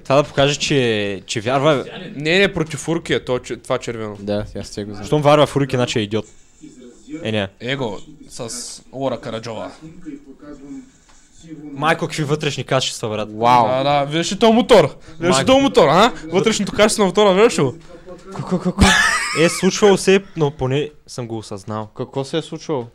S3: Това да покаже, че, че вярва.
S1: Не, не, против фурки е то, че- това червено.
S2: Да, аз те го знам.
S3: Щом вярва в Руки, значи е идиот. Е, не.
S1: Его, с Лора Караджова.
S6: Снимка и показвам сиво на
S3: Майко, какви вътрешни качества, брат.
S2: Вау.
S1: Да, да, виж ли то мотор? Виж ли
S3: Майко.
S1: то мотор, а? Вътрешното качество на мотора, виж ли? го?
S3: Е, случвало се, но поне съм го осъзнал.
S2: Какво се е случило?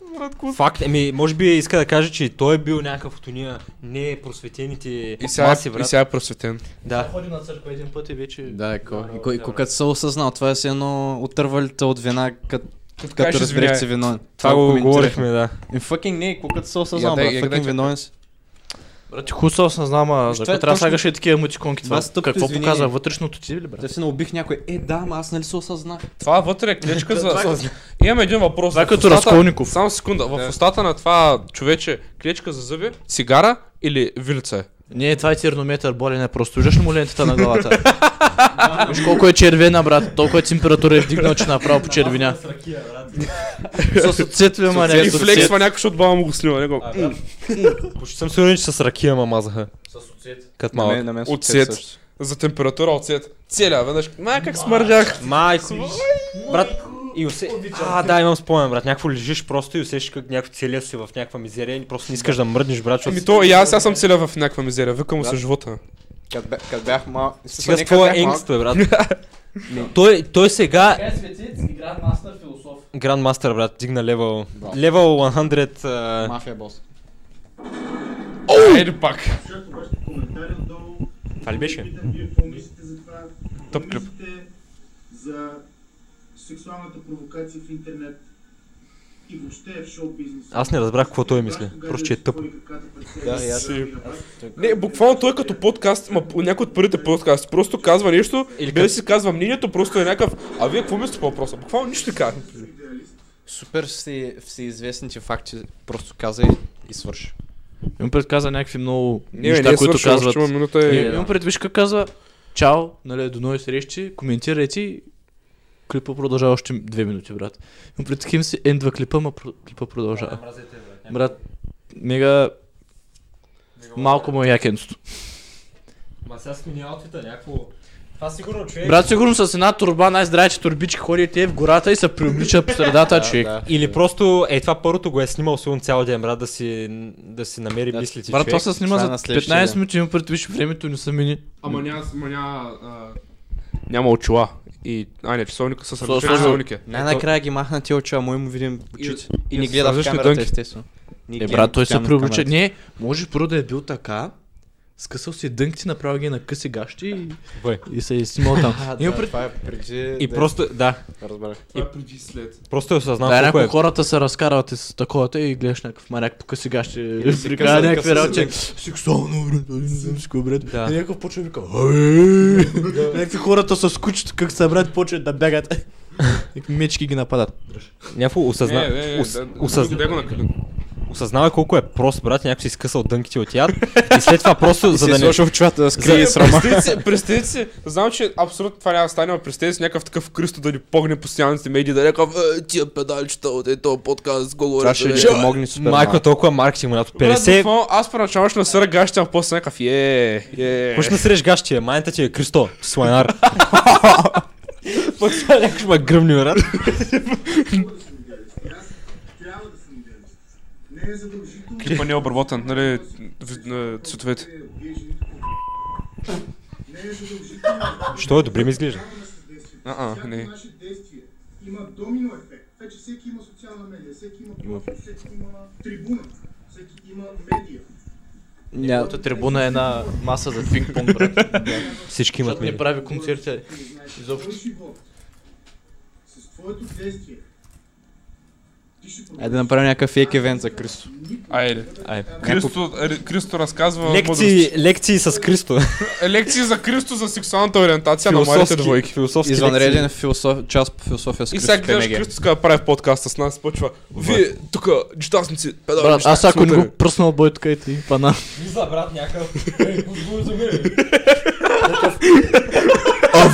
S3: Факт, еми, може би иска да каже, че и той е бил някакъв от уния непросветените
S1: И сега,
S3: маси,
S1: и
S3: брат.
S1: сега е просветен.
S3: Да.
S4: Ходи на църква един път и вече...
S2: Да, е ко. И ко- и когато се осъзнал, това е си едно отървалите от вина, като като разберех, че виновен.
S3: Това го
S2: коментирахме.
S3: говорихме, да.
S2: И Е, fucking не, и когато се осъзнал,
S1: Я
S2: брат,
S1: дай- я дай
S2: fucking
S1: чак.
S2: виновен си.
S4: Брат, ти хубаво се осъзнам, а
S2: това
S4: защо
S2: е
S4: трябва да
S2: точно-
S4: слагаш и такива мутиконки това?
S2: Два стъпки
S4: Какво
S2: извинение.
S4: показва вътрешното ти, ли, брат?
S2: Да си наубих някой. Е, да, ама аз нали се осъзнах.
S1: Това вътре е клечка за... Имам един въпрос.
S4: Това
S1: В
S4: като
S1: устата-
S4: Разколников.
S1: Само секунда. В устата на това човече клечка за зъби, цигара или вилица е?
S4: Не, това е термометър, болене, просто виждаш ли му лентата на главата? Виж колко е червена, брат, толкова температура е вдигнал, че направо по червеня.
S5: С ракия, брат.
S4: С оцет, бе, маня,
S1: И
S4: с оцет.
S1: флексва някой, защото баба му го снима. Него. м,
S3: Почти съм сигурен, че с ракия ма мазаха. С оцет. Като
S2: На мен,
S3: малък.
S2: на мен с
S1: Оцет.
S2: също.
S1: За температура оцет. Целя, веднъж. Ма, как смърдях.
S3: Майко. Брат, и усе... А, да, имам спомен, брат. Някакво лежиш просто и усещаш как някакво целия си в някаква мизерия и просто не искаш да мръднеш, брат. защото
S1: Ами
S3: си-
S1: то и аз, аз съм целя в някаква мизерия. Викам му
S2: Да.
S1: се живота.
S2: Като бе- като бях мал...
S3: Сега с твоя енгст, бе, брат. той, той сега
S5: Така е светец, игра мастер философ.
S3: Грандмастър, брат, дигна левел.
S2: Браво.
S3: Левел 100. а,
S2: Мафия бос.
S1: Ейди пак.
S6: Защото обаче коментари отдолу.
S3: Това ли беше?
S6: Питам вие какво мислите за това?
S1: Тъп
S6: Какво мислите за сексуалната провокация в интернет и въобще в шоу бизнеса?
S3: Аз не разбрах какво той мисли. Просто, че е тъп.
S2: Да, и аз-
S1: Не, буквално той е като подкаст, ма по- някой от първите подкасти, просто казва нещо,
S3: Или
S1: без да
S3: като-
S1: си казва мнението, просто е някакъв, а вие какво мислите по въпроса? Буквално нищо не казва.
S2: Супер си всеизвестните факти просто каза и, и свърши.
S4: Им предказа някакви много
S1: Не, не,
S4: неща,
S1: не,
S4: които
S1: свършва,
S4: казват.
S1: още има минута
S4: Е,
S1: и...
S4: Имам предвид, виж как казва, чао, нали, до нови срещи, коментирайте и клипа продължава още две минути, брат. Имам предвид, хим си ендва клипа, ма про- клипа продължава. Брат, мега малко му е якенството.
S3: Ма сега смени аутита, някакво... Това сигурно човек...
S4: Брат, сигурно с една турба, най-здравите турбички ходи те в гората и се приоблича по средата, човек.
S3: Или просто, е това първото го е снимал сигурно цял ден, брат, да си, да си намери
S2: Да,
S3: мислите,
S4: Брат, това
S3: човек.
S4: се снима
S2: това е
S4: за
S2: на следващия
S4: 15
S2: ден.
S4: минути, имам предвид, виж, времето не са мини.
S1: Ама няма, Няма очила. И, а не, часовника с е. различни
S4: слушай.
S1: часовники.
S2: Най-накрая ги махна тия очи, а му му видим очите. И, не гледа в
S1: различни
S2: камерата,
S1: дънки.
S2: естествено. Ни
S4: Е,
S2: гледа
S4: брат, той се
S2: постоянно в
S4: приоблича.
S2: камерата.
S4: Не, може първо да е бил така, скъсал си дънките, направил ги на къси гащи и,
S3: Въй.
S4: и се е снимал там.
S2: А,
S4: Има
S2: да,
S4: пред-
S2: това е преди...
S3: И
S2: да-
S3: просто, да,
S2: Разбрах.
S1: Това е преди и след.
S3: просто я осъзнал
S4: Да,
S3: колко
S4: някои
S3: е.
S4: хората се разкарват и с такова, и гледаш някакъв маряк, тук сега ще
S2: си
S4: прикара
S2: казва,
S4: някакви
S2: къса
S4: работи.
S2: си.
S4: Сексуално, брат, не знам всичко, брат.
S3: Да.
S4: И някакъв почва и вика, «Абе!» Някакви хората с кучета, как са брат, почват да бягат. Някакви мечки ги нападат.
S3: Някакво осъзна...
S1: Не, не, не,
S3: ос-
S1: Е, да-
S3: осъз-
S1: да го накъде.
S3: осъзнава колко е прост, брат, някой си изкъсал дънките от яд и след това просто, за да не...
S2: в чата да
S1: Е, Представете си, представете си, знам, че абсолютно това няма да стане, но представете си някакъв такъв Кръсто да ни погне по социалните медии, да е някакъв, е, тия педалчета от ето подкаст, го
S2: Това
S1: говорят.
S2: ще е
S1: да
S2: ни
S1: не-
S2: помогне супер
S3: Майко,
S2: много.
S3: толкова маркетинг, брат,
S1: Брат,
S3: 50...
S1: буквално, аз първоначално ще насъра гащите, а после някакъв, е, е.
S3: Почна да среш гащия, майната ти е Кристо, слайнар. Пък
S5: е
S3: сега някакъв ма гръмни, брат.
S6: Трябва да съм идеалист. Не е задължително.
S1: Клипа не е обработен, нали, в- на цветовете.
S6: Вие жените го. Не е задължително.
S3: Що е, добре ми изглежда.
S6: Само на съдействие.
S1: А, а,
S6: Всяко
S1: не.
S6: наше действие има домино ефект. Вече всеки има социална медия, всеки има профил, всеки има трибуна, всеки има медия.
S4: Нямата трибуна е една маса за пинг-понг, брат.
S3: Всички имат
S4: Защото не
S3: ми.
S4: прави концерти.
S6: Ти знаеш,
S4: Изобщо.
S6: твой живот, с твоето действие, ти ще
S2: Айде да направим някакъв фейк евент за Кристо.
S1: Айде.
S3: Ай,
S1: Кристо, е, Кристо разказва мъдрост.
S3: Лекции, лекции с Кристо.
S1: лекции за Кристо за сексуалната ориентация на младите
S3: Философски-
S1: двойки.
S3: Философски лекции.
S2: Извънреден философ... част по философия с
S1: И
S2: Кристо
S1: сега гледаш
S2: ПМГ.
S1: Кристо ска да прави подкаст с нас, почва. Вие тук, джитасници, педали.
S4: Брат, аз ако не го
S1: го...
S4: пръснал бой тук и ти пана.
S5: Влиза, брат, някакъв. Ей, позволи за мен.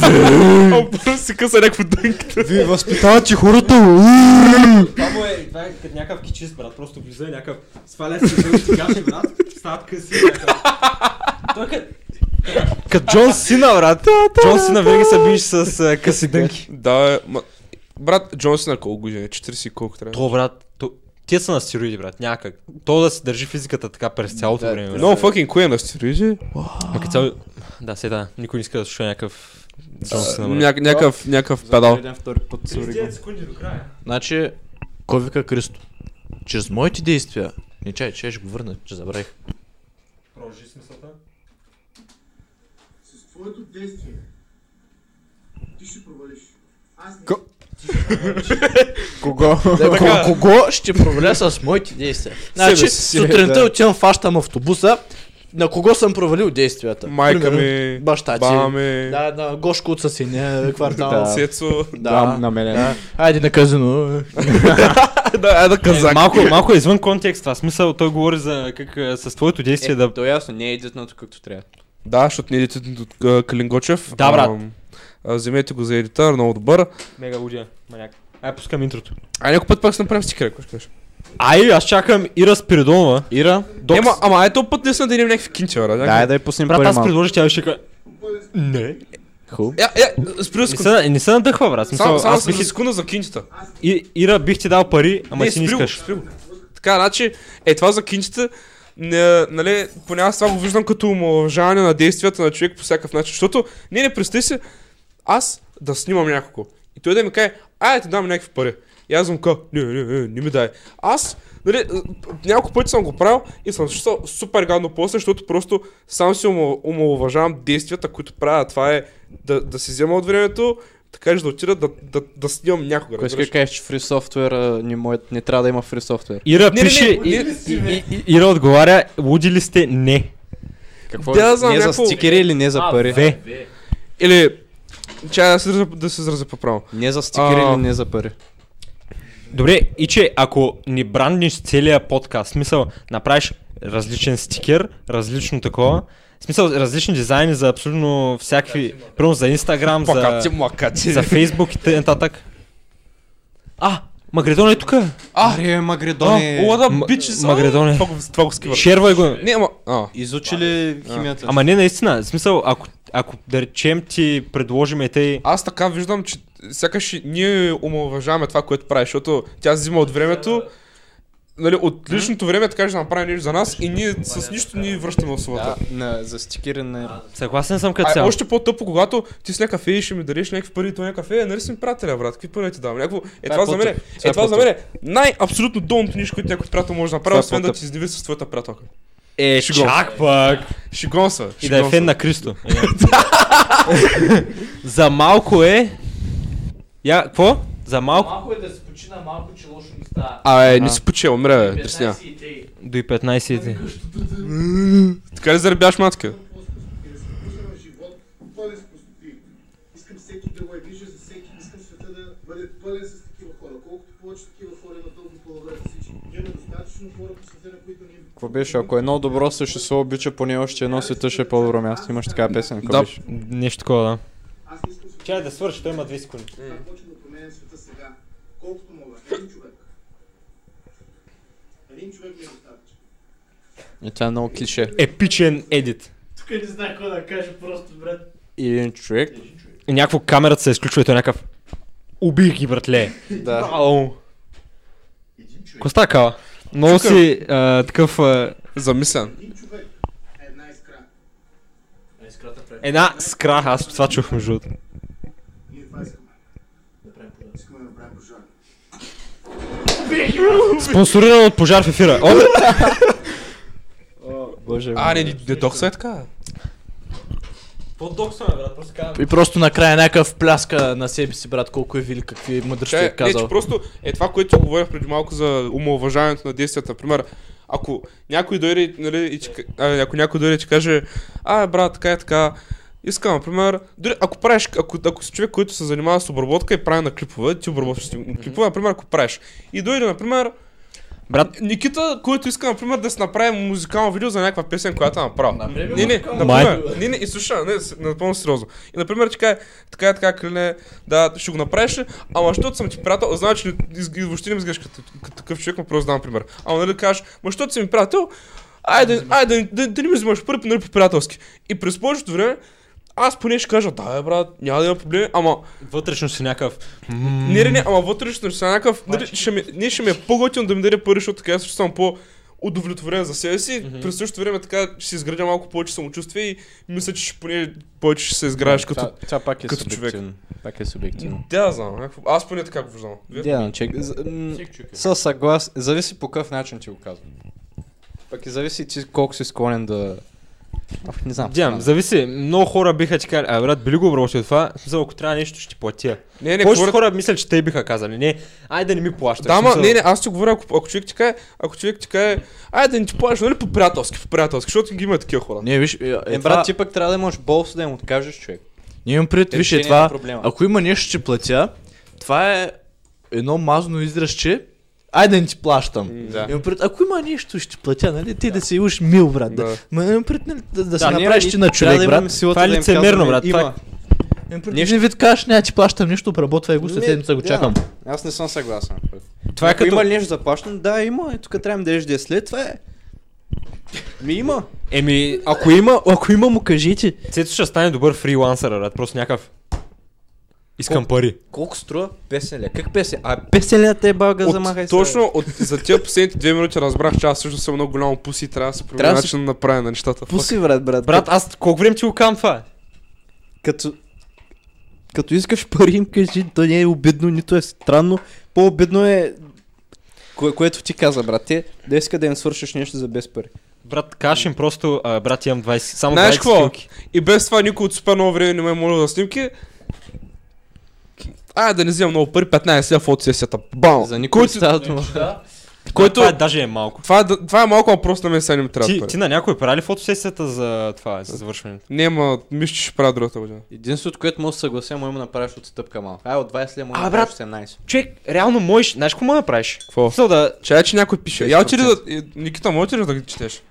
S1: Първо си къса някакво дънки.
S4: Вие възпитавате хората.
S5: Това му е, това е като някакъв кичист, брат. Просто влиза и някакъв. Сваля се, дълги гаши, брат. Стават къси. някакъв. Той като
S3: Като Джон Сина, брат. Джон Сина винаги се биш с а, къси дънки.
S1: Да, е, ма... Брат, Джон Сина колко години е? 40 и колко трябва?
S3: То, брат, то... Тия са на стероиди, брат, някак. То да си държи физиката така през цялото
S2: Да,
S3: време. е, брат.
S1: Много fucking куе на стероиди.
S3: Мака цяло... Да, се да. Никой не иска да слуша някакъв... Джон Сина, брат.
S1: Ня- Някакъв, някакъв педал.
S2: Извънреден втори път се оригам.
S5: 30 секунди до края.
S4: Значи, кой вика Кристо? Чрез моите действия. Не чай, че ще го върна, че забравих.
S5: Продължи смисълта.
S6: С твоето действие, ти ще провалиш. Аз не.
S2: Кого?
S4: Ко- Кого ще проваля с моите действия? Значи,
S1: Себе си,
S4: сутринта
S2: да.
S4: отивам, фащам автобуса, на кого съм провалил действията.
S1: Майка
S4: Примерно,
S1: ми,
S4: баща ти.
S1: баба ми, е
S4: Да, на Гошко от съседния квартал. Да.
S1: Сецо.
S4: да.
S5: на мене.
S2: Е,
S4: Да. Айде на казино.
S1: Да, е да казах.
S3: Е, малко, малко е извън контекст това. Смисъл, той говори за как а, с твоето действие
S2: Е,
S3: да...
S2: то е ясно, не е едитното както трябва.
S1: Да, защото не едите от а, Калингочев.
S3: Да, брат.
S1: Ам, а, Вземете го за едитар, много добър.
S3: Мега лудия, маняк. Ай, пускам интрото.
S1: А някой път пак ще направим стикер, ако ще кажеш.
S3: Ай, аз чакам Ира Спиридонова.
S2: Ира,
S3: Докс. е,
S1: Ема, ама ето път не съм да идем някакви кинти, брат.
S5: Дай да я пуснем
S3: Брат,
S5: първи
S3: аз
S5: малко.
S3: предложих, тя беше ка- Не.
S5: Хубаво.
S1: Я, я, спри
S3: Не
S1: се.
S3: се, не се надъхва, брат. Смисъл,
S1: Само, само
S3: аз
S1: съм
S3: бих...
S1: за
S3: из-
S1: секунда за кинтата.
S3: И, Ира, бих ти дал пари, ама ти не
S1: спри го,
S3: искаш.
S1: спри го. Така, значи, е това за кинчета, не, нали, поне аз това го виждам като омалжаване на действията на човек по всякакъв начин, защото, не, не, представи се, аз да снимам някого и той да ми каже, ай, ти дам някакви пари. И аз съм ка, не, не, не, не ми дай. Аз, нали, няколко пъти съм го правил и съм чувствал супер гадно после, защото просто сам си ома- омалуважавам действията, които правя. Това е да, да си взема от времето, така че да отида да, да, да снимам някога.
S2: кой
S1: разбираш?
S2: иска да кажеш, че фри софтуер не, може, не трябва да има фри софтуер?
S3: Ира
S1: не, не,
S3: пише...
S1: не,
S3: и- и- и- Ира отговаря, луди ли сте? Не.
S2: Какво
S1: Да,
S2: е?
S1: знам,
S2: не за
S1: някакво-
S2: стикери или не за пари?
S3: Ве.
S1: Или... Чай да се изразя, да се изразя по-право.
S2: Не за стикери
S1: А.
S2: или не за пари?
S3: Добре, и че ако ни брандиш целия подкаст, в смисъл направиш различен стикер, различно такова, в смисъл различни дизайни за абсолютно всякакви, примерно за Инстаграм, за,
S1: Плакати, млакати.
S3: за Фейсбук и т.н. А, Магредон е тук!
S2: Аре,
S1: А,
S2: Магредон
S1: what
S3: М-
S1: a bitch
S3: Магредон е.
S1: Това го, това го скива.
S3: Шервай го!
S1: Не, ама... А,
S2: Изучили химията.
S3: Ама не, наистина, в смисъл, ако, ако да речем ти предложиме тъй...
S1: аз така виждам, че сякаш и ние омалважаваме това, което прави, защото тя взима от времето, нали, от личното време, така ще направи нещо за нас и ние с нищо ни връщаме в
S2: Да,
S1: словата.
S2: на, за стикери на...
S3: Съгласен съм като
S1: А, е
S3: цяло.
S1: още по-тъпо, когато ти с някакъв кафе и ще ми дариш някакви пари, то е кафе, е, нали си ми приятеля, брат, какви пари ти давам? Някакво... Е, това,
S2: Това е
S1: за мен, е,
S2: по-тъп.
S1: е,
S2: е
S1: това за мен е най-абсолютно долното нищо, което някой приятел може да направи,
S2: Това е
S1: освен да
S2: по-тъп.
S1: ти изневи с твоята приятелка.
S3: Е,
S1: шегувам.
S3: чак пък!
S1: Шигон са.
S3: И да е
S1: шегон
S3: фен
S1: са.
S3: на Кристо. Е. За малко е... Я, какво? За малко?
S8: Малко е да се почина, малко, че лошо ми става.
S1: Абе, е, не си почи, умре, бе, тресня.
S8: 15 и тъй.
S3: До и 15-те.
S1: Така ли заребяш матка?
S6: Пускам живот, пълен с простоти. Искам всеки да го е вижда за всеки. Искам света да бъде пълен с такива хора. Колкото повече такива хора има, толкова по-добре за всички. Има достатъчно хора по света, на които ние
S2: Какво беше? Ако едно добро същество обича, поне още едно света ще е по-добро място. Имаш такава песен, какво
S1: Да.
S2: беше?
S3: Нещо такова, да.
S6: Аз искам света.
S3: Чай да свърши, той има 2 секунди.
S6: Аз почвам да променя света сега. Колкото мога. Един човек. Един човек ми е достатъчен.
S2: И това е много клише.
S3: Епичен едит.
S8: Тук не знам какво да кажа, просто брат.
S2: И един човек.
S3: И някакво камерата се изключва и той е някакъв... Убих ги, братле!
S2: Да.
S3: Ау! Коста кава. Много си а, такъв... а,
S1: Замислен.
S6: Един човек е една искра.
S3: една скра, аз това чух между другото.
S6: Ние това искаме. Искаме да направим пожар.
S3: Спонсориран от пожар в ефира. О,
S2: Боже
S1: А, не, не, не дох се е така.
S3: По-доксваме, брат, просто казвам.
S4: И просто накрая някакъв пляска на себе си, брат, колко е велик, какви мъдрости
S1: Чай,
S4: е
S1: не, че
S4: казал.
S1: просто е това, което говорих преди малко за умоуважаването на действията. Например, ако някой дойде, нали, и ти, ка- а, ако някой дойде и ти каже, а, брат, така е така, искам, например, дори ако правиш, ако, ако си човек, който се занимава с обработка и прави на клипове, ти обработваш си- клипове, например, ако правиш. И дойде, например,
S3: Брат.
S1: Никита, който иска, например, да си направи музикално видео за някаква песен, която е направил. Не, не,
S3: Май.
S1: например, не, не, и слушай, не, с- напълно сериозно. И, например, ти кае, така, и така, Крине, да, ще го направиш, ли? ама защото съм ти приятел, значи че не- изг- въобще не ми изглеждаш като, като такъв човек, му просто дам пример. Ама нали кажеш, ма защото си ми приятел, айде, айде, да, да, не ми взимаш първи, нали по-приятелски. И през повечето време, аз поне ще кажа, да, бе, брат, няма да има проблеми, ама
S3: Вътрешно си някакъв...
S1: не, не, не, ама вътрешно ще съм някакъв. Нали, ще ми, не, ще ми е по-готино да ми даде пари, защото така аз ще съм по удовлетворен за себе си. През същото време така ще си изградя малко повече самочувствие и мисля, че ще поне повече ще се изграждаш като...
S2: Това, това пак е
S1: като
S2: субективно. Пак е субективно.
S1: Да, знам. Някакво... Аз поне така го виждам. Вие?
S2: Дядам, чек. з- м, Със съглас. Зависи по какъв начин ти го казвам. Пак и зависи ти колко си склонен да Ох, не знам.
S3: Дям, зависи. Много хора биха ти казали, а брат, били го обработил това, в смисъл, ако трябва нещо, ще ти платя.
S1: Не, не,
S3: Повечето
S1: говоря...
S3: хора мислят, че те биха казали, не, айде да не ми плащаш.
S1: Да,
S3: в
S1: ма,
S3: смисъл,
S1: не, не, аз ти говоря, ако, ако човек ти каже, ако човек ти каже, айде да не ти плащаш, нали по-приятелски, по-приятелски, защото ги има такива хора.
S4: Не, виж, е,
S2: Е,
S4: е, това-
S2: брат, ти пък трябва да имаш болс да им откажеш, човек.
S4: Не имам пред, виж, е
S2: Решение
S4: това,
S2: на проблема.
S4: ако има нещо, че платя, това е едно мазно изразче, айде да не ти плащам.
S1: Да.
S4: Имам пред, ако има нещо, ще платя, нали, ти да си уж мил, брат. Да.
S1: Да.
S4: Ма имам пред, нали, да, да, се
S2: ние-
S4: направиш ти
S2: трябва
S4: на човек,
S2: да имаме
S4: брат.
S2: силата
S3: Това е
S2: да им
S3: лицемерно,
S2: казваме,
S3: брат, това е-
S2: Има.
S4: Имам пред,
S2: Нещо-
S4: нещо... ви кажеш, няма ти плащам нищо, обработвай го, след
S2: Ми,
S4: седмица го
S2: да.
S4: чакам.
S2: Аз не съм съгласен. пък.
S3: Това е
S2: Ако
S3: като...
S2: има ли нещо заплащано, да, има. Е, тук трябва да дадеш 10 след, това е. Ми има.
S3: Еми,
S2: Ако има, ако има, му кажете.
S3: Цето ще стане добър фрилансър, брат, просто някакъв... Искам пари.
S2: Колко струва песеля? Как песен? А песенята е бага за махай
S1: От, точно от, за тия последните две минути разбрах, че аз също съм много голям пуси и трябва да се променя
S2: Трябва да си-
S1: начин да направя на нещата.
S2: Пуси, брат, брат.
S3: Брат, аз колко време ти го кам това?
S2: като... Като искаш пари им кажи, то не е обидно, нито е странно. По-обидно е... Кое, което ти каза, брат. Те да иска да им свършиш нещо за без пари.
S3: Брат, кажеш им просто, а, брат, имам 20, само
S1: Знаеш
S3: 20
S1: какво?
S3: стилки.
S1: И без това никой от супер много време не ме е молил за снимки. А, да не взимам много пари, 15 лева фотосесията. Бам!
S2: За никой не
S1: Който-
S2: става дума.
S1: Който...
S3: Това е даже е малко.
S1: Това, е д- това е малко въпрос на мен, сега не ми трябва
S3: Ти,
S1: пари.
S3: ти на някой прави ли фотосесията за това, за завършването?
S1: Няма, мисля, че ще правя другата година.
S2: Единственото, което мога да се съглася, е му има направиш отстъпка малко. Ай, от 20 лева му
S3: А,
S2: направиш 18.
S3: Човек, реално можеш, знаеш какво мога да правиш?
S1: Какво?
S3: Мисъл да,
S1: Чай, че някой пише. Я отиде да... е, Никита, може ли да ги четеш?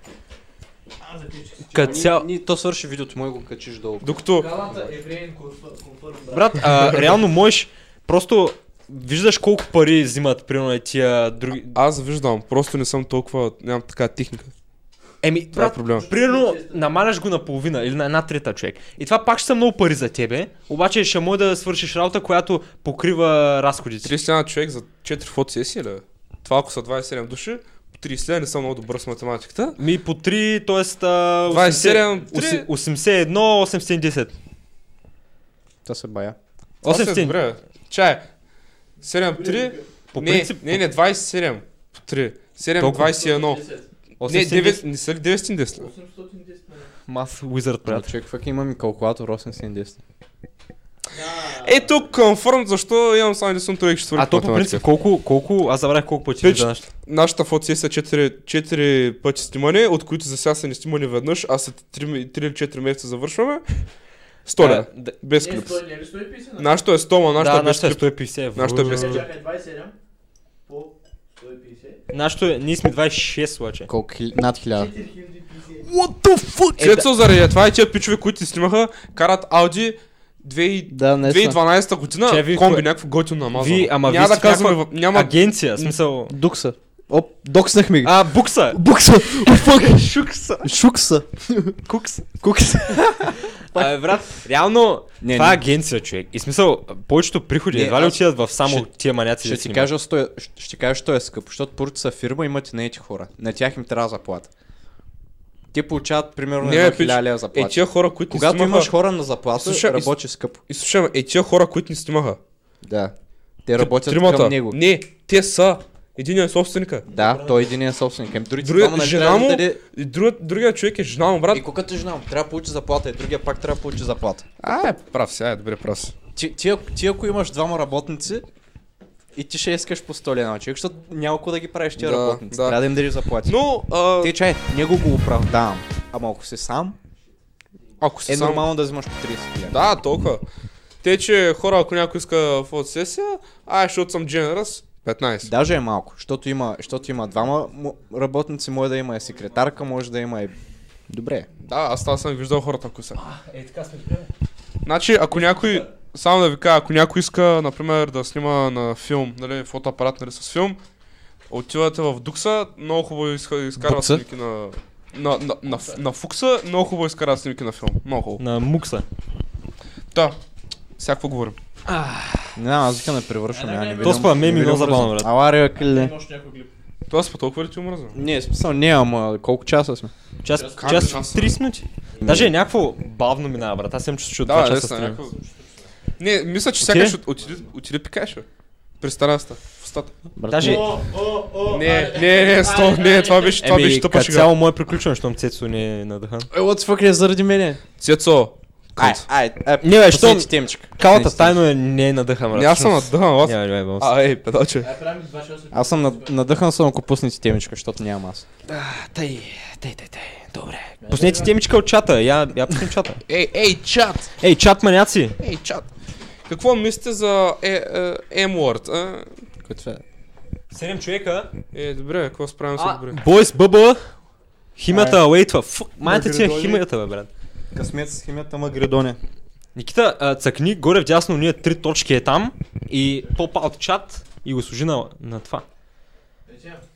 S8: Аз запичих.
S3: като Е, цял...
S2: Ами, Ни, ни, то свърши видеото, му и го качиш долу.
S1: Докато...
S8: Галата евреин конфър- конфърм, брат.
S3: Брат, а, реално можеш, просто виждаш колко пари взимат, примерно, и тия други...
S1: Аз виждам, просто не съм толкова... Нямам така техника.
S3: Еми,
S1: Това е
S3: брат,
S1: проблема.
S3: Примерно, намаляш го на половина или на една трета човек. И това пак ще са много пари за тебе, обаче ще може да свършиш работа, която покрива разходите.
S1: 30 лена човек за 4 фотосесии, ли? Това ако са 27 души, 30 лена не съм много добър с математиката.
S3: Ми по 3, т.е.
S1: 27,
S3: 87,
S1: 3.
S3: 81, 810.
S2: Та се бая.
S3: 810.
S1: е Добре. Чай. 7-3.
S3: По
S1: не,
S3: принцип,
S1: не, не, 27. 3. 7,
S3: Толкова.
S1: 21. Не, 9, не са ли 910? лева?
S8: 810 ме.
S3: Мас Wizard, брат.
S2: Човек, фак е, има ми калкулатор 870.
S1: Е, тук конформ, защо имам само единствено човек четвърти.
S3: А то по принцип, колко, колко, аз забравях колко пъти
S1: Пич.
S3: да нашата.
S1: Нашата фотосесия 4, 4 пъти снимане, от които за сега са ни снимани веднъж, а след 3, 3 или 4 месеца завършваме. 100 лева.
S3: Да,
S1: Без
S8: Не,
S1: клипс.
S8: 100 лева, 150 на-
S1: Нашето е 100, ма нашето
S3: да,
S1: е без
S3: нашата е
S1: клипс.
S3: 150 евро.
S1: Нашата е без клипс.
S8: Чакай, 27 по 150.
S3: Нашето е, ние сме 26 лъче.
S2: Колко? хил- Над 1000.
S8: 4050.
S2: Е,
S3: Е,
S1: След са заради това и тия пичове, които ти снимаха, карат Ауди 2000
S2: Да, не са.
S1: 2012 година
S3: Че, вие
S1: комби
S3: кое-
S1: някакво готино намазано.
S3: Ви,
S1: няма
S3: ама вие
S1: да
S3: сте
S1: казваме,
S3: някаква
S1: в- няма
S3: Агенция, в смисъл.
S2: Дукса. Оп, докснахме ги.
S3: А, букса!
S2: Букса! О, фак!
S3: Шукса!
S2: Шукса!
S3: Кукс!
S2: Кукса!
S3: Абе, брат, реално,
S2: Не,
S3: това
S2: не.
S3: е агенция, човек. И смисъл, повечето приходи
S2: Не,
S3: едва ли
S2: аз-
S3: отиват в само
S2: ще-
S3: тия маняци
S2: Ще
S3: да
S2: ти
S3: снимат.
S2: кажа, що е, ще- ще ти кажа, що е скъпо, защото първо са фирма, имат и наети хора. На тях им трябва заплата. Те получават примерно
S1: Не,
S2: едно
S1: пич,
S2: 1000 лева заплата.
S1: Е, тия хора, които ни
S2: Когато
S1: снимаха...
S2: имаш хора на заплата,
S1: Слушай, и с-
S2: работи скъпо.
S1: И слушай, е, тия хора, които ни снимаха.
S2: Да. Те работят
S1: Тримата.
S2: към него.
S1: Не, те са. Един е собственика.
S2: Да, той е един е собственик. Ем, другите
S1: Другия,
S2: двама, нали,
S1: жена
S2: трябва да
S1: му,
S2: даде-
S1: и друга, другия човек е жена му, брат.
S2: И куката жена му трябва да получи заплата, и другия пак трябва да получи заплата.
S1: А, е, прав си, е, добре, прав си.
S2: Ти, ти, ако- ти ако имаш двама работници, и ти ще искаш по 100 лена, човек, защото няма какво да ги правиш тия
S1: Да,
S2: работници.
S1: да.
S2: Трябва да им дадеш заплати.
S1: Но, а,
S2: Те чай, него го оправдавам. Ама ако си сам,
S1: ако си
S2: е
S1: сам...
S2: нормално да взимаш по 30 лена.
S1: Да, толкова. Те, че хора, ако някой иска фотосесия, а, защото съм generous, 15.
S2: Даже е малко, защото има, защото има двама му- работници, може да има и секретарка, може да има и... Добре.
S1: Да, аз това съм виждал хората, ако са. Е, така сме Значи, ако някой, само да ви кажа, ако някой иска, например, да снима на филм, нали, фотоапарат, нали, с филм, отивате в Дукса, много хубаво изка- изкарват
S2: Дукса?
S1: снимки на... На, на, на, ф- на Фукса много хубаво изкарат снимки на филм. Много хубаво.
S3: На мукса.
S1: Да. Всяко говорим.
S2: Не знам, аз вика не превършвам, я Е, не видям.
S3: Тоспа, ме ми
S2: не видям
S3: много забавно,
S2: връзка.
S3: брат.
S2: Ала, рева, кили.
S8: Имаш някой клип.
S1: Това са по толкова ли ти омръзвам?
S2: Не, смисъл, не, ама колко часа сме?
S3: Час,
S1: Как
S3: час,
S1: час,
S3: 30 минути. Даже е някакво бавно минава, брат. Аз имам чувство, че от 2
S1: Да, е да,
S3: часа
S1: са
S3: стрим.
S1: някакво. Не, мисля, че
S3: Отиде?
S1: сякаш от- отиде, отиде пикаеш, бе. При стараста. В чистотата.
S3: Даже
S8: О, о, о,
S1: Не,
S8: айде,
S1: не, не,
S8: айде,
S1: стоп,
S8: айде,
S1: не, това
S8: айде.
S1: беше, това беше тъпа шега.
S3: мое приключване, щом Цецо не е надъхан.
S2: Е, what the fuck е заради мене?
S1: Цецо,
S2: Ай,
S1: кънт.
S2: ай, ай,
S3: Не, бе, щом
S2: посети темчик.
S3: калата тайно е, не е надъхан, брат.
S1: Не, аз съм
S3: Всъщност-
S1: надъхан, аз.
S3: Няма, е няма, няма.
S1: А, ей, педаче.
S8: Ай, правим 28.
S2: Аз съм над- надъхан съм, ако пуснете темичка, защото нямам аз.
S3: Тъй, тъй, тъй, тъй. Добре. Пуснете темичка от чата. Я, я пуснем чата.
S1: Ей, ей, чат!
S3: Ей, чат маняци.
S1: Ей, чат! Какво мислите за е, е, M-word? а?
S2: е?
S3: Седем човека.
S1: Е, добре, какво справим се
S3: А,
S1: добре?
S3: Бойс Бъба. Химията уейтва. Фу, майната ти е химията, бе, брат.
S2: Късмет с химията Магридоне.
S3: Никита, а, цъкни горе в дясно, ние три точки е там и поп-аут чат и го сложи на, на това.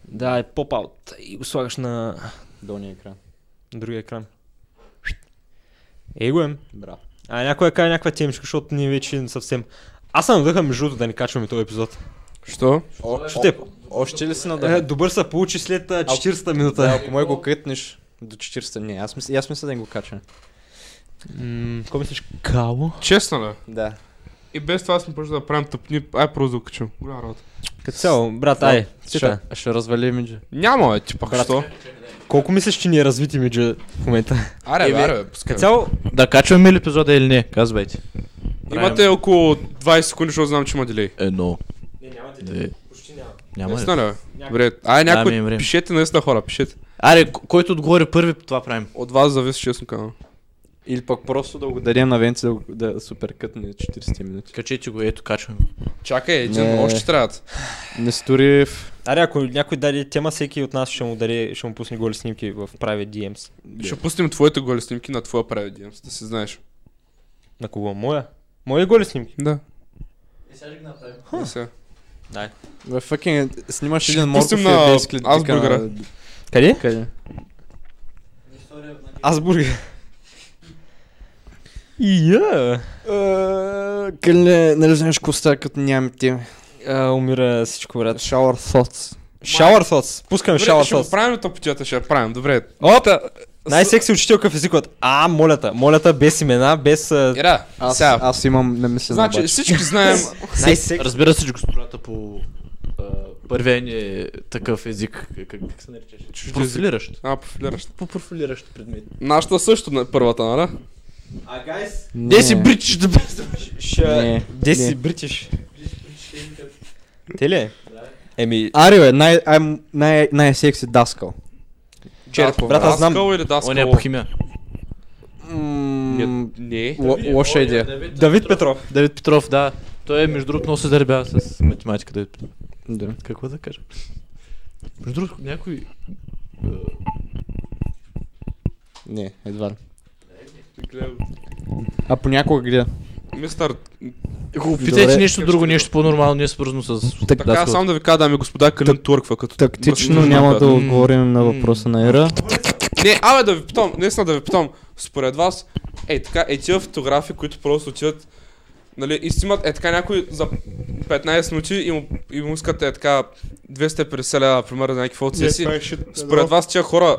S3: Да, е поп-аут и го слагаш на
S2: Долния екран.
S3: на другия екран. Ей го е.
S2: Браво.
S3: А някой да каже някаква темичка, защото ние вече съвсем... Аз съм надъхам между другото да не качваме този епизод.
S1: Що?
S3: Ще те...
S2: Още ли си
S3: Е,
S2: надъхан?
S3: добър се получи след а, 40-та
S2: Да,
S3: минута.
S2: ако мой го кътнеш до 40, не, аз мисля, аз мисля да не го кача.
S3: М, Какво мислиш? Кало?
S1: Честно ли?
S2: Да.
S1: И без това сме почнали да правим тъпни, ай просто да го качим. Голяма работа.
S3: Като цяло, брат, ай,
S2: Ще,
S3: чета.
S2: ще развали имиджа.
S1: Няма, е, ти пак
S3: Брат.
S1: що?
S3: Колко мислиш, че ни е развити меджа в момента?
S1: Аре, бе,
S2: Еми,
S1: аре, бе, пускай.
S3: Като цяло,
S4: Да качваме ли епизода или не? Казвайте.
S1: Имате около 20 секунди, защото знам, че има делей.
S4: Едно.
S3: Не, няма да
S4: Две.
S3: Почти няма.
S4: Няма ли?
S1: Наистина ли? бе? Добре, ай
S4: ми е
S1: някой,
S4: време.
S1: пишете наистина хора, пишете.
S4: Аре, к- който отговори първи, това правим.
S1: От вас зависи, честно казвам.
S2: Или пък просто да го дадем на Венци да, го- да супер кътне 40 минути.
S4: Качете го, ето качваме.
S1: Чакай,
S2: Не.
S1: един, още трябват.
S2: Несториев.
S3: Аре, ако някой даде тема, всеки от нас ще му, даде, ще му пусне голи снимки в private DMs.
S1: Ще пуснем твоите голи снимки на твоя прави DMs, да си знаеш.
S3: На кого? Моя? Мои голи снимки?
S1: Да.
S8: И Е, сега ще ги направим.
S1: да сега.
S2: Бе, факен, снимаш
S1: Ще
S2: един
S1: го
S2: морков
S1: пуснем
S2: и
S1: на
S2: на... клетка
S1: Азбургера.
S2: на...
S3: Къде?
S2: Къде?
S8: История в Нагия.
S3: Аз бургер. Я.
S2: Къде, нали знаеш какво става като нямам теми?
S3: А, Умира всичко, брат.
S2: Shower thoughts.
S3: Shower thoughts. Пускам
S1: Добре,
S3: shower
S1: ще го
S3: thoughts.
S1: правим тъпотията, ще я правим, добре.
S3: Опа! Най-секси учителка в езикът. А, молята. Молята без имена, без... а,
S1: Ера,
S2: Аз,
S1: сега.
S2: аз имам намислено
S1: Значи
S2: обаче.
S1: всички знаем,
S3: Най-секси...
S4: Разбира се, че господата по а, първия ни е такъв език, как, как се наричаш? Профилиращ.
S1: а профилираш.
S4: По профилиращ предмет.
S1: Нашата също на първата, нали?
S5: А, гайс,
S2: Не.
S4: Де си бричиш да
S2: Не,
S3: Ще... Де
S2: не.
S3: си бритиш? Те ли? е? Еми...
S2: Ари, бе, е, най, ай, най, най-секси Даскал.
S1: Черпо.
S3: брат, аз знам.
S1: Даскал или
S4: Он е
S1: Даскал?
S4: по химия.
S2: М,
S1: Не.
S2: ло- Лоша идея.
S3: Давид Петров.
S4: Давид Петров, да. Той е между другото много се заребява с математика. Давид Петров.
S2: Да.
S4: Какво да кажа? Между другото, някой... а,
S2: Не, едва ли. А понякога гледа.
S1: Мистър,
S4: Го питайте
S2: Добре.
S4: нещо друго, нещо по-нормално, не е свързано с...
S1: така само да ви кажа, дами и господа, Калин Турква като...
S2: Тактично
S1: мъж-
S2: няма да
S1: мъж-
S2: отговорим на въпроса на Ера.
S1: Не, абе да ви питам, наистина да ви питам, според вас, е така, е тия фотографи, които просто отиват, нали, и снимат е така някой за 15 минути и му, и му искат е така 250 лева, примерно, за някакви фотосесии. Според вас тия хора,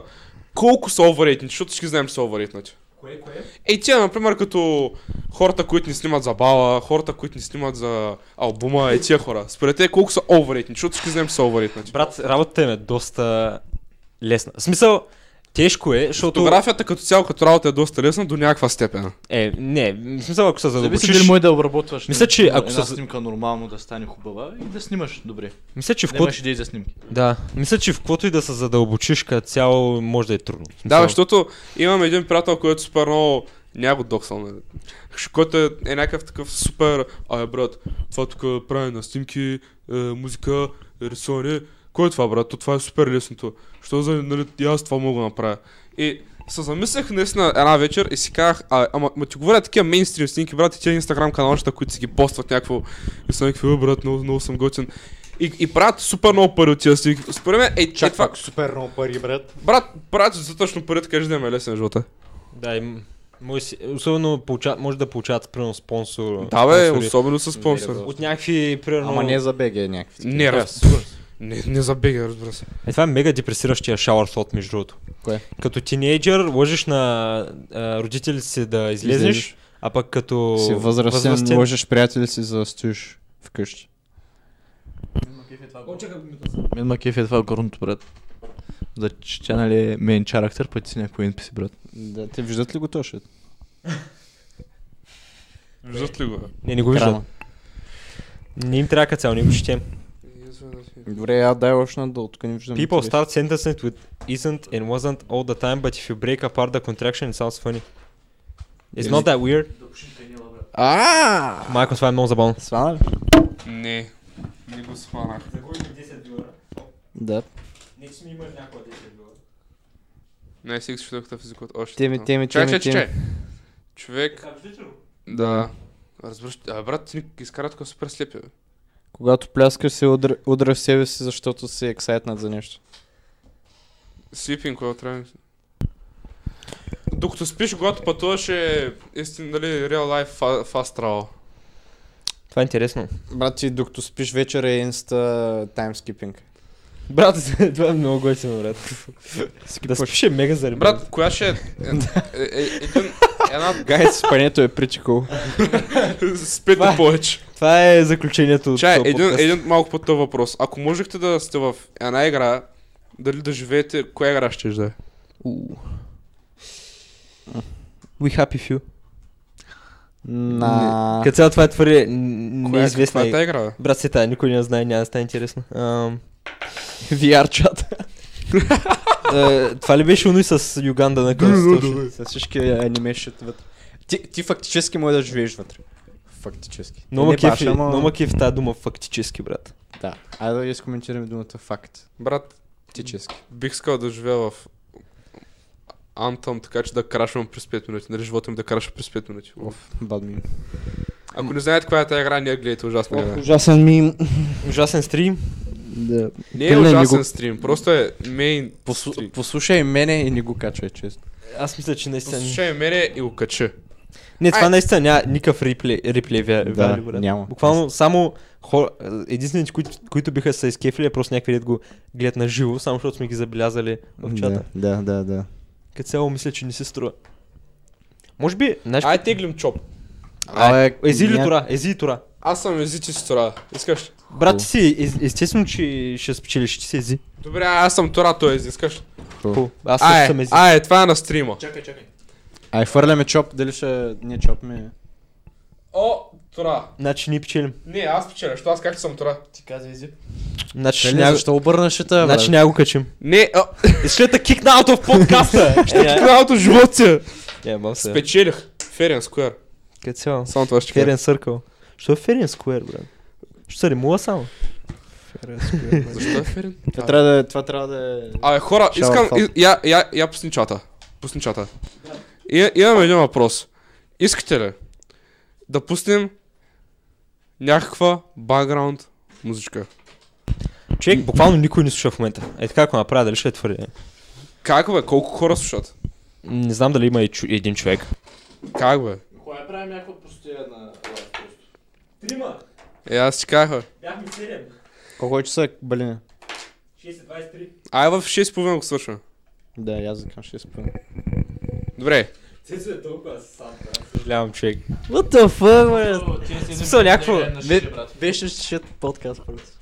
S1: колко са overrated, защото всички знаем, че са overrated. значи.
S5: Кое, кое?
S1: Ей, тия, например, като хората, които ни снимат за бала, хората, които ни снимат за албума, е тия хора. Според те колко са overrated, защото всички знаем, че са overrated. значи.
S3: Брат, работата им е доста лесна. В смисъл, тежко е, защото...
S1: Фотографията като цяло, като работа е доста лесна до някаква степен.
S3: Е, не, в смисъл, ако се
S4: Зависи
S3: задълбочиш...
S4: дали е- може да обработваш. нали,
S3: Мисля, че
S4: една-
S3: ако
S4: една
S3: с-
S4: снимка нормално да стане хубава и да снимаш добре.
S3: Мисля, че в квото...
S4: Нямаш идеи за снимки.
S3: Да, мисля, че в каквото и да се задълбочиш като цяло, може да е трудно. В
S1: Да,
S3: смисъл,
S1: защото имам един приятел, който е супер много няма го доксал, нали? Който е, е някакъв такъв супер, а е брат, това тук прави на снимки, е, музика, рисуване. Кой е това, брат? То това е супер лесното. Що за, нали, и аз това мога да направя. И се замислях наистина една вечер и си казах, а, ама ма ти говоря такива мейнстрим снимки, брат, и тия инстаграм каналчета, които си ги постват някакво и са някакви, «Е, брат, много, много съм готин. И, и правят супер много пари от тия снимки. Според мен, е, е това,
S2: Супер много пари, брат.
S1: Брат, брат, достатъчно пари, така че да ме лесен живота.
S3: Да, и... м- Може, си- особено получа, може да получават, примерно, спонсор.
S1: Да, бе,
S3: спонсори
S1: особено с спонсор.
S3: От някакви, примерно...
S2: Ама не за БГ някакви.
S1: Не,
S3: Да,
S1: раз.
S3: сигурно.
S1: Не, не забега, разбира се.
S3: Е, това е мега депресиращия shower thought, между другото.
S2: Кое?
S3: Като тинейджър лъжеш на а, родителите си да излезеш,
S2: Излезеш.
S3: а пък като
S2: Си възрастен,
S3: възрастен
S2: лъжеш приятели си за да стоиш вкъщи.
S8: това.
S5: О,
S8: го.
S5: чакай минута сега.
S4: Мен ма кеф е това горното, брат. За че тя, нали, мейн чарактер, пъти си някой NPC, брат.
S2: Да, те виждат ли го то шит?
S1: Виждат ли го?
S3: Не, не го виждам. Не им трябва цял, не го четем.
S2: Добре, я дай още надолу, тук не виждам.
S3: People start sentences with isn't and wasn't all the time, but if you break apart the contraction, it sounds funny. It's not that weird.
S2: А!
S3: Майко, това е много забавно.
S2: Свана ли?
S1: Не. Не го схванах.
S3: За кой 10 долара?
S2: Да.
S3: Не, че ми има някоя 10 долара.
S1: Не, сега четвъртата физика от още.
S2: Теми,
S1: там.
S2: теми,
S1: Чай,
S2: теми,
S1: чай, чай,
S2: теми.
S1: чай. Човек, да. Разбираш, а брат, ти ни изкара тук супер слепи, бе.
S2: Когато пляскаш се удра, удра в себе си, защото си ексайтнат за нещо.
S1: Свипинг, когато трябва. Докато спиш, когато пътуваш е истин, нали, реал лайф фаст travel.
S3: Това е интересно.
S2: Брат, ти докато спиш вечер е инста таймскипинг.
S3: Брат, това е много готино, брат. да спише
S2: е
S3: мега заребен.
S1: Брат, коя ще е... е- е- е- един- Една...
S2: Гайд, спането е pretty cool.
S1: Спите
S3: Това е-
S1: повече.
S3: това е заключението от
S1: Чай,
S3: този
S1: един,
S3: подкаст.
S1: един малко път този въпрос. Ако можехте да сте в една игра, дали да живеете, коя игра ще да е?
S3: We happy few.
S2: На...
S3: Като цяло това е твърде н-
S1: Коя е-
S3: неизвестна
S1: каква е
S3: игра.
S1: тази игра? бе?
S3: Брат, се тая, никой не знае, няма да стане интересно. Ам,
S2: VR чат.
S3: е, това ли беше оно и с Юганда на Кръст?
S2: С всички анимеши вътре. Ти, ти фактически може да живееш вътре. Фактически.
S3: Но
S2: Не
S3: ма
S2: баш,
S3: кефи,
S2: ама-
S3: но ма кефи тази дума фактически, брат.
S2: Да. Айде да изкоментираме думата факт.
S1: Брат,
S2: Фактически.
S1: бих искал да живея в Anthem, така че да крашвам през 5 минути. Нали живота ми да краша през 5 минути. Оф.
S2: Бадмин.
S1: Ако не знаете коя е тази игра, не я гледайте ужасна игра.
S7: Ужасен мим.
S3: Ужасен стрим.
S7: Да.
S1: Не е
S7: Пиле, не
S1: ужасен
S7: го-
S1: стрим, просто е мейн стрим.
S2: Послушай мене и не го качвай, честно.
S3: Аз мисля, че наистина...
S1: Послушай мене и го качи.
S3: Не, това
S1: Ай.
S3: наистина няма никакъв реплей, реплей вя,
S2: Да,
S3: value, брат.
S2: няма.
S3: Буквално само хора, единствените, които, които биха се изкефили, е просто някакви дет го гледат на живо, само защото сме ги забелязали в чата.
S2: Да, да, да.
S3: Като цяло мисля, че не се струва. Може би, знаеш...
S1: Ай теглим чоп.
S2: Абе,
S3: Ези ли
S2: ня-
S3: тура? Ези и тура.
S1: Аз съм езичи с Тора. Искаш? ли?
S3: Брат, ти си, е, естествено, че ще спечелиш, ти си ези.
S1: Добре, аз съм Тора, той ези. Искаш? ли?
S3: Хубаво. Аз също
S1: Ай,
S3: съм ези.
S1: ай, това е на стрима.
S8: Чакай, чакай.
S2: Ай, фърляме чоп, дали ще... Не чоп ми.
S1: О, Тора.
S3: Значи ние печелим.
S1: Не, аз печеля, що аз как съм Тора?
S8: Ти каза език.
S3: Значи ще
S2: Чели,
S3: ня...
S2: защо обърнаш шита, брат?
S3: Значи няма го качим.
S1: Не, а,
S3: Ще те кикна out of подкаста. Ще кикна
S1: кралото живот си. е.
S3: Я Е, бам се.
S1: Спечелих. Ферен Скуер.
S3: Като цяло.
S1: Само това ще кажа.
S3: Ферен Съркъл. Що е Ферен Скуер, брат? Ще се ремува само.
S1: Защо е Ферен?
S2: Това трябва да, е- това трябва да е...
S1: Абе, хора,
S2: Шава
S1: искам...
S2: фал.
S1: и- Я, я, я пусни чата. Пусни чата. И, имам един въпрос. Искате ли да пуснем някаква бакграунд музичка?
S3: Човек, буквално никой не слуша в момента. Е така, ако направя, дали ще е твърде.
S1: Как бе? Колко хора слушат?
S3: Не знам дали има и чу- един човек.
S1: Как бе?
S8: Кога правим някаква простия на...
S5: Трима!
S1: Е, аз ти казах бе.
S5: Бяхме 7.
S2: Колко е часа, Балина?
S5: 6.23.
S1: Ай, в 6.30 го свършваме.
S2: Да, аз за към ще спомня.
S1: Добре.
S5: Цецо е толкова сам.
S3: Съжалявам, човек.
S7: What the fuck, бе?
S3: Смисъл, някакво-
S2: Беше shit подкаст, брат.
S3: Се-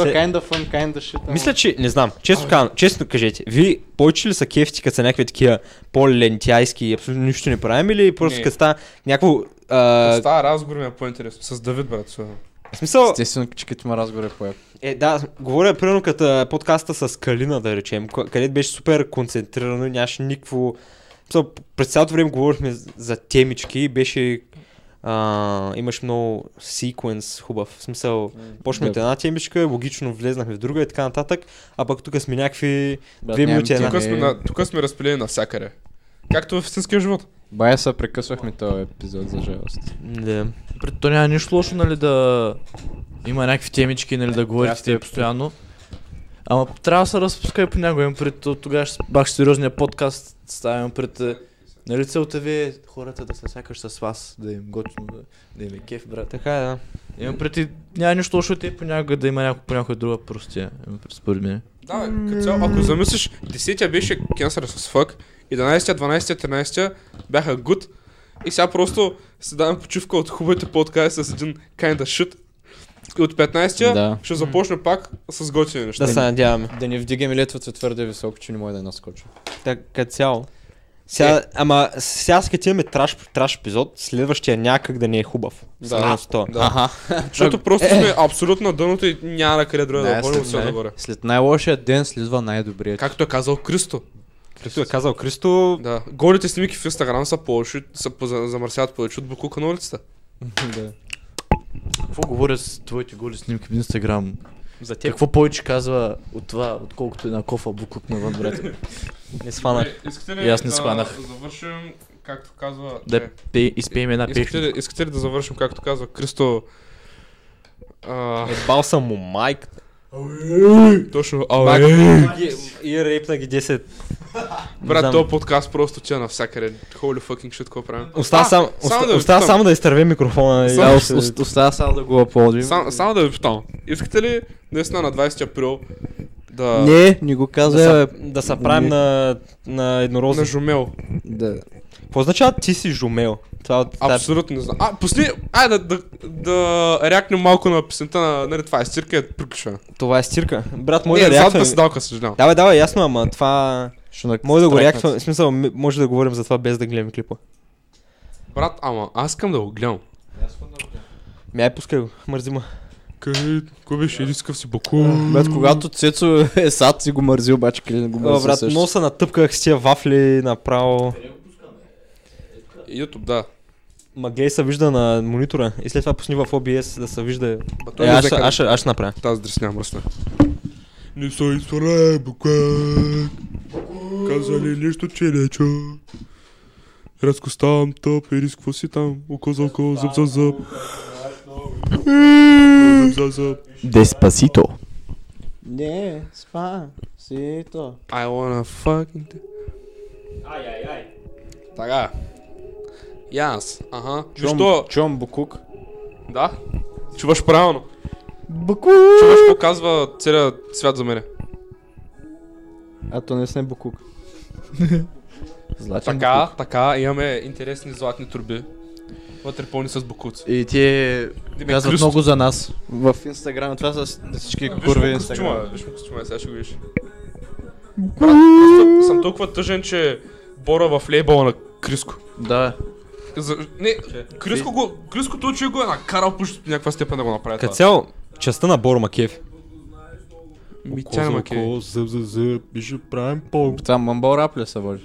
S2: So, kind of fun, kind of shit. ама-
S3: Мисля, че не знам. Честно, казвам, честно кажете, ви повече ли са кефти, като са някакви такива по-лентяйски и абсолютно нищо не правим или просто
S1: Не.
S3: като ста някакво... А,
S1: Става разговор ми е по-интересно. С Давид, брат. особено.
S3: в смисъл,
S2: Естествено, че като има разговор е по
S3: е, да, говоря примерно като а, подкаста с Калина, да речем, ко- където беше супер концентрирано, нямаше никакво... в смисъл, През цялото време говорихме за темички, беше... А, имаш много секвенс хубав. В смисъл, почнахме от
S2: да.
S3: една темичка, логично влезнахме в друга и така нататък, а пък тук сме някакви...
S2: Брат,
S3: Две
S2: нямам
S3: минути, една.
S2: тема.
S1: Тук сме, на, тук сме разпилени навсякъде. Както в истинския живот.
S2: Бая се прекъсвахме този епизод за жалост.
S3: Да.
S4: Пред то няма нищо лошо, нали, да има някакви темички, нали, да говорите те постоянно. Ама трябва да се разпуска и понякога, имам пред то- тогава ще бах сериозния подкаст, ставям пред... е, Нали целта ви е хората да се сякаш с вас, да им готино, да, да им е кеф, брат.
S3: Така е, да.
S4: Имам пред и няма нищо лошо те понякога да има някой по някоя друга простия, имам пред според мен.
S1: Да, бе, като цяло, ако замислиш, 10-тия беше Cancer с fuck, 11-тия, 12-тия, 13-тия бяха good. И сега просто си давам почивка от хубавите подкасти с един kind of shit. от 15-я
S2: Да.
S1: ще започна пак с готини неща.
S3: Да се надяваме.
S2: Да не вдигаме летвата твърде високо, че не може да наскочи.
S3: Така цяло. Сега, ама сега скатираме траш, траш епизод, следващия някак да не е хубав.
S2: Да.
S3: Да. С това.
S2: Аха.
S1: Защото просто сме абсолютно на дъното и няма на къде друго да
S2: Не,
S1: ходим от
S2: след,
S1: сега нагоре.
S2: най- след най-лошия ден следва най-добрият.
S1: Както е казал Кристо.
S3: Като е казал Кристо,
S1: Да. Голите снимки в Инстаграм са повече, са поза- замърсяват повече от буклука на улицата.
S2: да.
S4: Какво говоря с твоите голи снимки в Инстаграм?
S3: за теб
S4: Какво повече казва от това, отколкото една кофа буклук навън, брат?
S3: не схвана.
S1: Искате
S4: И аз не да схванах.
S1: завършим, както казва...
S4: да пе, изпеем една
S1: искате,
S4: песен.
S1: ли, искате ли да завършим, както казва Кристо... А,
S3: Ебал съм му майк.
S1: точно,
S3: Пак
S1: ауе.
S3: ги- и рейпна ги 10. Не
S1: Брат,
S3: знам.
S1: този подкаст просто тя е навсякъде. Holy fucking shit, какво правим?
S3: Остава
S1: А,
S3: само,
S1: само да
S3: оста,
S1: ви
S3: остава
S1: питам.
S3: само да изтърве микрофона. и-
S4: Да, ос- ос- остава само да го аплодим.
S1: Сам, само да ви питам. Искате ли наистина на 20 април да... Ами-
S7: Не, не го
S3: да,
S7: каза.
S3: са, да са правим на, на еднорози.
S1: На жумел.
S7: Да.
S3: Какво означава ти си жумел? Това от тази...
S1: Абсолютно не знам. А, пусни, айде да, да, да реакнем малко на песента на, нали, това е стирка и е приключване.
S3: Това е стирка. Брат,
S1: Мой
S3: може
S1: е,
S3: да
S1: задната
S3: реактваме.
S1: седалка, съжалявам.
S3: Давай, давай, ясно, ама това...
S2: Ще на...
S3: Може да го
S2: страхнат.
S3: реактваме. В смисъл, м- може да говорим за това без да гледам клипа.
S1: Брат, ама аз искам да го гледам.
S3: Ми, ай, пускай го. Мързи ма.
S1: Къде, кой беше рискав си баку?
S7: Брат, когато Цецо е сад, си го мързи, обаче къде не го
S3: О,
S7: мързи
S3: брат,
S7: също.
S3: много се натъпках с тия вафли направо.
S1: Ютуб, да.
S3: Ма гей се вижда на монитора и след това пусни в OBS да се вижда.
S1: Ба, той
S3: Е,
S1: не
S3: аз,
S1: взе
S3: ще-
S1: къде.
S3: аз, ще- аз ще направя.
S1: Тази дресня мръсна. Не се изсварай, буквак. Казали нищо, че не чу. Рязко ставам топ и рискво си там. Око за око, зъб за зъб. Зъб за зъб.
S4: Деспасито.
S7: Не, спа. Си то.
S1: I wanna fucking... do-
S5: Ай, ай, ай.
S1: Така. И аз. Ага.
S2: Чувам-
S1: Защо?
S2: Чувам Букук.
S1: Да. Чуваш правилно.
S7: Буку!
S1: Чуваш показва целият свят за мене.
S7: А то не сме Букук.
S4: Златен
S1: Така, така, имаме интересни златни турби. Вътре пълни с бокуци.
S4: И те казват
S1: Кръст.
S4: много за нас.
S2: В Инстаграм, това са всички
S1: Виж
S2: курви
S1: му костюма,
S2: Инстаграм.
S1: виж му костюма, сега ще го видиш. Брат, просто съм толкова тъжен, че бора в лейбъла на Криско.
S4: Да.
S1: За... Не, Криско го, Криско той че го е накарал по по някаква степен да го направи
S3: Като
S1: това.
S3: цяло, частта на Боро Макев.
S1: Ми тя не макей.
S4: зъб за зъб, и ще правим по...
S2: Това мамбал рап ли са, боже?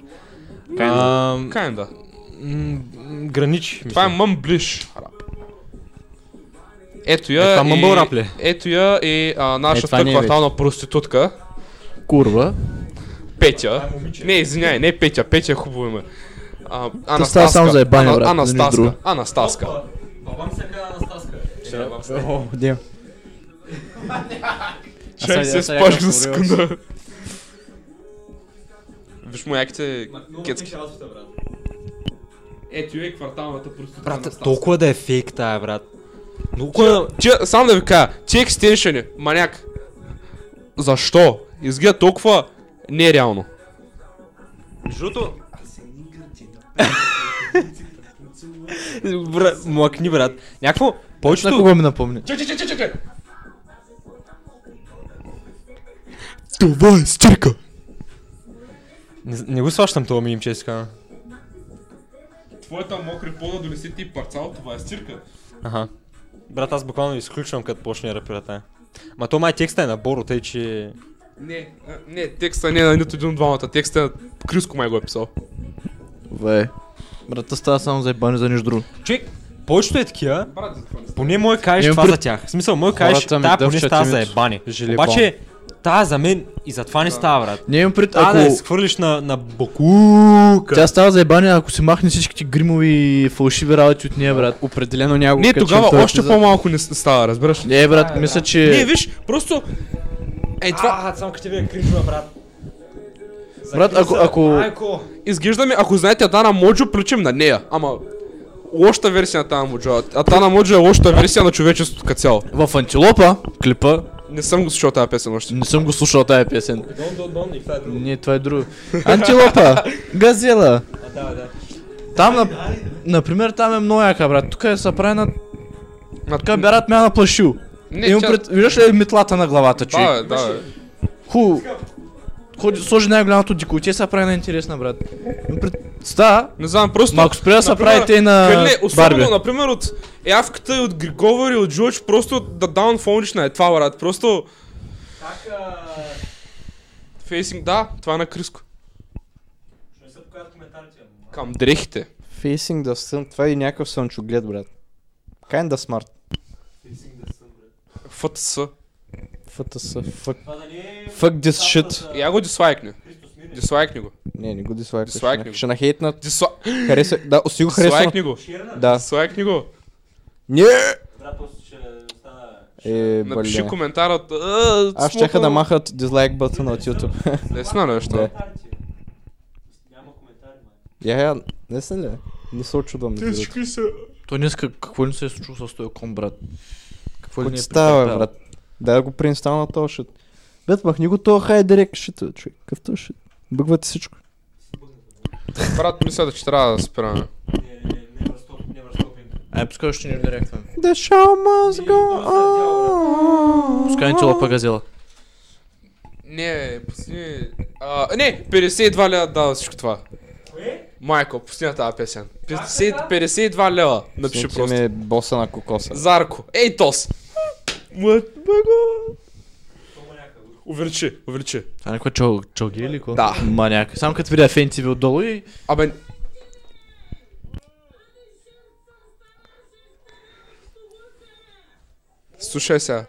S3: Ам,
S1: Кайнда.
S3: м, Гранич.
S1: Това е
S3: мисля.
S1: мъмблиш. рап. Ето я
S3: Е, това
S1: и-
S3: мъмбъл рап ли?
S1: Ето я и а,
S2: това
S1: нашата
S2: не е
S1: квартална проститутка.
S4: Курва.
S1: Петя. Не, извиняй, не Петя, Петя е хубаво име. А, Анастаска.
S4: става само за ебане,
S1: Ана-
S4: брат, за нищо
S1: Анастаска.
S4: друго.
S1: Анастаска.
S5: Бабам се казва Анастаска.
S7: О, дем.
S1: Чай се спаш за секунда. Виж му яките кецки. Ето е кварталната проститутка.
S3: Брат, толкова да е фейк тая, брат. Много е...
S1: Че, само да ви кажа, ти екстеншъни, маняк. Защо? Изгледа толкова нереално.
S3: Между другото... брат, млъкни, брат. Някакво...
S4: На
S3: Повечето...
S4: кого ми напомня?
S1: Чакай, чакай, чакай, чакай!
S4: Това е стирка!
S3: Не, не го сващам това мим, че иска.
S1: Твоята мокри пода донесе ти парцал, това е стирка.
S3: Аха. Брат, аз буквално изключвам като почне рапирата. Ма то май текста е на Боро, тъй че...
S1: Не, а, не, текста не е на нито един от двамата, текста е на Криско май го е писал.
S4: Ве. Брата става само за ебане за нищо друго.
S3: Човек, повечето е такива,
S1: Брат, за това не
S3: поне мое кажеш
S4: Имам
S3: това
S4: пред-
S3: за тях. В смисъл, мое кажеш,
S2: Хората ми
S3: тая поне
S2: дъвчат
S3: става за
S2: името.
S3: ебани.
S2: Желебон.
S3: Обаче, тая за мен и за това не става, брат.
S4: Не имам пред,
S3: Та да я
S4: ако...
S3: схвърлиш на, на Бокука.
S4: Тя става за ебане, ако се махне всичките гримови и фалшиви работи от нея, брат.
S2: Определено няма
S1: Не, тогава още по-малко не с- става, разбираш? ли?
S4: Не, брат, мисля,
S1: Не,
S4: че...
S1: виж, просто... Ей, това
S5: А, само като ви е кринжва, брат.
S4: Брат, ако... ако...
S5: Майко.
S1: изглеждаме, ако знаете Атана Моджо, приличам на нея. Ама, лошата версия на Атана Моджо. А- Атана Моджо е лошата версия на човечеството като цяло.
S4: В Антилопа, клипа,
S1: Не съм го слушал тази песен още.
S4: не съм го слушал тая песен.
S5: Дон, дон, дон, и това е друго.
S4: Не, това е друго. Антилопа, газела.
S5: А, да, да.
S4: Там, на... например, там е много яка, брат. Тук е са прави на...
S1: На-
S4: Така бярат мяна плашил.
S1: Не,
S4: Имам
S1: тя-
S4: пред... Виждаш ли метлата на главата, човек?
S1: Да, бе, да. бе.
S4: Ху. Ходи, сложи най-голямото деколте, сега прави на интересна, брат. Имам пред... Ста,
S1: Не знам, просто...
S4: ма ако спре да се
S1: Например,
S4: прави те на
S1: Кърле, особено,
S4: Барби.
S1: например, от Явката и от Григовър и от Джордж, просто да даунфолниш на е това, брат. Просто...
S5: Как... а,
S1: Фейсинг, да, това е на Криско.
S5: Ще не се покажат коментарите. ама.
S1: Към дрехите.
S2: Facing the Sun, това е и някакъв слънчоглед, брат. Kinda smart.
S5: Facing the sun, брат.
S1: ФТС.
S2: ФТС, fuck.
S5: Това да не е...
S2: е Fuck this shit.
S1: Я го дислайкни.
S5: Христос мине.
S1: Дислайкни го.
S2: Не, не го дислайкваш.
S1: Дислайкни
S2: ще-
S1: го.
S2: Ще нахейтнат.
S1: Дисла...
S2: Хареса, да, си го харесва.
S1: Дислайкни го.
S5: Шерна?
S2: Да.
S1: Дислайкни го.
S2: Не!
S5: Брат, просто ще остана...
S2: Е,
S1: Напиши «Е,
S2: бля.
S1: коментарът. а,
S2: Аз щеха да
S1: смокъл.
S2: махат дизлайк бътън от YouTube.
S1: Лесно нещо.
S2: Да.
S5: Коментарите. Няма коментари, май.
S2: Я, я, не се ли? Не се очудвам. между другото.
S4: Той днес как- какво ли не се е случило с този ком, брат? Какво ли
S2: Какво
S4: не
S2: ти
S4: е
S2: става, бе,
S4: претърпял?
S2: брат? Дай да го преинстал на този шит. Бет, махни го този хай директ шит, бе, човек. Какъв този шит? Бъгва ти всичко.
S1: Брат, мисля, да, че трябва да спираме.
S5: Не, не, не, never stop, never stopping.
S4: Ай, пускай още не директваме.
S2: The show must
S5: go on.
S4: Пускай ни тила пагазела.
S1: Не, пусни... А, не, 52 лева дава всичко това.
S5: Кое?
S1: Майко, пусни на тази песен. 50,
S5: така?
S1: 52 лева. Напиши просто.
S2: Ти Значи ми е- боса на кокоса.
S1: Зарко. Ей, тос! Мът, бего!
S5: Тома някакъв.
S1: Увеличи, увеличи.
S4: Това е някаква чо, чоги или какво?
S1: Да.
S4: Маняк. Само като видя фените ви отдолу и...
S1: Абе... Слушай сега.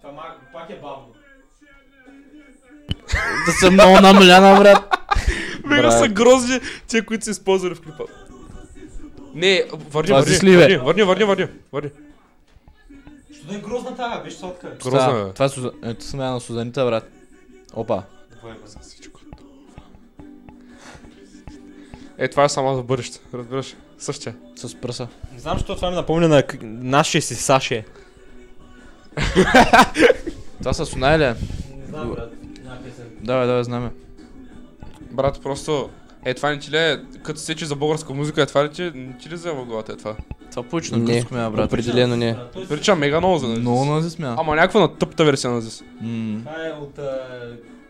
S5: Това мак- пак е бавно.
S4: Да съм много намаляна, брат.
S1: Мега са грозни тия, които са използвали в клипа. Не, върни,
S4: Това
S1: върни,
S4: си сливе.
S1: върни, върни, върни, върни, върни.
S5: Що да е грозна тая, беше сладка.
S1: Грозна
S4: Та,
S1: бе.
S4: Това е Сузан... Ето съм я на Сузанита, брат. Опа.
S5: Двойка за всичко.
S1: Е, това е само за бъдеще, разбираш. Същия.
S4: С пръса.
S3: Не знам, защо това ми напомня на к- нашия си Саше.
S4: Това са Сунай ли? е?
S5: Не знам, брат. Една песен.
S4: Давай, давай, знаме.
S1: Брат, просто... Е, това не ти ли е, като сечи за българска музика, е това ли ти, не ти ли взема в главата е това?
S4: Това повече на
S2: Не,
S4: гръцко ми е, брат.
S2: определено не.
S5: Брат, той си-
S1: Прича мега много за да
S4: Много нази смя.
S1: Ама някаква на тъпта версия на Зис.
S4: е. М.
S5: Това е от а,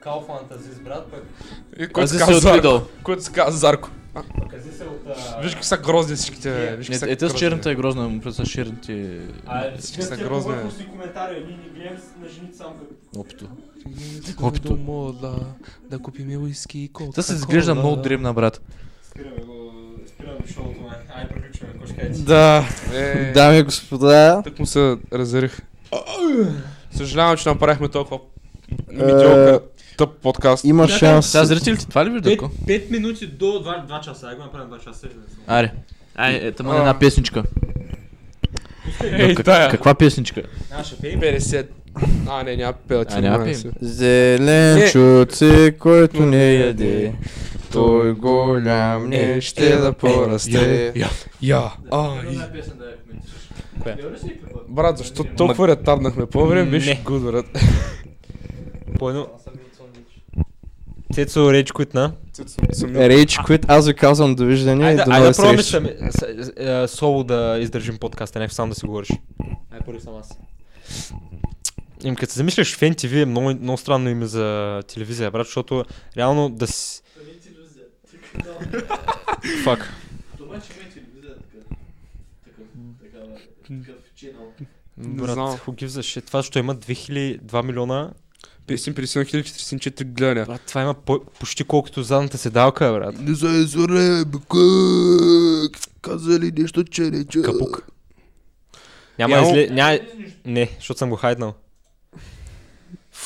S5: Kaufland Азиз, брат, пък
S1: И
S4: А
S1: Който се
S4: Зис
S1: казва
S4: е
S1: Зарко.
S4: отидал.
S1: Който се казва Зарко.
S5: пък Азиз е от... а,
S1: Виж как са грозни всичките. бе, Виж
S4: Не,
S1: как са
S4: е, те с
S1: грозни.
S4: черната е грозна, му пред с черните...
S5: А, е,
S1: Всички са
S5: са
S1: грозни, бе.
S5: грозни. Си коментари, ние не гледам с- на жените само като...
S4: Опито.
S1: Опито.
S4: Опито.
S1: Да, да купим уиски и кока.
S4: Та се изглежда много дребна, брат.
S5: Спираме го, спираме шоуто, май. Ай, приключваме, какво ще кажете?
S2: Да,
S1: Е, да.
S2: дами и господа.
S1: Так му се разярих. Съжалявам, че направихме толкова
S2: е,
S1: медиокър, тъп подкаст.
S2: Има шанс.
S4: Сега зрителите това ли виждат?
S3: Е,
S4: ко?
S5: 5 минути до 2, часа, я го направим 2 часа. ще не съм.
S4: Аре. Ай, е, тъмън
S1: А.
S4: една песничка.
S1: Ей,
S4: Ну, Как-
S1: тая.
S4: Каква песничка?
S5: А, ще пеем.
S1: 50. А, не, няма пела, че
S4: А, няма
S1: не
S4: пеем.
S1: се.
S2: Зеленчуци, който не яде, той голям не ще да порасте.
S4: Я,
S1: Я.
S5: А, и... Една песен да я коментираш.
S4: Коя?
S5: Гледаш ли клипа?
S1: Брат, защо толкова ретарднахме? По време беше
S3: Не.
S1: гуд, брат.
S3: По едно...
S5: Аз съм бил от Сондич.
S3: Цецо реч кутна.
S2: Рейч, които аз ви казвам довиждане и
S3: Айде,
S2: до
S3: айде
S2: нови
S3: да пробваме
S2: срещи.
S3: сами, с- е, соло да издържим подкаста, някакво само да си говориш. Ай, Е, първи съм аз. Им, като се замислиш, Фен TV е много, много странно име за телевизия, брат, защото реално да си...
S5: Сами телевизия.
S3: Фак.
S5: Дома, че ме телевизия така. Такъв, такава, такъв чинал.
S1: Не
S3: Брат,
S1: знам.
S3: who gives a shit. Това, що има 2000, 2 милиона,
S1: 51 044 гледания.
S3: брат, това има по- почти колкото задната седалка, брат.
S4: Не се зоре, бъкък. Казали нещо, че не чу.
S3: Капук. Няма
S1: Няма-
S3: изле... Няма... Не, защото съм го хайднал.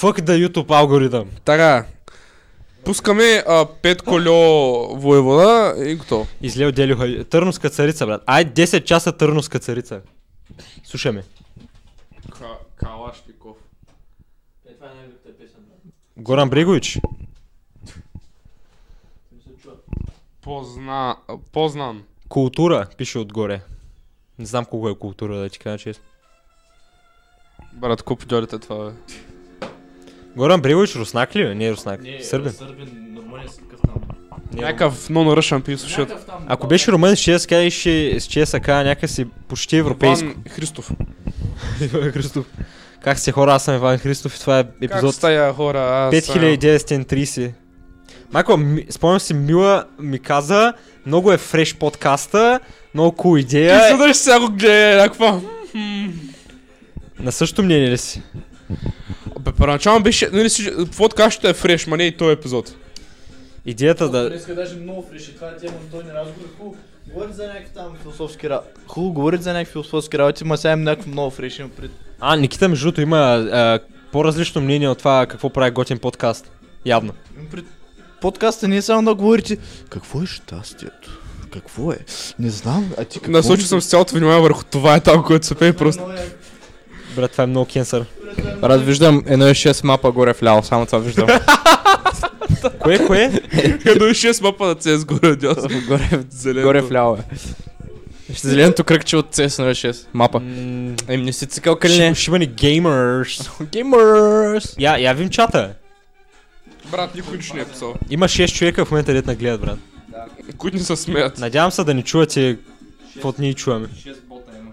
S3: Fuck the YouTube алгоритъм.
S1: Така. Пускаме а, пет колело воевода и готово.
S3: Изле отделиха... Търновска царица, брат. Ай, 10 часа Търновска царица. Слушаме.
S1: Калашников.
S5: Е, това е най-любимата песен, брат.
S3: Горан Брегович.
S5: Не се чува.
S1: Позна... Познан.
S3: Култура, пише отгоре. Не знам колко е култура, да ти кажа честно.
S1: Брат, куп дьорите това, бе.
S3: Горан Брегович руснак ли? е? Не е руснак. Сърбен.
S5: Сърбин, нормален си какъв ну, там.
S3: Не е
S1: Някакъв нон ръшен пи слушат.
S5: Някакъв там.
S3: Ако беше румън, ще да си кажеш, че- че е сака някакси почти европейско.
S1: Иван Христов.
S3: Иван Христов. Как сте хора, аз съм Иван Христов и това е
S1: Как
S3: епизод
S1: стая хора, аз... съм-
S3: 5930. Майко, ми- спомням си, Мила ми каза, много е фреш подкаста, много кул идея.
S1: Ти задаш сега го гледа някаква...
S3: На същото мнение ли си?
S1: Бе, първоначално беше, нали си, подкастът е фреш, ма не и този епизод.
S3: Идеята да...
S8: Днеска даже много фреши. Това е тема на този разговор. е Хубаво.
S4: Говори за някакви там философски работи. Хубаво, говори за някакви философски работи, ма сега им някакво много фрешим пред.
S3: А, Никита, между другото, има а, по-различно мнение от това какво прави готин подкаст. Явно.
S4: им пред... Подкаста не е само да говорите. Какво е щастието? Какво е? Не знам, а ти какво
S1: Насочил съм с цялото внимание върху това е там, което се пее просто.
S3: Брат, това е много кенсър.
S2: Брат, виждам 1.6 мапа горе вляво, само това виждам.
S3: Кое, кое?
S1: Едно и 6 мапа на CS горе, дядо.
S2: горе,
S1: Зелено.
S2: горе вляво е. Ще зеленото кръгче от CS 1.6 мапа. Ем, не си цикал къде
S3: Ще
S2: не? е?
S3: ще има ни геймърс.
S2: Геймърс!
S3: Я, я вим чата.
S1: Брат, никой нищо не е писал.
S3: Има 6 човека в момента, дет на гледат, брат.
S1: Които не се смеят.
S3: Надявам се да не чувате каквото ние чуваме.
S8: 6 бота има.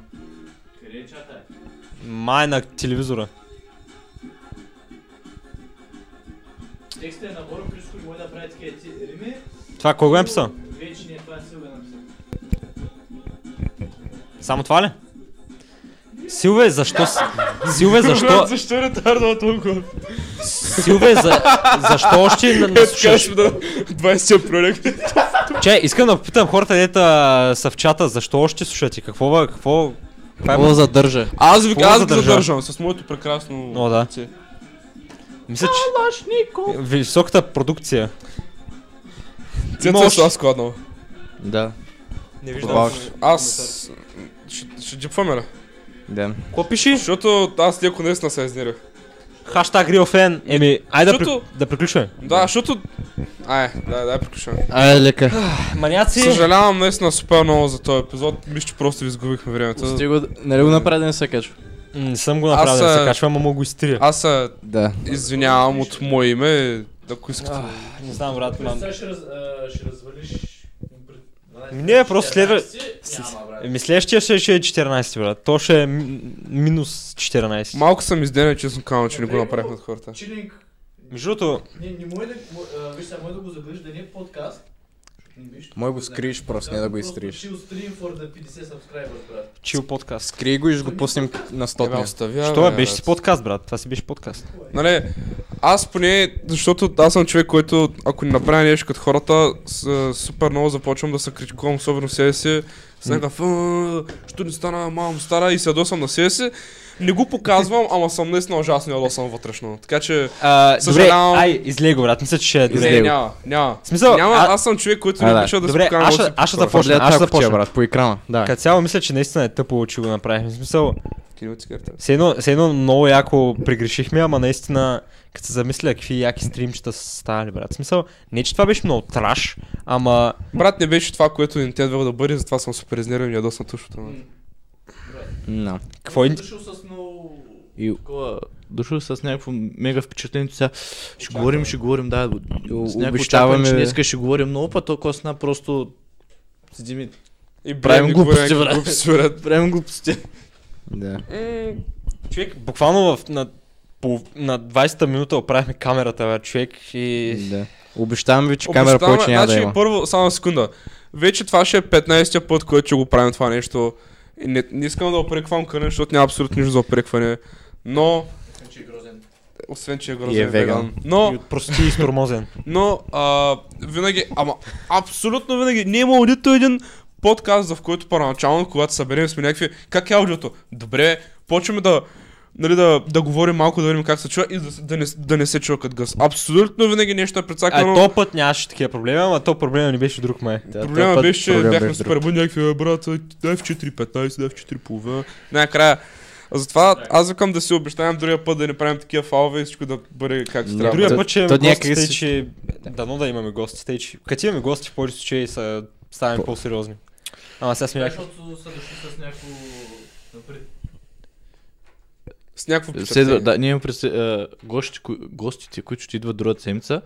S8: Къде е чата?
S3: Май на телевизора.
S8: Текстът е набор, Христо може да прави такива ти рими.
S3: Това кой го е написал?
S8: Вече не е това силга написал.
S3: Само това ли? Силве, защо... с- Силве, защо...
S1: защо е ретардал толкова?
S3: Силве, за... защо още...
S1: Е,
S3: на- на-
S1: Кажеш ми да 20 апреля.
S3: Че, искам да попитам хората, дета са в чата, защо още слушате? Какво... ба- Какво... каква е-
S2: Какво задържа?
S1: Аз ви
S3: Какво
S1: аз ги
S3: задържа?
S1: задържам с моето прекрасно...
S3: О, да.
S1: лице.
S3: Мисля, че... Високата продукция.
S1: Цецо
S3: Може.
S1: също аз складнал.
S2: Да.
S3: Не
S2: виждам.
S1: Аз... ще- Ще джипваме ли?
S2: Да.
S3: Какво пиши?
S1: Защото аз леко наистина се изнервих.
S3: Хаштаг RealFan. Еми, айде да,
S1: Защото-
S3: при... да приключваме.
S1: Да, защото... Ай, да, да, приключваме.
S2: Айде, лека.
S3: Маняци...
S1: Съжалявам наистина супер много за този епизод. Мисля, че просто ви изгубихме времето.
S2: Ти го, нали го направи да не се качва?
S3: М, Не съм го направил,
S1: Аз,
S3: да
S1: а-
S3: се качвам, ама мога го изтрия.
S1: Аз се
S2: Да.
S1: извинявам от мое име, ако искате.
S3: Не знам, брат, мам.
S8: Сега ще, раз, а, ще развалиш...
S3: Не, просто следва-
S8: 14? Няма, брат.
S3: Еми следващия ще ще е 14, брат. То ще е ми- минус 14.
S1: Малко съм изденен, честно казвам, че не го направихме от хората.
S8: Чининг,
S3: Между другото,
S8: не, не може да... а, Виж сега, може да го загледаш да не е подкаст. Не биш.
S2: Може го скриеш просто, не да го изтриеш.
S8: Chill stream for the 50 subscribers, брат.
S3: чил подкаст.
S2: Скри го и ще го пуснем на
S1: Ебе,
S2: 100
S1: оставя,
S3: Що е,
S1: бе,
S3: беше
S1: брат.
S3: си подкаст, брат. Това си беше подкаст.
S1: Нали, аз поне, защото аз съм човек, който ако не направя нещо като хората, с, е, супер много започвам да се критикувам, особено себе си. С някакъв, «А, що не стана, мам, стара и се ядосам на себе си. Не го показвам, ама съм наистина ужасно ядосан вътрешно. Така
S3: Е,
S1: че,
S3: А, добре,
S1: Съжалявам.
S3: ай, излей го, брат. Мисля, че ще е добре.
S1: не,
S2: Излей го.
S1: няма, няма.
S3: В смисъл,
S1: няма,
S3: а-
S1: аз съм човек, който
S2: А,
S1: не
S2: да.
S1: обича да се
S3: Добре,
S1: покарам
S3: аз,
S1: лоши
S3: ще- аз ще
S1: хора.
S3: започна. Аз ще започна.
S2: брат, по екрана. Да.
S3: Като цяло мисля, че наистина е тъпо, че го направихме. В смисъл,
S1: Ти не отсекай, бе.
S3: все едно, все едно много яко прегрешихме, ама наистина, като се замисля какви яки стримчета са ставали, брат. В смисъл, не че това беше много траш, ама
S1: Брат не беше това, което не трябвало да бъде, затова съм супер изнервен и ядосан тушото.
S8: М.
S2: Да.
S3: какво е...
S8: Дошъл с много...
S2: И
S8: Такова...
S4: Дошъл с някакво мега впечатление, сега ще говорим, ще говорим, да, с някакво
S2: обещаваме
S4: очакване, че
S2: ви.
S4: днеска ще говорим много път, толкова сна просто седим и
S1: И
S4: Правим глупости, брат.
S1: брат.
S4: правим глупости.
S2: Да.
S3: Човек, буквално в, на, по, на 20-та минута оправихме камерата, бе, човек и...
S2: да. Обещавам ви, че камера
S1: Обещаваме-
S2: повече няма да
S1: значи,
S2: има.
S1: първо, само секунда. Вече това ще е 15-тия път, който ще го правим това нещо. И Не, не искам да опреквам Кънен, защото няма абсолютно нищо за опрекване. Но,
S8: Че е грозен.
S1: освен че е грозен
S2: И е
S1: веган.
S2: веган.
S1: Но,
S3: И от прости и стормозен.
S1: но, а, винаги, ама абсолютно винаги, не е имало нито един подкаст, в който първоначално, когато се съберем, сме някакви, как е аудиото? Добре, почваме да, нали, да, да говорим малко, да видим как се чува и да, се- да, не, да не се чува като гъс. Абсолютно винаги нещо е
S3: а
S1: прецакано.
S3: то път нямаше такива проблеми, ама то проблема ни беше друг май.
S2: Да, този
S1: Проблема
S2: път
S1: беше, че
S2: проблем
S1: бяхме
S2: беше друг.
S1: супер бъдни, някакви, «Е, брат, дай в 4.15, дай в 4.30. Накрая. Затова аз викам да си обещаем другия път да не правим такива фалове и всичко да бъде както
S2: Не,
S1: трябва.
S3: Другия
S2: то-
S3: път,
S2: то
S3: че гостите,
S2: някъде си-
S3: че... Дано да имаме гости, тъй, че... Като имаме гости, в повечето случаи са... ставаме по-сериозни. Ама сега сме някакви...
S8: Защото са дошли с някакво... Напред.
S1: С някакво
S4: Следва,
S1: впечатление.
S4: да, ние имаме през, а, гостите, кои- гостите, които ще идват другата седмица,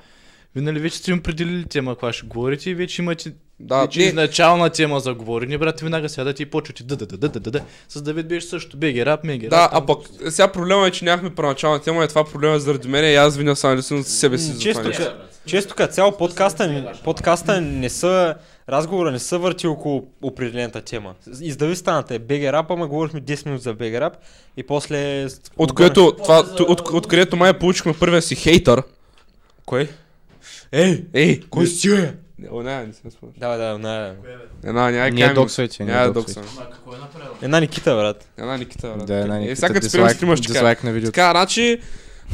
S4: вие нали вече сте им определили тема, каква ще говорите и вече имате
S1: Да,
S4: Вече
S1: не,
S4: изначална тема за говорене, брат, винага сядат и почват и да да да да да да да. С Давид беше също, беги рап, меги
S1: да,
S4: рап.
S1: а пък сега проблема е, че нямахме първоначална тема и това проблема е заради мен и аз виня само лично себе си
S3: М,
S1: за това
S3: често е.
S1: нещо.
S3: ка- Често като цяло подкаста, ни- подкаста не са, разговора не са върти около определената тема. Издави станата е BG Rap, ама говорихме 10 минути за BG Rap и после...
S1: От което, това, от, от, от където май получихме първия си хейтър. Кой? Ей, ей, кой си е? О, не, не се спомням.
S3: Да, да, да.
S1: Една, няма
S2: Ние
S1: кайм.
S2: доксвайте, ние
S1: Е, Няма да
S2: доксвайте.
S1: доксвам.
S8: Ма какво е направил?
S3: Една Никита, брат.
S1: Една Никита, брат.
S2: Да, една
S1: Е,
S2: Никита,
S1: всяка експеримент
S2: дизлайк-
S1: имаш така.
S2: Дизлайк на видеото.
S1: Така, значи,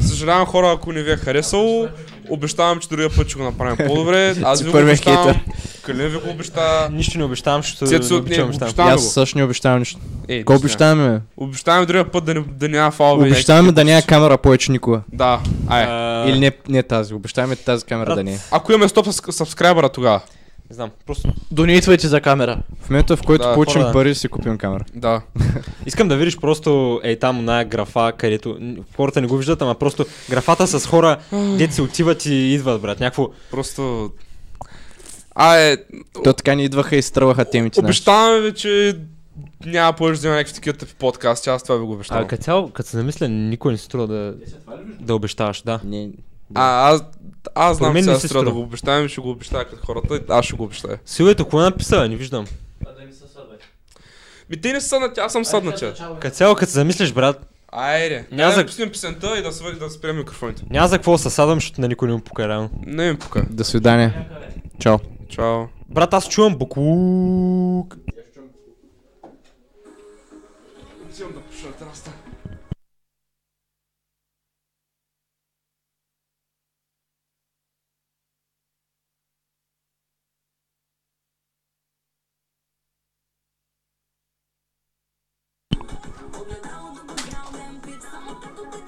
S1: съжалявам хора, ако не ви е харесало. Обещавам, че другия път ще го направим по-добре. Аз
S2: Си
S1: ви го
S2: първият
S1: обещавам. Калин ви го обеща.
S3: Нищо не обещавам, защото
S1: Цецо,
S3: не
S1: не,
S3: обичам обещавам.
S1: обещаваме
S2: Аз
S1: го.
S2: също не обещавам нищо.
S1: Е,
S2: Какво
S1: да,
S2: обещаваме? бе?
S1: Обещаваме другия път да, не, да няма фалове. и
S2: Обещаваме
S1: някакви
S2: да няма
S1: глупости.
S2: камера повече никога.
S1: Да, ай.
S3: А,
S2: Или не, не тази, обещаваме тази камера да не е.
S1: Ако имаме 100 със- сабскрайбъра тогава.
S3: Не знам, просто
S4: Донейтвайте за камера.
S2: В момента в който
S1: Да,
S2: получим
S3: хора, да.
S2: пари, си купим камера.
S1: Да.
S3: Искам да видиш просто ей там на графа, където н- хората не го виждат, ама просто графата с хора, дете се отиват и идват, брат. Някакво...
S1: Просто... Ае,
S2: То така ни идваха и стръваха темите. наши.
S1: обещаваме ви, че няма повече да има някакви такива тъпи подкасти, аз това ви го
S3: А
S1: обещавам.
S3: като цяло, като се намисля, никой не се струва да, да обещаваш, да.
S2: Не,
S1: А, аз, аз
S3: Според
S1: знам,
S3: мен
S1: че
S3: не
S1: сега
S3: се
S1: трябва да
S3: струва.
S1: го обещавам и ще го обещая като хората, аз ще го обещая.
S3: Силето, кое написа, бе? е не виждам.
S8: А да ми се съдва.
S1: Ми ти не си съднат, аз съм съднат, че.
S3: Като цяло, като се замислиш, брат,
S1: Айде,
S3: Няма
S1: няма
S3: за-
S1: да пуснем песента и да, свър... да спрем микрофоните.
S3: няма за какво да се садам, защото на никой не му пука реално.
S1: Не ми пука.
S2: До свидания. Чао.
S1: Чао.
S3: Брат, аз чувам буклук.
S1: Отивам да пуша от раста.
S9: Oglądamy